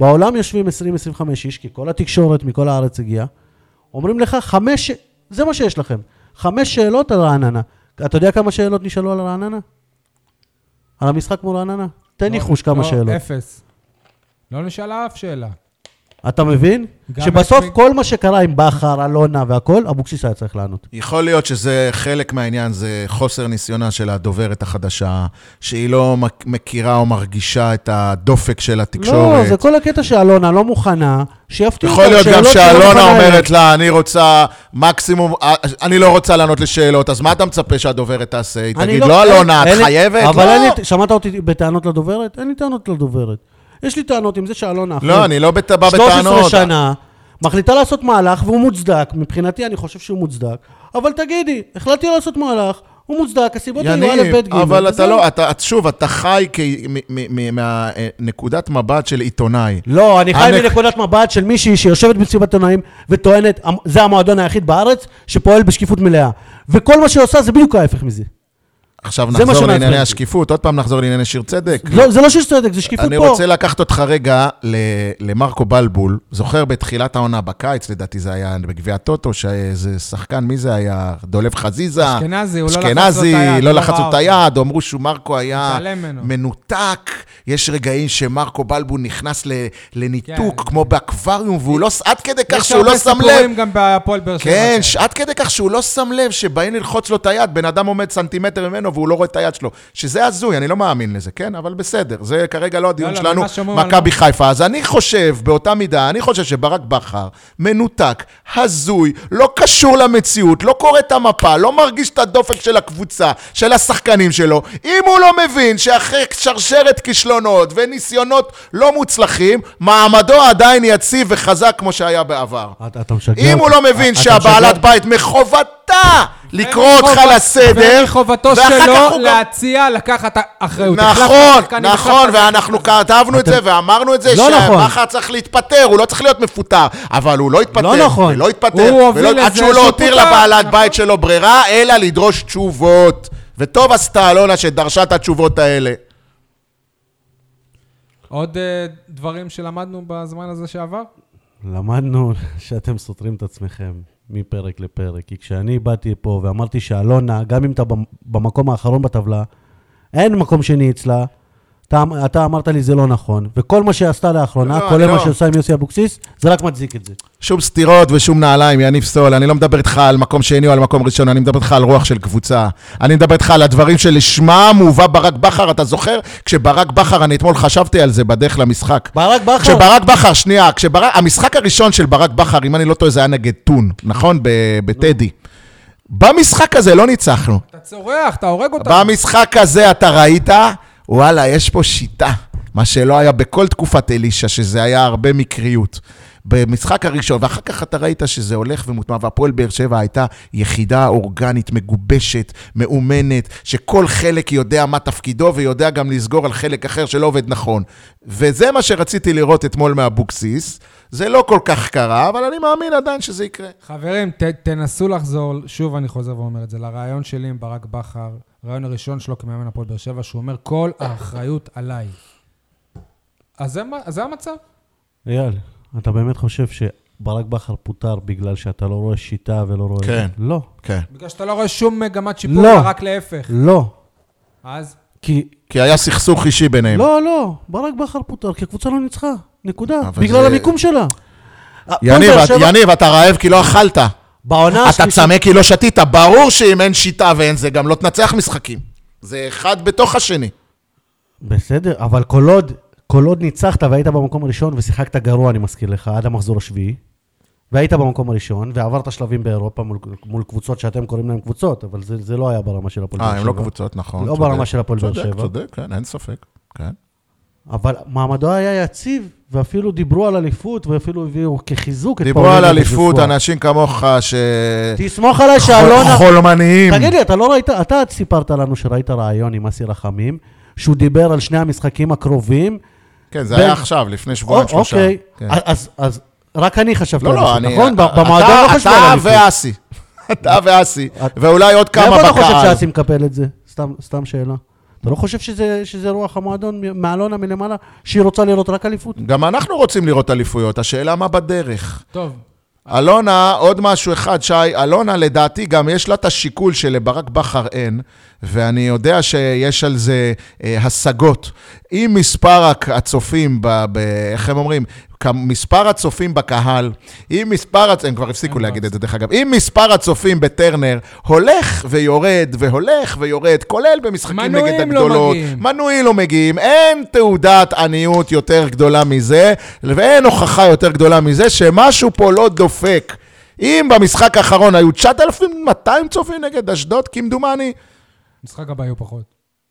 Speaker 2: בעולם יושבים 20-25 איש, כי כל התקשורת מכל הארץ הגיעה. אומרים לך חמש, ש- זה מה שיש לכם, חמש שאלות על רעננה. אתה יודע כמה שאלות נשאלו על רעננה? על המשחק מול רעננה? תן
Speaker 1: לא,
Speaker 2: ניחוש כמה
Speaker 1: לא,
Speaker 2: שאלות.
Speaker 1: אפס. לא נשאלה אף שאלה.
Speaker 2: אתה מבין?
Speaker 1: גם
Speaker 2: שבסוף
Speaker 1: יש-
Speaker 2: כל מה שקרה עם בכר, אלונה והכל, אבוקסיס היה צריך לענות.
Speaker 3: יכול להיות שזה חלק מהעניין, זה חוסר ניסיונה של הדוברת החדשה, שהיא לא מק- מכירה או מרגישה את הדופק של
Speaker 2: לא,
Speaker 3: התקשורת.
Speaker 2: זה כל הקטע שאלונה לא מוכנה, שיפתיעו
Speaker 3: יכול
Speaker 2: אותה
Speaker 3: להיות גם
Speaker 2: בשאלות שהיא לא
Speaker 3: שאלונה
Speaker 2: מוכנה
Speaker 3: אומרת לה, אני רוצה מקסימום, אה, אני לא רוצה לענות לשאלות, אז מה אתה מצפה שהדוברת תעשה? היא
Speaker 2: אני אה,
Speaker 3: תגיד, לא אלונה,
Speaker 2: אין
Speaker 3: את
Speaker 2: לי-
Speaker 3: חייבת?
Speaker 2: אבל
Speaker 3: לא.
Speaker 2: אין לי, שמעת אותי בטענות לדוברת? אין לי טענות לדוברת. יש לי טענות עם זה שאלונה אחרי
Speaker 3: לא, אני לא בת- בא בטענות.
Speaker 2: 13 שנה, מחליטה לעשות מהלך והוא מוצדק, מבחינתי אני חושב שהוא מוצדק, אבל תגידי, החלטתי לעשות מהלך, הוא מוצדק, הסיבות היו א', ב', ג',
Speaker 3: אבל אתה
Speaker 2: וזהו.
Speaker 3: לא, אתה, את- שוב, אתה חי מנקודת אה, מבט של עיתונאי.
Speaker 2: לא, אני חי
Speaker 3: ענק.
Speaker 2: מנקודת מבט של מישהי שיושבת במסיבת עיתונאים וטוענת, "המ- זה המועדון היחיד בארץ שפועל בשקיפות מלאה. וכל מה שהיא עושה זה בדיוק ההפך מזה.
Speaker 3: עכשיו
Speaker 2: זה מה
Speaker 3: נחזור
Speaker 2: שמעצבן
Speaker 3: לענייני
Speaker 2: אותי.
Speaker 3: השקיפות, עוד פעם נחזור לענייני שיר צדק.
Speaker 2: לא, זה לא שיש צדק, זה שקיפות
Speaker 3: כן. אני
Speaker 2: פה.
Speaker 3: רוצה לקחת אותך רגע ל- למרקו בלבול. זוכר בתחילת העונה בקיץ, לדעתי זה היה בגביע הטוטו, שאיזה שחקן, מי זה היה? דולב חזיזה.
Speaker 1: אשכנזי, הוא לא לחץ לו את היד.
Speaker 3: אשכנזי, לא לחצו את
Speaker 1: בער.
Speaker 3: היד, אמרו שמרקו היה
Speaker 1: מתעלם ממנו.
Speaker 3: מנותק. יש רגעים שמרקו בלבול נכנס ל- לניתוק,
Speaker 1: כן.
Speaker 3: כמו באקווריום, והוא לא, עד כדי כך
Speaker 1: יש
Speaker 3: שהוא לא
Speaker 1: הרבה
Speaker 3: שם לב.
Speaker 1: סיפורים גם בהפועל באר שבע.
Speaker 3: כן,
Speaker 1: כאלה.
Speaker 3: ש- עד כדי כך שהוא לא שם לב שבאים ללחוץ לו את היד, בן אדם עומד סנטימטר ממנו והוא לא רואה את היד שלו. שזה הזוי, אני לא מאמין לזה, כן? אבל בסדר, זה כרגע לא הדיון
Speaker 1: לא, לא,
Speaker 3: שלנו,
Speaker 1: ממה שאומרים על-
Speaker 3: מכבי חיפה. אז אני חושב, באותה מידה, אני חושב שברק בכר מנותק, הזוי, לא קשור למציאות, לא קורא את המפה, לא מרגיש את הדופק של הקבוצה, של השחקנים שלו. אם הוא לא מבין שאחרי שרשרת כישלונות וניסיונות לא מוצלחים, מעמדו עדיין יציב וחזק כמו שהיה בעבר.
Speaker 2: אתה- אתה משגע
Speaker 3: אם
Speaker 2: אותי.
Speaker 3: הוא לא מבין
Speaker 2: אתה
Speaker 3: שהבעלת
Speaker 2: משגע-
Speaker 3: בית מחובתה לקרוא אותך
Speaker 1: ומחובת-
Speaker 3: לסדר,
Speaker 1: ומחובתו
Speaker 3: ואחר כך
Speaker 1: שלו
Speaker 3: הוא גם-
Speaker 1: להציע לקחת אחריות. החלפת
Speaker 3: נכון,
Speaker 1: שחקן עם
Speaker 3: נכון,
Speaker 1: החלפת-
Speaker 3: ואנחנו כתבנו את זה ואמרנו את זה,
Speaker 2: לא נכון.
Speaker 3: שבכר צריך להתפטר, הוא לא צריך להיות מפוטר, אבל הוא לא התפטר,
Speaker 2: לא נכון.
Speaker 3: ולא התפטר,
Speaker 1: הוא הוביל
Speaker 3: ולא- עד
Speaker 1: לזה
Speaker 3: שהוא לא
Speaker 1: שהוא
Speaker 3: הותיר
Speaker 1: פוטר,
Speaker 3: לבעלת
Speaker 1: נכון.
Speaker 3: בית שלו ברירה, אלא לדרוש תשובות. וטוב עשתה אלונה שדרשה את התשובות האלה.
Speaker 1: עוד אה, דברים שלמדנו בזמן הזה שעבר?
Speaker 2: למדנו שאתם סותרים את עצמכם מפרק לפרק. כי כשאני באתי פה ואמרתי שאלונה, גם אם אתה במ- במקום האחרון בטבלה, אין מקום שני אצלה, אתה, אתה אמרת לי זה לא נכון, וכל מה שעשתה לאחרונה,
Speaker 3: לא,
Speaker 2: כולל
Speaker 3: אני
Speaker 2: מה
Speaker 3: לא.
Speaker 2: שעושה עם יוסי אבוקסיס, זה רק מצדיק את זה.
Speaker 3: שום סתירות ושום נעליים, יניב סול. אני לא מדבר איתך על מקום שני או על מקום ראשון, אני מדבר איתך על רוח של קבוצה. אני מדבר איתך על הדברים שלשמם הובא ברק בכר, אתה זוכר? כשברק בכר, אני אתמול חשבתי על זה בדרך למשחק.
Speaker 2: ברק בכר,
Speaker 3: כשברק בכר, שנייה, כשברק, המשחק הראשון של ברק בכר, אם אני לא טועה, זה היה נגד טון, נכון? ב- בטדי. במשחק הזה לא ניצחנו.
Speaker 1: אתה צורח, אתה הורג אותנו.
Speaker 3: במשחק הזה אתה ראית, וואלה, יש פה שיטה. מה שלא היה בכל תקופת אלישע, שזה היה הרבה מקריות. במשחק הראשון, ואחר כך אתה ראית שזה הולך ומוטמע, והפועל באר שבע הייתה יחידה אורגנית, מגובשת, מאומנת, שכל חלק יודע מה תפקידו ויודע גם לסגור על חלק אחר שלא עובד נכון. וזה מה שרציתי לראות אתמול מאבוקסיס. זה לא כל כך קרה, אבל אני מאמין עדיין שזה יקרה.
Speaker 1: חברים, ת, תנסו לחזור, שוב אני חוזר ואומר את זה, לרעיון שלי עם ברק בכר, הרעיון הראשון שלו כמאמן הפועל באר שבע, שהוא אומר, כל האחריות עליי. אז זה, מה- אז זה המצב.
Speaker 2: אייל, אתה באמת חושב שברק בכר פוטר בגלל שאתה לא רואה שיטה ולא רואה...
Speaker 3: כן.
Speaker 2: לא,
Speaker 3: כן.
Speaker 1: בגלל שאתה לא רואה שום מגמת שיפור,
Speaker 2: לא.
Speaker 1: אלא רק להפך.
Speaker 2: לא.
Speaker 1: אז
Speaker 2: כי...
Speaker 3: כי היה סכסוך אישי ביניהם.
Speaker 2: לא, לא, ברק בכר פוטר כי הקבוצה לא ניצחה, נקודה.
Speaker 3: אבל
Speaker 2: בגלל
Speaker 3: זה-
Speaker 2: המיקום שלה. הפועל
Speaker 3: יניב,
Speaker 2: באר
Speaker 3: את-
Speaker 2: אה, שבע-
Speaker 3: יניב, אתה רעב כי לא אכלת.
Speaker 2: בעונה
Speaker 3: אתה צמא כי לא שתית, ברור שאם אין שיטה ואין זה, גם לא תנצח משחקים. זה אחד בתוך השני.
Speaker 2: בסדר, אבל כל עוד, כל עוד ניצחת והיית במקום הראשון ושיחקת גרוע, אני מזכיר לך, עד המחזור השביעי, והיית במקום הראשון, ועברת שלבים באירופה מול, מול קבוצות שאתם קוראים להן קבוצות, אבל זה, זה לא היה ברמה של הפועל באר
Speaker 3: אה,
Speaker 2: שבע.
Speaker 3: הם לא קבוצות, נכון.
Speaker 2: לא
Speaker 3: צודק.
Speaker 2: ברמה של הפועל באר שבע.
Speaker 3: צודק, צודק, כן, אין ספק. כן.
Speaker 2: אבל מעמדו היה יציב, ואפילו דיברו על אליפות, ואפילו הביאו כחיזוק את
Speaker 3: דיברו
Speaker 2: פאולו
Speaker 3: על אליפות,
Speaker 2: וג'וסואה.
Speaker 3: אנשים כמוך ש...
Speaker 2: תסמוך עליי שאלונה...
Speaker 3: חולמניים.
Speaker 2: תגיד לי, אתה לא ראית, אתה סיפרת לנו שראית רעיון עם אסי רחמים, שהוא דיבר על שני המשחקים הקרובים.
Speaker 3: כן, זה
Speaker 2: בין-
Speaker 3: היה עכשיו, לפני שבועיים,
Speaker 2: או-
Speaker 3: שלושה.
Speaker 2: אוקיי,
Speaker 3: כן.
Speaker 2: אז- אז רק אני חשבתי
Speaker 3: לא,
Speaker 2: על
Speaker 3: לא,
Speaker 2: זה,
Speaker 3: אני...
Speaker 2: נכון? ב-
Speaker 3: אתה-
Speaker 2: במועדון לא חשבו על
Speaker 3: אתה
Speaker 2: אליפות.
Speaker 3: ואסי. אתה ואסי,
Speaker 2: את-
Speaker 3: ואולי עוד כמה
Speaker 2: מאיפה אתה חושב
Speaker 3: בקהל.
Speaker 2: שאסי מקפל את זה? סתם- סתם שאלה. אתה לא חושב שזה שזה רוח המועדון מ- מאלונה מלמעלה, שהיא רוצה לראות רק אליפות?
Speaker 3: גם אנחנו רוצים לראות אליפויות, השאלה מה בדרך.
Speaker 1: טוב,
Speaker 3: אלונה, עוד משהו אחד, שי, אלונה לדעתי גם יש לה את השיקול שלברק בכר אין, ואני יודע שיש על זה אה, השגות. אם מספר הק- הצופים, ב, ב, איך הם אומרים? כ- מספר הצופים בקהל, אם מספר, הצ- הם כבר הפסיקו
Speaker 1: הם
Speaker 3: להגיד את זה דרך אגב, אם מספר הצופים בטרנר הולך ויורד והולך ויורד, כולל במשחקים נגד
Speaker 1: מנויים לא
Speaker 3: הגדולות,
Speaker 1: מגיעים.
Speaker 3: מנויים לא מגיעים, אין תעודת עניות יותר גדולה מזה, ואין הוכחה יותר גדולה מזה שמשהו פה לא דופק. אם במשחק האחרון היו 9,200 צופים נגד אשדוד, כמדומני,
Speaker 1: משחק הבא יהיו פחות.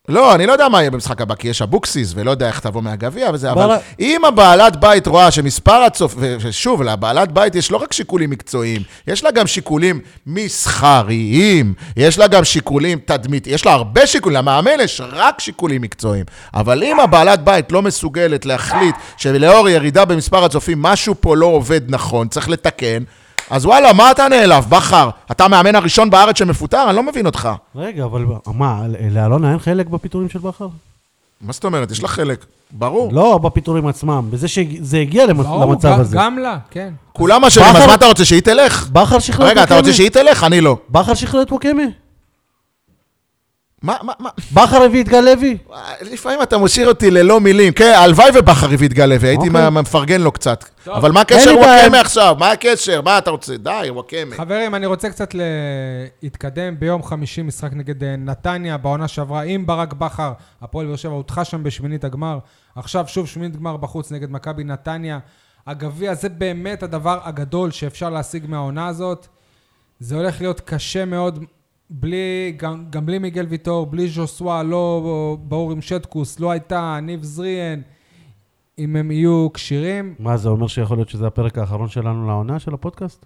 Speaker 3: לא, אני לא יודע מה יהיה במשחק הבא, כי יש אבוקסיס, ולא יודע איך תבוא מהגביע וזה, אבל
Speaker 2: בעלה-
Speaker 3: אם הבעלת בית רואה שמספר הצופ... ושוב, לבעלת בית יש לא רק שיקולים מקצועיים, יש לה גם שיקולים מסחריים, יש לה גם שיקולים תדמית, יש לה הרבה שיקולים, למאמן יש רק שיקולים מקצועיים. אבל אם הבעלת בית לא מסוגלת להחליט שלאור ירידה במספר הצופים, משהו פה לא עובד נכון, צריך לתקן, אז וואלה, מה אתה נעלב, בכר? אתה המאמן הראשון בארץ שמפוטר? אני לא מבין אותך.
Speaker 2: רגע, אבל מה, לאלונה אין חלק בפיטורים של בכר?
Speaker 3: מה זאת אומרת? יש לך חלק, ברור.
Speaker 2: לא בפיטורים עצמם, בזה שזה הגיע למ-
Speaker 1: ברור,
Speaker 2: לא, למצב
Speaker 1: גם-
Speaker 2: הזה.
Speaker 1: גם לה, כן.
Speaker 3: כולם אשמים, אז
Speaker 2: בכר-
Speaker 3: מה אתה רוצה, שהיא תלך?
Speaker 2: בכר שחרר את
Speaker 3: רגע, אתה רוצה
Speaker 2: וואקמה?
Speaker 3: שהיא תלך? אני לא.
Speaker 2: בכר שחרר את וואקמה?
Speaker 3: מה, מה, מה?
Speaker 2: בכר הביא את גל לוי?
Speaker 3: לפעמים אתה משאיר אותי ללא מילים. כן, הלוואי ובכר הביא את גל לוי, הייתי
Speaker 2: אוקיי.
Speaker 3: מפרגן לו קצת. אבל מה
Speaker 2: אין
Speaker 3: הקשר
Speaker 2: לי בעיה.
Speaker 3: וואקמה עכשיו? מה הקשר? מה אתה רוצה? די, וואקמה.
Speaker 1: חברים, אני רוצה קצת להתקדם. ביום חמישי משחק נגד אה, נתניה, בעונה שעברה עם ברק בכר. הפועל באר שבע הודחה שם בשמינית הגמר. עכשיו שוב שמינית גמר בחוץ נגד מכבי נתניה. הגביע זה באמת הדבר הגדול שאפשר להשיג מהעונה הזאת. זה הולך להיות קשה מאוד, בלי, גם, גם בלי מיגל ויטור, בלי ז'וסווה, לא ברור עם שטקוס, לא הייתה, ניב זריאן, אם הם יהיו כשירים.
Speaker 2: מה, זה אומר שיכול להיות שזה הפרק האחרון שלנו לעונה של הפודקאסט?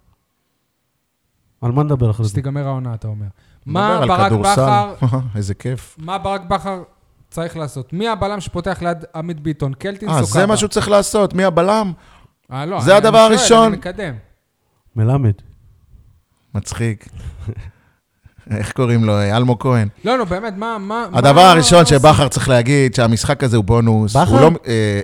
Speaker 2: על מה נדבר אחרי זה?
Speaker 1: שתיגמר העונה, אתה אומר.
Speaker 3: נדבר
Speaker 1: מה
Speaker 3: על
Speaker 1: ברק
Speaker 3: כדורסל.
Speaker 1: בכר
Speaker 3: איזה כיף.
Speaker 1: מה ברק בכר צריך לעשות? מי הבלם שפותח ליד עמית ביטון? קלטין
Speaker 3: אה,
Speaker 1: סוקאבה.
Speaker 3: זה מה שהוא צריך לעשות, מי הבלם?
Speaker 1: אה, לא,
Speaker 3: זה
Speaker 1: אני-
Speaker 3: הדבר
Speaker 1: אני שואל,
Speaker 3: הראשון.
Speaker 1: אני מקדם.
Speaker 2: מלמד.
Speaker 3: מצחיק. איך קוראים לו? אה, אלמוג כהן.
Speaker 1: לא, נו, באמת, מה... מה
Speaker 3: הדבר
Speaker 1: מה-
Speaker 3: הראשון שבכר צריך להגיד, שהמשחק הזה הוא בונוס.
Speaker 2: בכר?
Speaker 3: הוא לא- אה,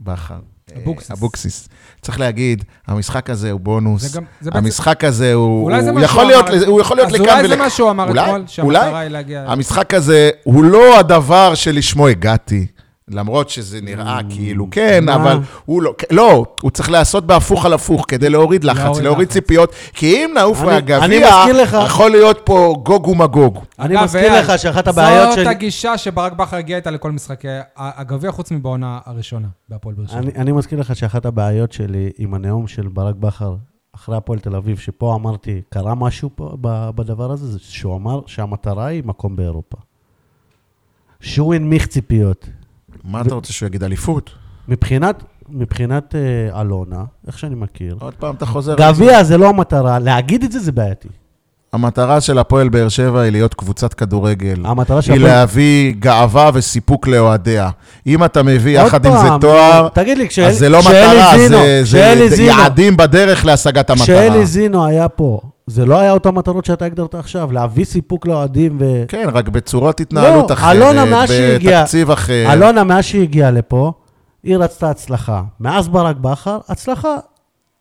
Speaker 3: בכר. אה,
Speaker 1: אבוקסיס.
Speaker 3: אבוקסיס. צריך להגיד, המשחק הזה הוא בונוס.
Speaker 1: זה גם- זה בעצם-
Speaker 3: המשחק הזה הוא...
Speaker 1: אולי זה
Speaker 3: הוא
Speaker 1: מה
Speaker 3: יכול
Speaker 1: שהוא
Speaker 3: להיות
Speaker 1: אמר.
Speaker 3: לזה- הוא יכול להיות
Speaker 1: אז
Speaker 3: לכאן
Speaker 1: אולי זה
Speaker 3: ולכאן.
Speaker 1: מה שהוא אמר
Speaker 3: אולי?
Speaker 1: אתמול, שהמטרה
Speaker 3: אולי?
Speaker 1: היא להגיע...
Speaker 3: המשחק הזה הוא לא הדבר שלשמו הגעתי. למרות שזה
Speaker 1: Mm.
Speaker 3: נראה כאילו כן,
Speaker 2: מה?
Speaker 3: אבל הוא לא, לא, הוא צריך לעשות בהפוך על הפוך כדי להוריד לחץ,
Speaker 1: להוריד
Speaker 3: להוריד
Speaker 1: לחץ.
Speaker 3: ציפיות, כי אם נעוף
Speaker 2: אני- אני
Speaker 3: מהגביע,
Speaker 2: מזכיר לך-
Speaker 3: יכול להיות פה גוג ומגוג.
Speaker 2: אני
Speaker 1: אגב,
Speaker 2: מזכיר
Speaker 1: אייל,
Speaker 2: לך שאחת הבעיות
Speaker 1: זאת
Speaker 2: שלי-
Speaker 1: הגישה שברק בכר הגיע איתה לכל משחקי הגביע, חוץ מבעונה הראשונה, בהפועל באר שבע.
Speaker 2: אני, אני מזכיר לך שאחת הבעיות שלי עם הנאום של ברק בכר אחרי הפועל תל אביב, שפה אמרתי, קרה משהו פה ב- בדבר הזה, זה שהוא אמר שהמטרה היא מקום באירופה. שהוא הנמיך ציפיות.
Speaker 3: מה אתה רוצה שהוא יגיד, אליפות?
Speaker 2: מבחינת, מבחינת אה, אלונה, איך שאני מכיר,
Speaker 3: עוד פעם אתה חוזר.
Speaker 2: גביע אה, זה לא המטרה, להגיד את זה זה בעייתי.
Speaker 3: המטרה של הפועל באר שבע היא להיות קבוצת כדורגל.
Speaker 2: המטרה של
Speaker 3: היא
Speaker 2: הפועל-
Speaker 3: להביא גאווה וסיפוק לאוהדיה. אם אתה מביא
Speaker 2: עוד
Speaker 3: יחד עם זה
Speaker 2: פעם,
Speaker 3: תואר,
Speaker 2: תגיד לי, כשאל-
Speaker 3: אז זה לא
Speaker 2: כשאלי
Speaker 3: מטרה,
Speaker 2: זינו-
Speaker 3: זה-
Speaker 2: כשאלי
Speaker 3: זה זה
Speaker 2: זינו-
Speaker 3: יעדים בדרך להשגת המטרה.
Speaker 2: כשאלי זינו היה פה, זה לא היה אותן מטרות שאתה הגדרת עכשיו, להביא סיפוק לאוהדים ו...
Speaker 3: כן, רק בצורת התנהלות
Speaker 2: לא,
Speaker 3: אחרת,
Speaker 2: אלונה, מאז שהיא הגיעה-
Speaker 3: בתקציב אחר.
Speaker 2: אלונה, מאז שהיא הגיעה לפה, היא רצתה הצלחה. מאז ברק בכר, הצלחה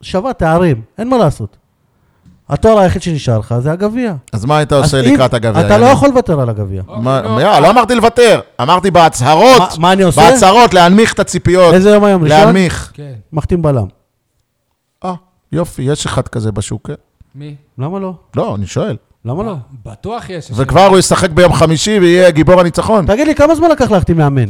Speaker 2: שווה תארים, אין מה לעשות. התואר היחיד שנשאר לך זה הגביע.
Speaker 3: אז מה היית
Speaker 2: אז
Speaker 3: עושה
Speaker 2: אם-
Speaker 3: לקראת הגביע?
Speaker 2: אתה לא
Speaker 3: יניב?
Speaker 2: יכול לוותר על הגביע.
Speaker 3: מה-
Speaker 1: אוקיי,
Speaker 3: מה- לא אמרתי לוותר, אמרתי בהצהרות.
Speaker 2: מה- מה אני עושה?
Speaker 3: בהצהרות, להנמיך את הציפיות.
Speaker 2: איזה יום היום? ראשון?
Speaker 3: להנמיך.
Speaker 1: כן,
Speaker 2: מחתים בלם.
Speaker 3: אה, יופי, יש אחד כזה בשוק. כן.
Speaker 1: מי?
Speaker 2: למה לא?
Speaker 3: לא, אני שואל.
Speaker 2: למה לא?
Speaker 1: בטוח יש.
Speaker 3: וכבר הוא ישחק ביום חמישי ויהיה גיבור הניצחון.
Speaker 2: תגיד לי, כמה זמן לקח להחתים מאמן?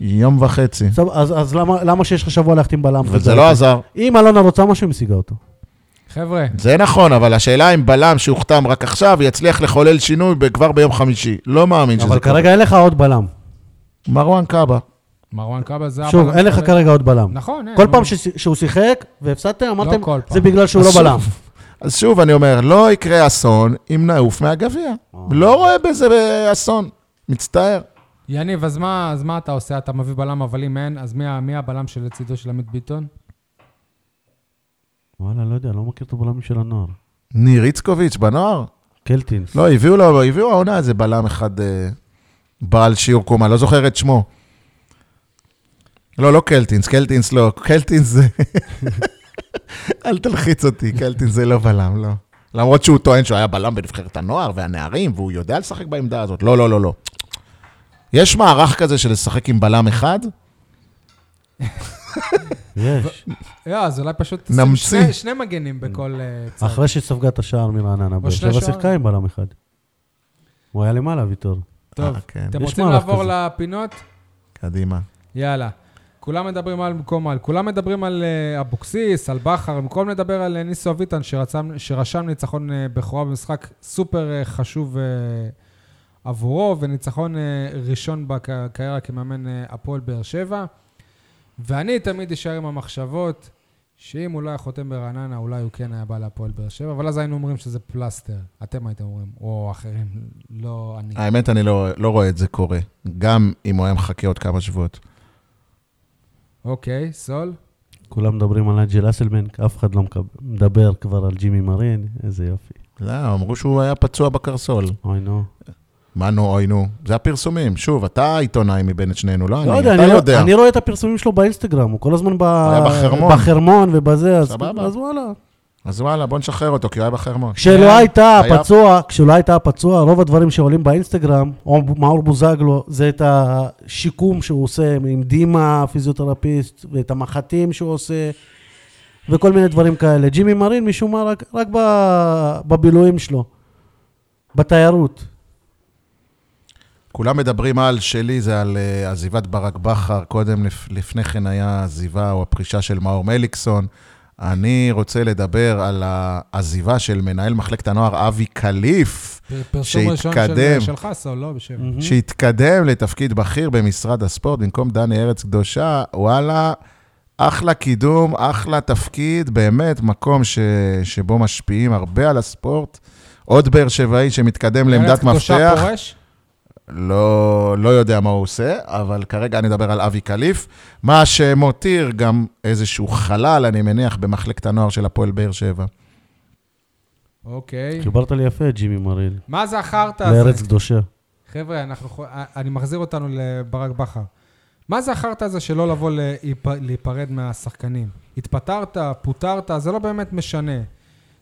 Speaker 3: יום וחצי.
Speaker 2: סבבה, אז אז למה- למה שיש לך שבוע להחתים בלם?
Speaker 3: וזה לא עזר.
Speaker 2: אם אלונה רוצה משהו, היא משיגה אותו.
Speaker 1: חבר'ה,
Speaker 3: זה נכון, אבל השאלה אם בלם שהוכתם רק עכשיו יצליח לחולל שינוי ב- כבר ביום חמישי. לא מאמין שזה
Speaker 2: אבל
Speaker 3: קורה.
Speaker 2: כרגע אין לך עוד בלם.
Speaker 3: מרואן קאבה.
Speaker 1: מרואן קאבה זה...
Speaker 2: שוב,
Speaker 1: הבלם
Speaker 2: אין לך
Speaker 1: שכרגע-
Speaker 2: כרגע עוד בלם.
Speaker 1: לא, נכון, אין.
Speaker 2: כל
Speaker 1: נו.
Speaker 2: פעם שש- שהוא שיחק והפסדתם, אמרתם,
Speaker 1: כל
Speaker 2: זה
Speaker 1: פעם.
Speaker 2: בגלל שהוא לא
Speaker 3: אז שוב,
Speaker 2: בלם.
Speaker 3: אז שוב, אני אומר, לא יקרה אסון אם נעוף מהגביע. לא רואה בזה אה, אסון. מצטער.
Speaker 1: יניב, אז מה, אז מה אתה עושה? אתה מביא בלם, אבל אם אין, אז מי, ה- מי הבלם שלצידו של עמית ביטון?
Speaker 2: וואלה, לא יודע, לא מכיר את הבלמים של הנוער.
Speaker 3: ניר איצקוביץ' בנוער?
Speaker 2: קלטינס.
Speaker 3: לא, הביאו לו, הביאו העונה איזה בלם אחד אה, בעל שיעור קומה, לא זוכר את שמו. לא, לא קלטינס, קלטינס לא, קלטינס זה... אל תלחיץ אותי, קלטינס זה לא בלם, לא. למרות שהוא טוען שהוא היה בלם בנבחרת הנוער והנערים, והוא יודע לשחק בעמדה הזאת. לא, לא, לא, לא. יש מערך כזה של לשחק עם בלם אחד?
Speaker 2: יש.
Speaker 1: לא, אז אולי פשוט... שים
Speaker 3: נמציא.
Speaker 1: שני- שני מגנים בכל אה, צד.
Speaker 2: אחרי שספגה את השער מרעננה, באר
Speaker 1: שני
Speaker 2: שבע
Speaker 1: שערים.
Speaker 2: שיחקה עם בלם אחד. הוא היה למעלה, ויטור.
Speaker 1: טוב,
Speaker 3: אה, כן.
Speaker 1: אתם
Speaker 2: יש
Speaker 1: רוצים
Speaker 2: מהלך
Speaker 1: לעבור
Speaker 2: כזה.
Speaker 1: לפינות?
Speaker 3: קדימה.
Speaker 1: יאללה. כולם מדברים על מקום על. כולם מדברים על אה, אבוקסיס, על בכר, במקום לדבר על אה, ניסו אביטן, שרצם, שרשם ניצחון אה, בכורה במשחק סופר אה, חשוב אה, עבורו, וניצחון אה, ראשון בקריירה כמאמן אה, הפועל באר שבע. ואני תמיד אשאר עם המחשבות שאם הוא לא היה חותם ברעננה, אולי הוא כן היה בא להפועל באר שבע, אבל אז היינו אומרים שזה פלסטר. אתם הייתם אומרים, או אחרים, לא אני.
Speaker 3: האמת, אני לא, לא רואה את זה קורה, גם אם הוא היה מחכה עוד כמה שבועות.
Speaker 1: אוקיי, סול?
Speaker 2: כולם מדברים על אנג'ל אסלמן, אף אחד לא מקב- מדבר כבר על ג'ימי מרין, איזה יופי.
Speaker 3: לא, אמרו שהוא היה פצוע בקרסול.
Speaker 2: אוי נו.
Speaker 3: מה נו, אוי נו. זה הפרסומים. שוב, אתה העיתונאי מבין את שנינו, לא
Speaker 2: לא
Speaker 3: אני.
Speaker 2: יודע,
Speaker 3: אתה
Speaker 2: אני,
Speaker 3: יודע.
Speaker 2: אני רואה את הפרסומים שלו באינסטגרם, הוא כל הזמן ב...
Speaker 3: היה בחרמון.
Speaker 2: בחרמון ובזה, אז,
Speaker 3: סבבה.
Speaker 2: אז וואלה.
Speaker 3: אז וואלה, בוא נשחרר אותו, כי הוא היה בחרמון.
Speaker 2: כשלא הייתה
Speaker 3: היה-
Speaker 2: פצוע, כשלא הייתה פצוע, רוב הדברים שעולים באינסטגרם, או מאור בוזגלו, זה את השיקום שהוא עושה עם דימה, הפיזיותרפיסט, ואת המחטים שהוא עושה, וכל מיני דברים כאלה. ג'ימי מרין, משום מה, רק, רק ב- בבילויים שלו, בתיירות.
Speaker 3: כולם מדברים על שלי, זה על אה, עזיבת ברק בכר, קודם, לפ- לפני כן היה העזיבה או הפרישה של מאור מליקסון. אני רוצה לדבר על העזיבה של מנהל מחלקת הנוער אבי כליף,
Speaker 1: פרסום ראשון של-
Speaker 3: שהתקדם.
Speaker 1: של חסה, לא
Speaker 3: כן.
Speaker 1: בשם.
Speaker 2: Mm-hmm.
Speaker 3: שהתקדם לתפקיד בכיר במשרד הספורט במקום דני ארץ קדושה, וואלה, אחלה קידום, אחלה תפקיד, באמת מקום ש... שבו משפיעים הרבה על הספורט. עוד באר שבעי שמתקדם לעמדת
Speaker 1: ארץ קדושה
Speaker 3: מפתח.
Speaker 1: פורש?
Speaker 3: לא, לא יודע מה הוא עושה, אבל כרגע אני אדבר על אבי כליף, מה שמותיר גם איזשהו חלל, אני מניח, במחלקת הנוער של הפועל באר שבע.
Speaker 1: אוקיי.
Speaker 2: חיברת לי יפה, ג'ימי מרין,
Speaker 1: מה זה החרטא הזה?
Speaker 2: לארץ קדושה.
Speaker 1: חבר'ה, אנחנו, חו- אה, אני מחזיר אותנו לברק בכר. מה זה החרטא הזה שלא לבוא להיפ, להיפרד מהשחקנים? התפטרת, פוטרת, זה לא באמת משנה.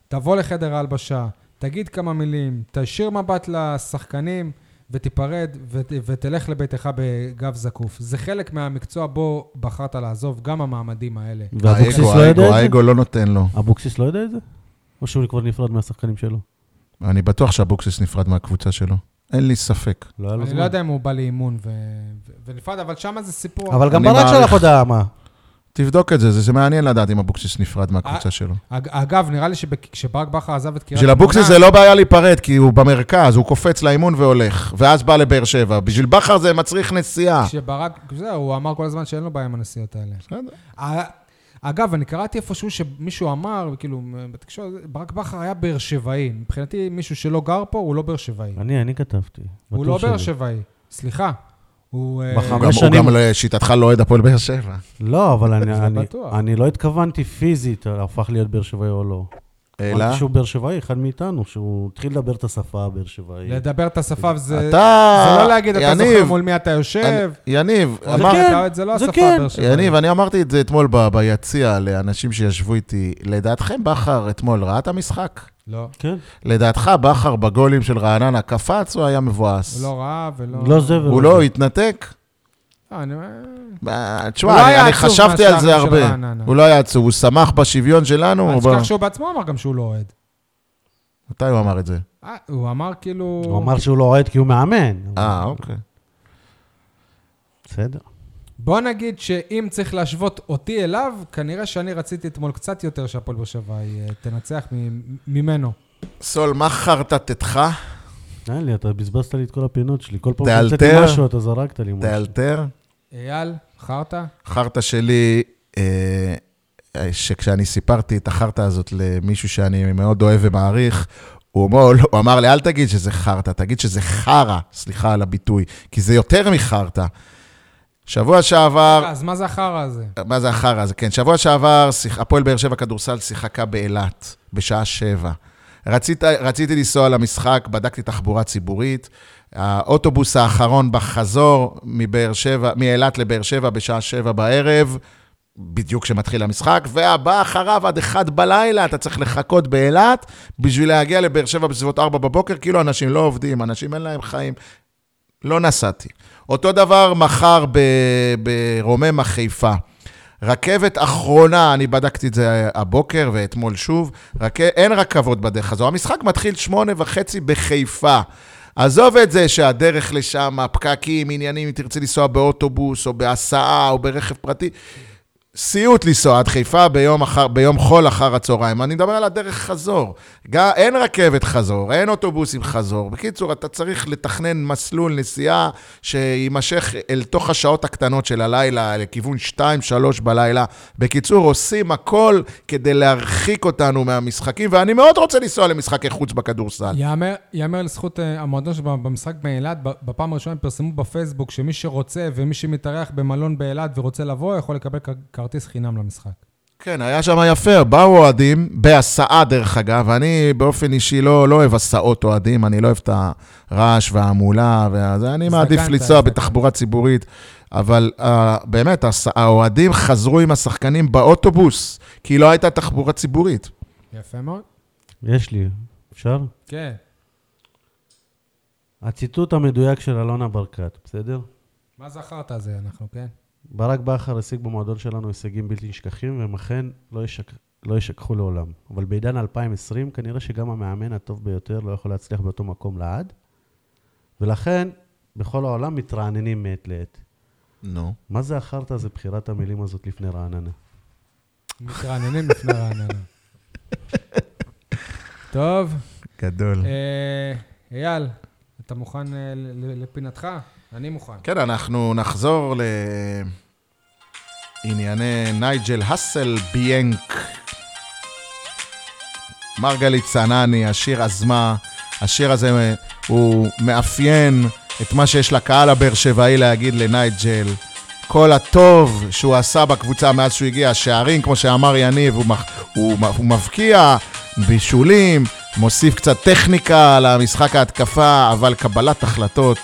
Speaker 1: תבוא לחדר ההלבשה, תגיד כמה מילים, תישיר מבט לשחקנים ותיפרד ות, ותלך לביתך בגב זקוף. זה חלק מהמקצוע בו בחרת לעזוב, גם המעמדים האלה.
Speaker 2: ואבוקסיס
Speaker 3: האגו,
Speaker 2: לא
Speaker 3: האגו,
Speaker 2: יודע את
Speaker 3: האגו לא נותן לו.
Speaker 2: זה? אבוקסיס לא יודע את זה? או שהוא כבר נפרד מהשחקנים שלו?
Speaker 3: אני בטוח שאבוקסיס נפרד מהקבוצה שלו. אין לי ספק.
Speaker 2: לא היה לו
Speaker 1: אני לא
Speaker 2: זמן.
Speaker 1: יודע אם הוא בא לאימון ו, ו, ונפרד, אבל שם זה סיפור...
Speaker 2: אבל גם
Speaker 3: אני
Speaker 2: ברק
Speaker 3: מעריך.
Speaker 2: שלח הודעה, מה?
Speaker 3: תבדוק את זה, זה, זה מעניין לדעת אם אבוקסיס נפרד
Speaker 1: אה,
Speaker 3: מהקבוצה שלו.
Speaker 1: אג- אגב, נראה לי שכשברק בכר עזב את קריית
Speaker 3: בשביל
Speaker 1: שמונה...
Speaker 3: אבוקסיס זה לא בעיה להיפרד, כי הוא במרכז, הוא קופץ לאימון והולך, ואז בא לבאר שבע. בשביל בכר זה מצריך נסיעה.
Speaker 1: כשברק, זהו, הוא אמר כל הזמן שאין לו בעיה עם הנסיעות האלה.
Speaker 3: בסדר.
Speaker 1: ה- אגב, אני קראתי איפשהו שמישהו אמר, כאילו, בתקשורת, ברק בכר היה באר שבעי. מבחינתי, מישהו שלא גר פה, הוא לא באר שבעי.
Speaker 2: אני, אני כתבתי.
Speaker 1: הוא
Speaker 2: בטור
Speaker 1: לא באר
Speaker 2: שלי.
Speaker 1: שבעי. סליחה. הוא... אה,
Speaker 2: בחמש
Speaker 3: הוא גם- הוא
Speaker 2: שנים-
Speaker 3: גם לשיטתך לא אוהד הפועל באר שבע.
Speaker 2: לא, אבל
Speaker 1: זה
Speaker 2: אני, אני,
Speaker 1: בטוח.
Speaker 2: אני לא התכוונתי פיזית, אה, הפך להיות באר שבעי או לא.
Speaker 3: אלא?
Speaker 2: אמרתי שהוא באר שבעי, אחד מאיתנו, שהוא התחיל לדבר את השפה הבאר שבעי.
Speaker 1: לדבר את השפה זה...
Speaker 3: אתה...
Speaker 1: זה לא להגיד, אתה זוכר
Speaker 3: יניב,
Speaker 1: מול מי אתה יושב.
Speaker 3: אני- יניב,
Speaker 1: או
Speaker 3: אמר...
Speaker 1: אתה אוהד", זה לא
Speaker 2: זה
Speaker 1: השפה
Speaker 2: כן.
Speaker 1: באר שבעי.
Speaker 3: יניב, אני אמרתי את זה אתמול ב- ביציע לאנשים שישבו איתי. לדעתכם בכר אתמול ראה את המשחק?
Speaker 1: לא.
Speaker 2: כן,
Speaker 3: לדעתך בכר בגולים של רעננה קפץ או היה מבואס?
Speaker 1: הוא לא ראה ולא...
Speaker 2: לא זה ולא
Speaker 3: הוא
Speaker 2: זה.
Speaker 3: לא התנתק?
Speaker 1: לא, אני-
Speaker 3: אה,
Speaker 1: הוא לא
Speaker 3: תשמע,
Speaker 1: היה
Speaker 3: אני- אני
Speaker 1: עצוב
Speaker 3: חשבתי על זה
Speaker 1: מהשערים של
Speaker 3: הרבה.
Speaker 1: רעננה.
Speaker 3: הוא לא היה עצוב, הוא שמח בשוויון שלנו.
Speaker 1: אל
Speaker 3: הוא בא-
Speaker 1: תשכח שהוא בעצמו אמר גם שהוא לא אוהד.
Speaker 3: מתי הוא אמר את זה?
Speaker 1: אה, הוא אמר כאילו...
Speaker 2: הוא אמר שהוא לא אוהד כי הוא מאמן.
Speaker 3: אה, אוקיי.
Speaker 2: בסדר.
Speaker 1: בוא נגיד שאם צריך להשוות אותי אליו, כנראה שאני רציתי אתמול קצת יותר שהפועל באר שבע אה, תנצח מ- ממנו.
Speaker 3: סול, מה חרטטתך?
Speaker 2: אין לי, אתה בזבזת לי את כל הפינות שלי. כל פעם
Speaker 3: תאלתר.
Speaker 2: שהוצאתי משהו, אתה זרקת לי משהו.
Speaker 3: תאלתר?
Speaker 1: אייל, חרטא?
Speaker 3: חרטא שלי, אה, אה, שכשאני סיפרתי את החרטא הזאת למישהו שאני מאוד אוהב ומעריך, הוא אמר, הוא אמר לי, אל תגיד שזה חרטא, תגיד שזה חרא, סליחה על הביטוי, כי זה יותר מחרטא. שבוע שעבר,
Speaker 1: אז מה זה החרא הזה?
Speaker 3: מה זה החרא הזה? כן, שבוע שעבר, שיח- הפועל באר שבע כדורסל שיחקה באילת, בשעה שבע. רצית, רציתי לנסוע למשחק, בדקתי תחבורה ציבורית. האוטובוס האחרון בחזור מבאר שבע, מאילת לבאר שבע בשעה שבע בערב, בדיוק כשמתחיל המשחק, והבא אחריו עד אחד בלילה, אתה צריך לחכות באילת בשביל להגיע לבאר שבע בסביבות ארבע בבוקר, כאילו אנשים לא עובדים, אנשים אין להם חיים. לא נסעתי. אותו דבר מחר ב- ברוממה חיפה. רכבת אחרונה, אני בדקתי את זה הבוקר ואתמול שוב, רק, אין רכבות בדרך הזו. המשחק מתחיל שמונה וחצי בחיפה. עזוב את זה שהדרך לשם, הפקקים, עניינים, אם תרצה לנסוע באוטובוס או בהסעה או ברכב פרטי, סיוט לנסוע עד חיפה ביום, אחר, ביום חול אחר הצהריים. אני מדבר על הדרך חזור. גם, אין רכבת חזור, אין אוטובוסים חזור. בקיצור, אתה צריך לתכנן מסלול נסיעה שיימשך אל תוך השעות הקטנות של הלילה, לכיוון 2-3 בלילה. בקיצור, עושים הכל כדי להרחיק אותנו מהמשחקים, ואני מאוד רוצה לנסוע למשחקי חוץ בכדורסל.
Speaker 1: יאמר- יאמר לזכות אה, המועדון שבמשחק באילת, ב- בפעם הראשונה הם פרסמו בפייסבוק שמי שרוצה ומי שמתארח במלון באילת ורוצה לבוא, יכול לקבל כ- כרטיס חינם למשחק.
Speaker 3: כן, היה שם יפה, באו אוהדים, בהסעה דרך אגב, אני באופן אישי לא, לא אוהב הסעות אוהדים, אני לא אוהב את הרעש וההמולה, וזה, אני מעדיף
Speaker 1: זקנת,
Speaker 3: לנסוע
Speaker 1: זקנת.
Speaker 3: בתחבורה ציבורית, אבל uh, באמת, הס- האוהדים חזרו עם השחקנים באוטובוס, כי לא הייתה תחבורה ציבורית.
Speaker 1: יפה מאוד.
Speaker 2: יש לי, אפשר?
Speaker 1: כן.
Speaker 2: הציטוט המדויק של אלונה ברקת, בסדר?
Speaker 1: מה זה החרטא הזה אנחנו, כן?
Speaker 2: ברק בכר השיג במועדון שלנו הישגים בלתי נשכחים, והם אכן לא, ישק... לא ישכחו לעולם. אבל בעידן 2020, כנראה שגם המאמן הטוב ביותר לא יכול להצליח באותו מקום לעד, ולכן בכל העולם מתרעננים מעת לעת.
Speaker 3: נו.
Speaker 2: מה זה החרטא הזה, בחירת המילים הזאת לפני רעננה?
Speaker 1: מתרעננים לפני רעננה. טוב,
Speaker 3: גדול.
Speaker 1: אה, אייל, אתה מוכן אה, ל- ל- לפינתך? אני מוכן.
Speaker 3: כן, אנחנו נחזור לענייני נייג'ל האסל ביאנק. מרגלית צנני, השיר "עזמה", השיר הזה אה, הוא מאפיין את מה שיש לקהל הבאר שבעי להגיד לנייג'ל. כל הטוב שהוא עשה בקבוצה מאז שהוא הגיע, שערים, כמו שאמר יניב, הוא, מח... הוא, מ- הוא מבקיע, בישולים, מוסיף קצת טכניקה למשחק ההתקפה, אבל קבלת החלטות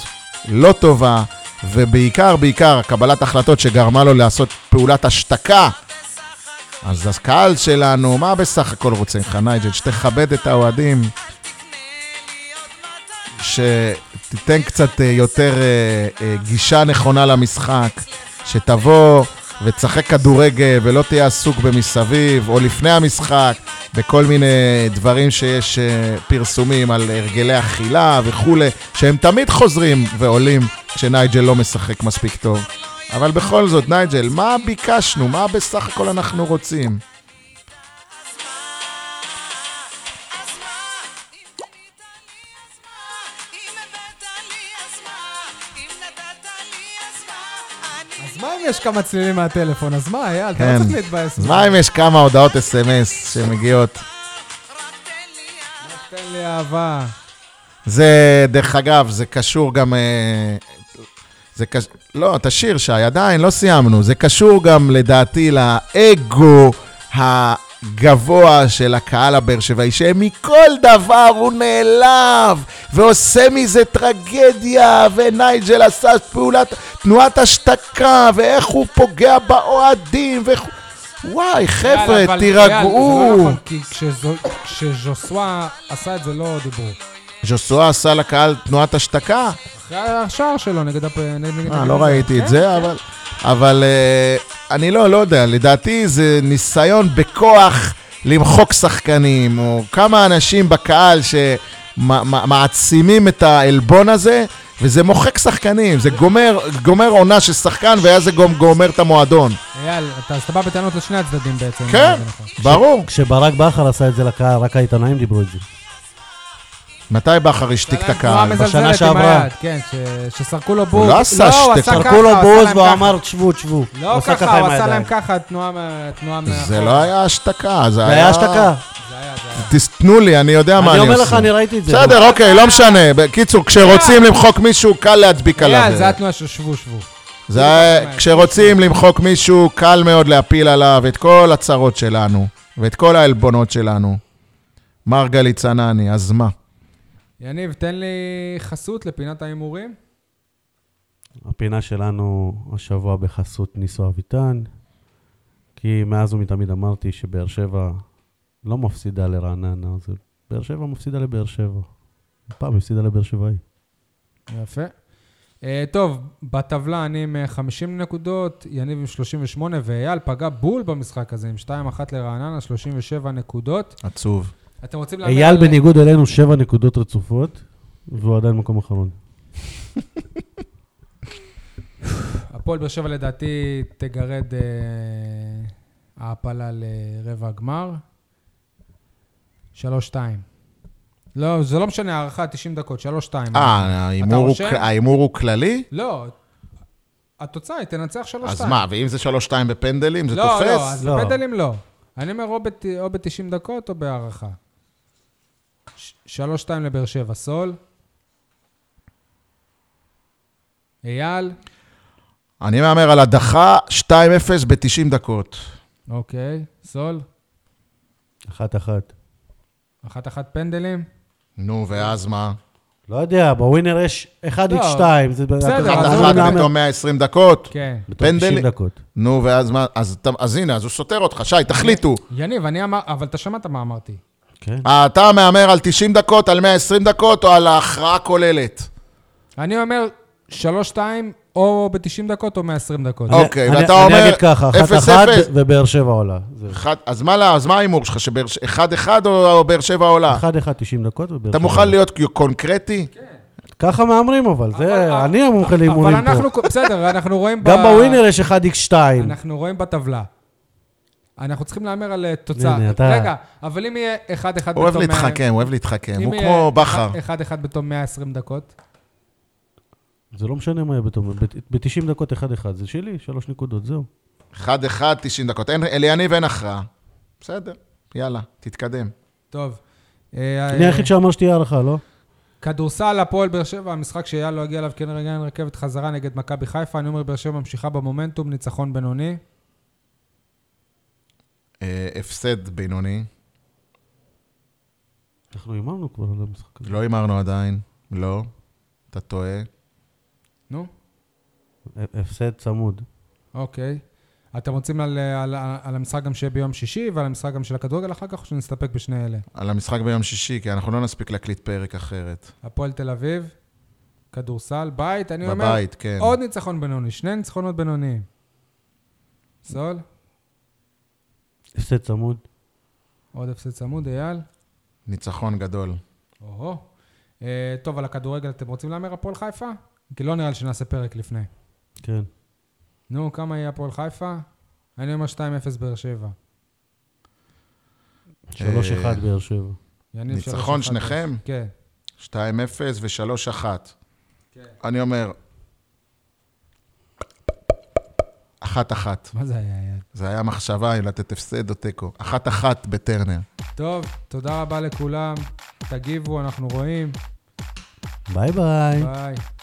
Speaker 3: לא טובה, ובעיקר, בעיקר, קבלת החלטות שגרמה לו לעשות פעולת השתקה. אז הקהל שלנו, מה בסך הכל רוצה ממך, נייג'ל? שתכבד את האוהדים, שתיתן קצת אה, יותר אה, אה, גישה נכונה למשחק, שתבוא ותשחק כדורגל ולא תהיה עסוק במסביב, או לפני המשחק, בכל מיני דברים שיש אה, פרסומים על הרגלי אכילה וכולי, שהם תמיד חוזרים ועולים כשנייג'ל לא משחק מספיק טוב. אבל בכל זאת, נייג'ל, מה ביקשנו? מה בסך הכל אנחנו רוצים?
Speaker 1: אז מה אם יש כמה צלילים מהטלפון? אז מה, אייל, אתה
Speaker 3: כן.
Speaker 1: לא צריך להתבאס.
Speaker 3: אז מה אם יש כמה הודעות אס.אם.אס שמגיעות?
Speaker 1: תן לי אהבה.
Speaker 3: זה, דרך אגב, זה קשור גם... אה, זה קש... לא, תשאיר, שי, עדיין לא סיימנו. זה קשור גם, לדעתי, לאגו הגבוה של הקהל הבאר שבעי, שמכל דבר הוא נעלב, ועושה מזה טרגדיה, ונייג'ל עשה פעולת, תנועת השתקה, ואיך הוא פוגע באוהדים, ואיך... הוא- וואי, חבר'ה,
Speaker 1: אייל, אבל- אייל, זה לא
Speaker 3: תירגעו.
Speaker 1: נכון, כי כשזו- כשז'וסווה עשה את זה לא דיברו.
Speaker 3: ז'וסואה עשה לקהל תנועת השתקה?
Speaker 1: אחרי השער שלו נגד הפ... נגד-
Speaker 3: אה,
Speaker 1: נגד-
Speaker 2: כן.
Speaker 3: לא ראיתי את זה, אבל... אבל אה, אני לא, לא יודע, לדעתי זה ניסיון בכוח למחוק שחקנים, או כמה אנשים בקהל שמעצימים את העלבון הזה, וזה מוחק שחקנים, זה גומר, גומר עונה של שחקן, ואז זה גם גומר את המועדון.
Speaker 1: אייל, אתה אז אתה בא בטענות לשני הצדדים בעצם.
Speaker 3: כן,
Speaker 1: זה נכון.
Speaker 3: ברור.
Speaker 2: כשברק בכר עשה את זה לקהל, רק העיתונאים דיברו את זה.
Speaker 3: מתי בכר השתיק את
Speaker 1: זה היה כן, תנועה
Speaker 3: הקהל?
Speaker 1: מזלזלת עם
Speaker 2: שעברה.
Speaker 1: היד, כן, ש- שסרקו לו בוז.
Speaker 3: לא עשה שתי-
Speaker 1: עשה ככה,
Speaker 2: זרקו לו
Speaker 1: עשה
Speaker 2: בוז
Speaker 1: להם
Speaker 2: והוא
Speaker 1: ככה.
Speaker 2: אמר, תשבו, תשבו. הוא
Speaker 1: לא ככה,
Speaker 2: עם
Speaker 1: הוא עשה
Speaker 2: הידיים.
Speaker 1: להם ככה, תנועה מה- תנועה מאחור.
Speaker 3: זה לא היה השתקה, זה
Speaker 2: זה
Speaker 3: היה...
Speaker 2: היה השתקה.
Speaker 1: זה היה, זה היה.
Speaker 3: תס- תנו לי, אני יודע מה
Speaker 2: אני
Speaker 3: אני עושה.
Speaker 2: אומר לך, אני ראיתי את זה.
Speaker 3: בסדר, אוקיי, לא משנה. בקיצור, כשרוצים למחוק מישהו, קל להדביק עליו.
Speaker 1: אייל, זה התנועה של שבו, שבו.
Speaker 3: זה היה- כשרוצים למחוק מישהו, קל מאוד להפיל עליו את כל הצרות שלנו, ואת כל העלבונות שלנו. מרגלית צנני, אז מה?
Speaker 1: יניב, תן לי חסות לפינת ההימורים.
Speaker 2: הפינה שלנו השבוע בחסות ניסו אביטן, כי מאז ומתמיד אמרתי שבאר שבע לא מפסידה לרעננה, זה באר שבע מפסידה לבאר שבע. פעם הפסידה לבאר שבעי.
Speaker 1: יפה. אה, טוב, בטבלה אני עם אה, 50 נקודות, יניב עם 38, ואייל פגע בול במשחק הזה עם 2-1 לרעננה, 37 נקודות.
Speaker 3: עצוב.
Speaker 1: אתם רוצים להמר
Speaker 2: אייל
Speaker 1: על-
Speaker 2: בניגוד אלינו שבע נקודות רצופות, והוא עדיין מקום אחרון.
Speaker 1: הפועל באר שבע לדעתי תגרד אה, העפלה לרבע הגמר. 3-2. לא, זה לא משנה, הערכה 90 דקות, 3-2.
Speaker 3: אה, ההימור הוא
Speaker 1: רושם?
Speaker 3: כ- ההימור הוא כללי?
Speaker 1: לא, התוצאה היא תנצח 3-2.
Speaker 3: אז מה, ואם זה 3-2 בפנדלים, זה
Speaker 1: לא, לא,
Speaker 3: תופס?
Speaker 1: אז
Speaker 2: לא.
Speaker 1: בפנדלים לא. אני אומר או בת- או ב-90 דקות או בהערכה. 3-2 לבאר שבע, סול. אייל,
Speaker 3: אני מהמר על הדחה 2-0 ב-90 דקות.
Speaker 1: אוקיי, סול,
Speaker 2: אחת-אחת.
Speaker 1: אחת-אחת פנדלים.
Speaker 3: נו, ואז מה?
Speaker 2: לא יודע, בווינר יש 1
Speaker 1: לא.
Speaker 2: x 2. זה
Speaker 1: בסדר,
Speaker 2: אנחנו
Speaker 3: אחת
Speaker 1: אז
Speaker 2: יכולים
Speaker 3: אחת
Speaker 1: למה-
Speaker 2: להמר
Speaker 3: בתום 120 דקות?
Speaker 1: כן.
Speaker 2: בתוך 90
Speaker 3: פנדלים.
Speaker 2: דקות.
Speaker 3: נו, ואז מה? אז אתה- אז הנה, אז הוא סותר אותך. שי, תחליטו.
Speaker 1: יניב, אני אמר, אבל אתה שמעת מה אמרתי.
Speaker 2: כן.
Speaker 3: אתה מהמר על 90 דקות, על 120 דקות, או על ההכרעה הכוללת?
Speaker 1: אני אומר, 3-2 או ב-90 דקות או 120 דקות.
Speaker 3: אוקיי.
Speaker 2: אני-
Speaker 3: ואתה
Speaker 2: אני-
Speaker 3: אומר,
Speaker 2: אני אגיד ככה,
Speaker 3: אפס,
Speaker 2: 1-1
Speaker 3: אפס.
Speaker 2: ובאר שבע עולה. זהו.
Speaker 3: אחד- אז מה לה- אז מה ההימור שלך, שבאר ש- 1-1 או או באר שבע עולה?
Speaker 2: 1-1 90 דקות ובאר שבע
Speaker 3: אה. אתה מוכן
Speaker 2: עולה.
Speaker 3: להיות קונקרטי?
Speaker 1: כן,
Speaker 2: ככה מהמרים אבל, זה...
Speaker 1: אבל-
Speaker 2: אני המומחה
Speaker 1: אבל
Speaker 2: להימורים פה.
Speaker 1: אנחנו, בסדר, אנחנו רואים...
Speaker 2: גם
Speaker 1: ב-
Speaker 2: בווינר יש 1 x 2.
Speaker 1: אנחנו רואים בטבלה. אנחנו צריכים להמר על אה, תוצאה.
Speaker 2: הנה, אתה-
Speaker 1: רגע, אבל אם יהיה 1-1 בתום...
Speaker 3: הוא אוהב
Speaker 1: אה,
Speaker 3: להתחכם, הוא אוהב להתחכם.
Speaker 1: אם
Speaker 3: הוא
Speaker 1: יהיה
Speaker 3: כמו בכר.
Speaker 1: 1-1 בתום 120 דקות.
Speaker 2: זה לא משנה מה יהיה בתום, ב-90 דקות 1-1, זה שלי, שלוש נקודות, זהו.
Speaker 3: 1-1, 90 דקות. אין- אליניב אין הכרעה. בסדר, יאללה, תתקדם.
Speaker 1: טוב. אה,
Speaker 2: אני היחיד שאמר שתהיה הערכה, לא?
Speaker 1: כדורסל, הפועל באר שבע, המשחק שאייל לא הגיע אליו כן רגע אין רכבת חזרה נגד מכבי חיפה. אני אומר, באר שבע ממשיכה במומנטום, ניצחון בינוני.
Speaker 3: אה, הפסד בינוני.
Speaker 2: אנחנו הימרנו כבר על המשחק הזה.
Speaker 3: לא הימרנו עדיין. לא. אתה טועה.
Speaker 1: נו,
Speaker 2: ה- הפסד צמוד.
Speaker 1: אוקיי. אתם רוצים על, על, על, על המשחק גם שיהיה ביום שישי ועל המשחק גם של הכדורגל אחר כך, או שנסתפק בשני אלה?
Speaker 3: על המשחק ביום שישי, כי אנחנו לא נספיק להקליט פרק אחרת.
Speaker 1: הפועל תל אביב, כדורסל, בית, אני אומר...
Speaker 3: בבית, כן.
Speaker 1: עוד ניצחון בינוני, שני ניצחונות בינוניים. סול,
Speaker 2: הפסד צמוד.
Speaker 1: עוד הפסד צמוד, אייל.
Speaker 3: ניצחון גדול.
Speaker 1: או-הו. אה, טוב, על הכדורגל אתם רוצים להמר הפועל חיפה? כי לא נראה לי שנעשה פרק לפני.
Speaker 2: כן.
Speaker 1: אה. נו, כמה יהיה הפועל חיפה? אני אומר 2-0 באר שבע.
Speaker 2: 3-1 באר שבע.
Speaker 1: יניב, שלוש,
Speaker 3: ניצחון
Speaker 1: אחד,
Speaker 3: שניכם?
Speaker 1: אפס. כן.
Speaker 3: 2-0 ו-3-1. אני אומר... אחת-אחת.
Speaker 1: מה זה היה, אייל?
Speaker 3: זה היה מחשבה אם לתת הפסד או תיקו. אחת-אחת בטרנר.
Speaker 1: טוב, תודה רבה לכולם. תגיבו, אנחנו רואים.
Speaker 2: ביי ביי.
Speaker 1: ביי.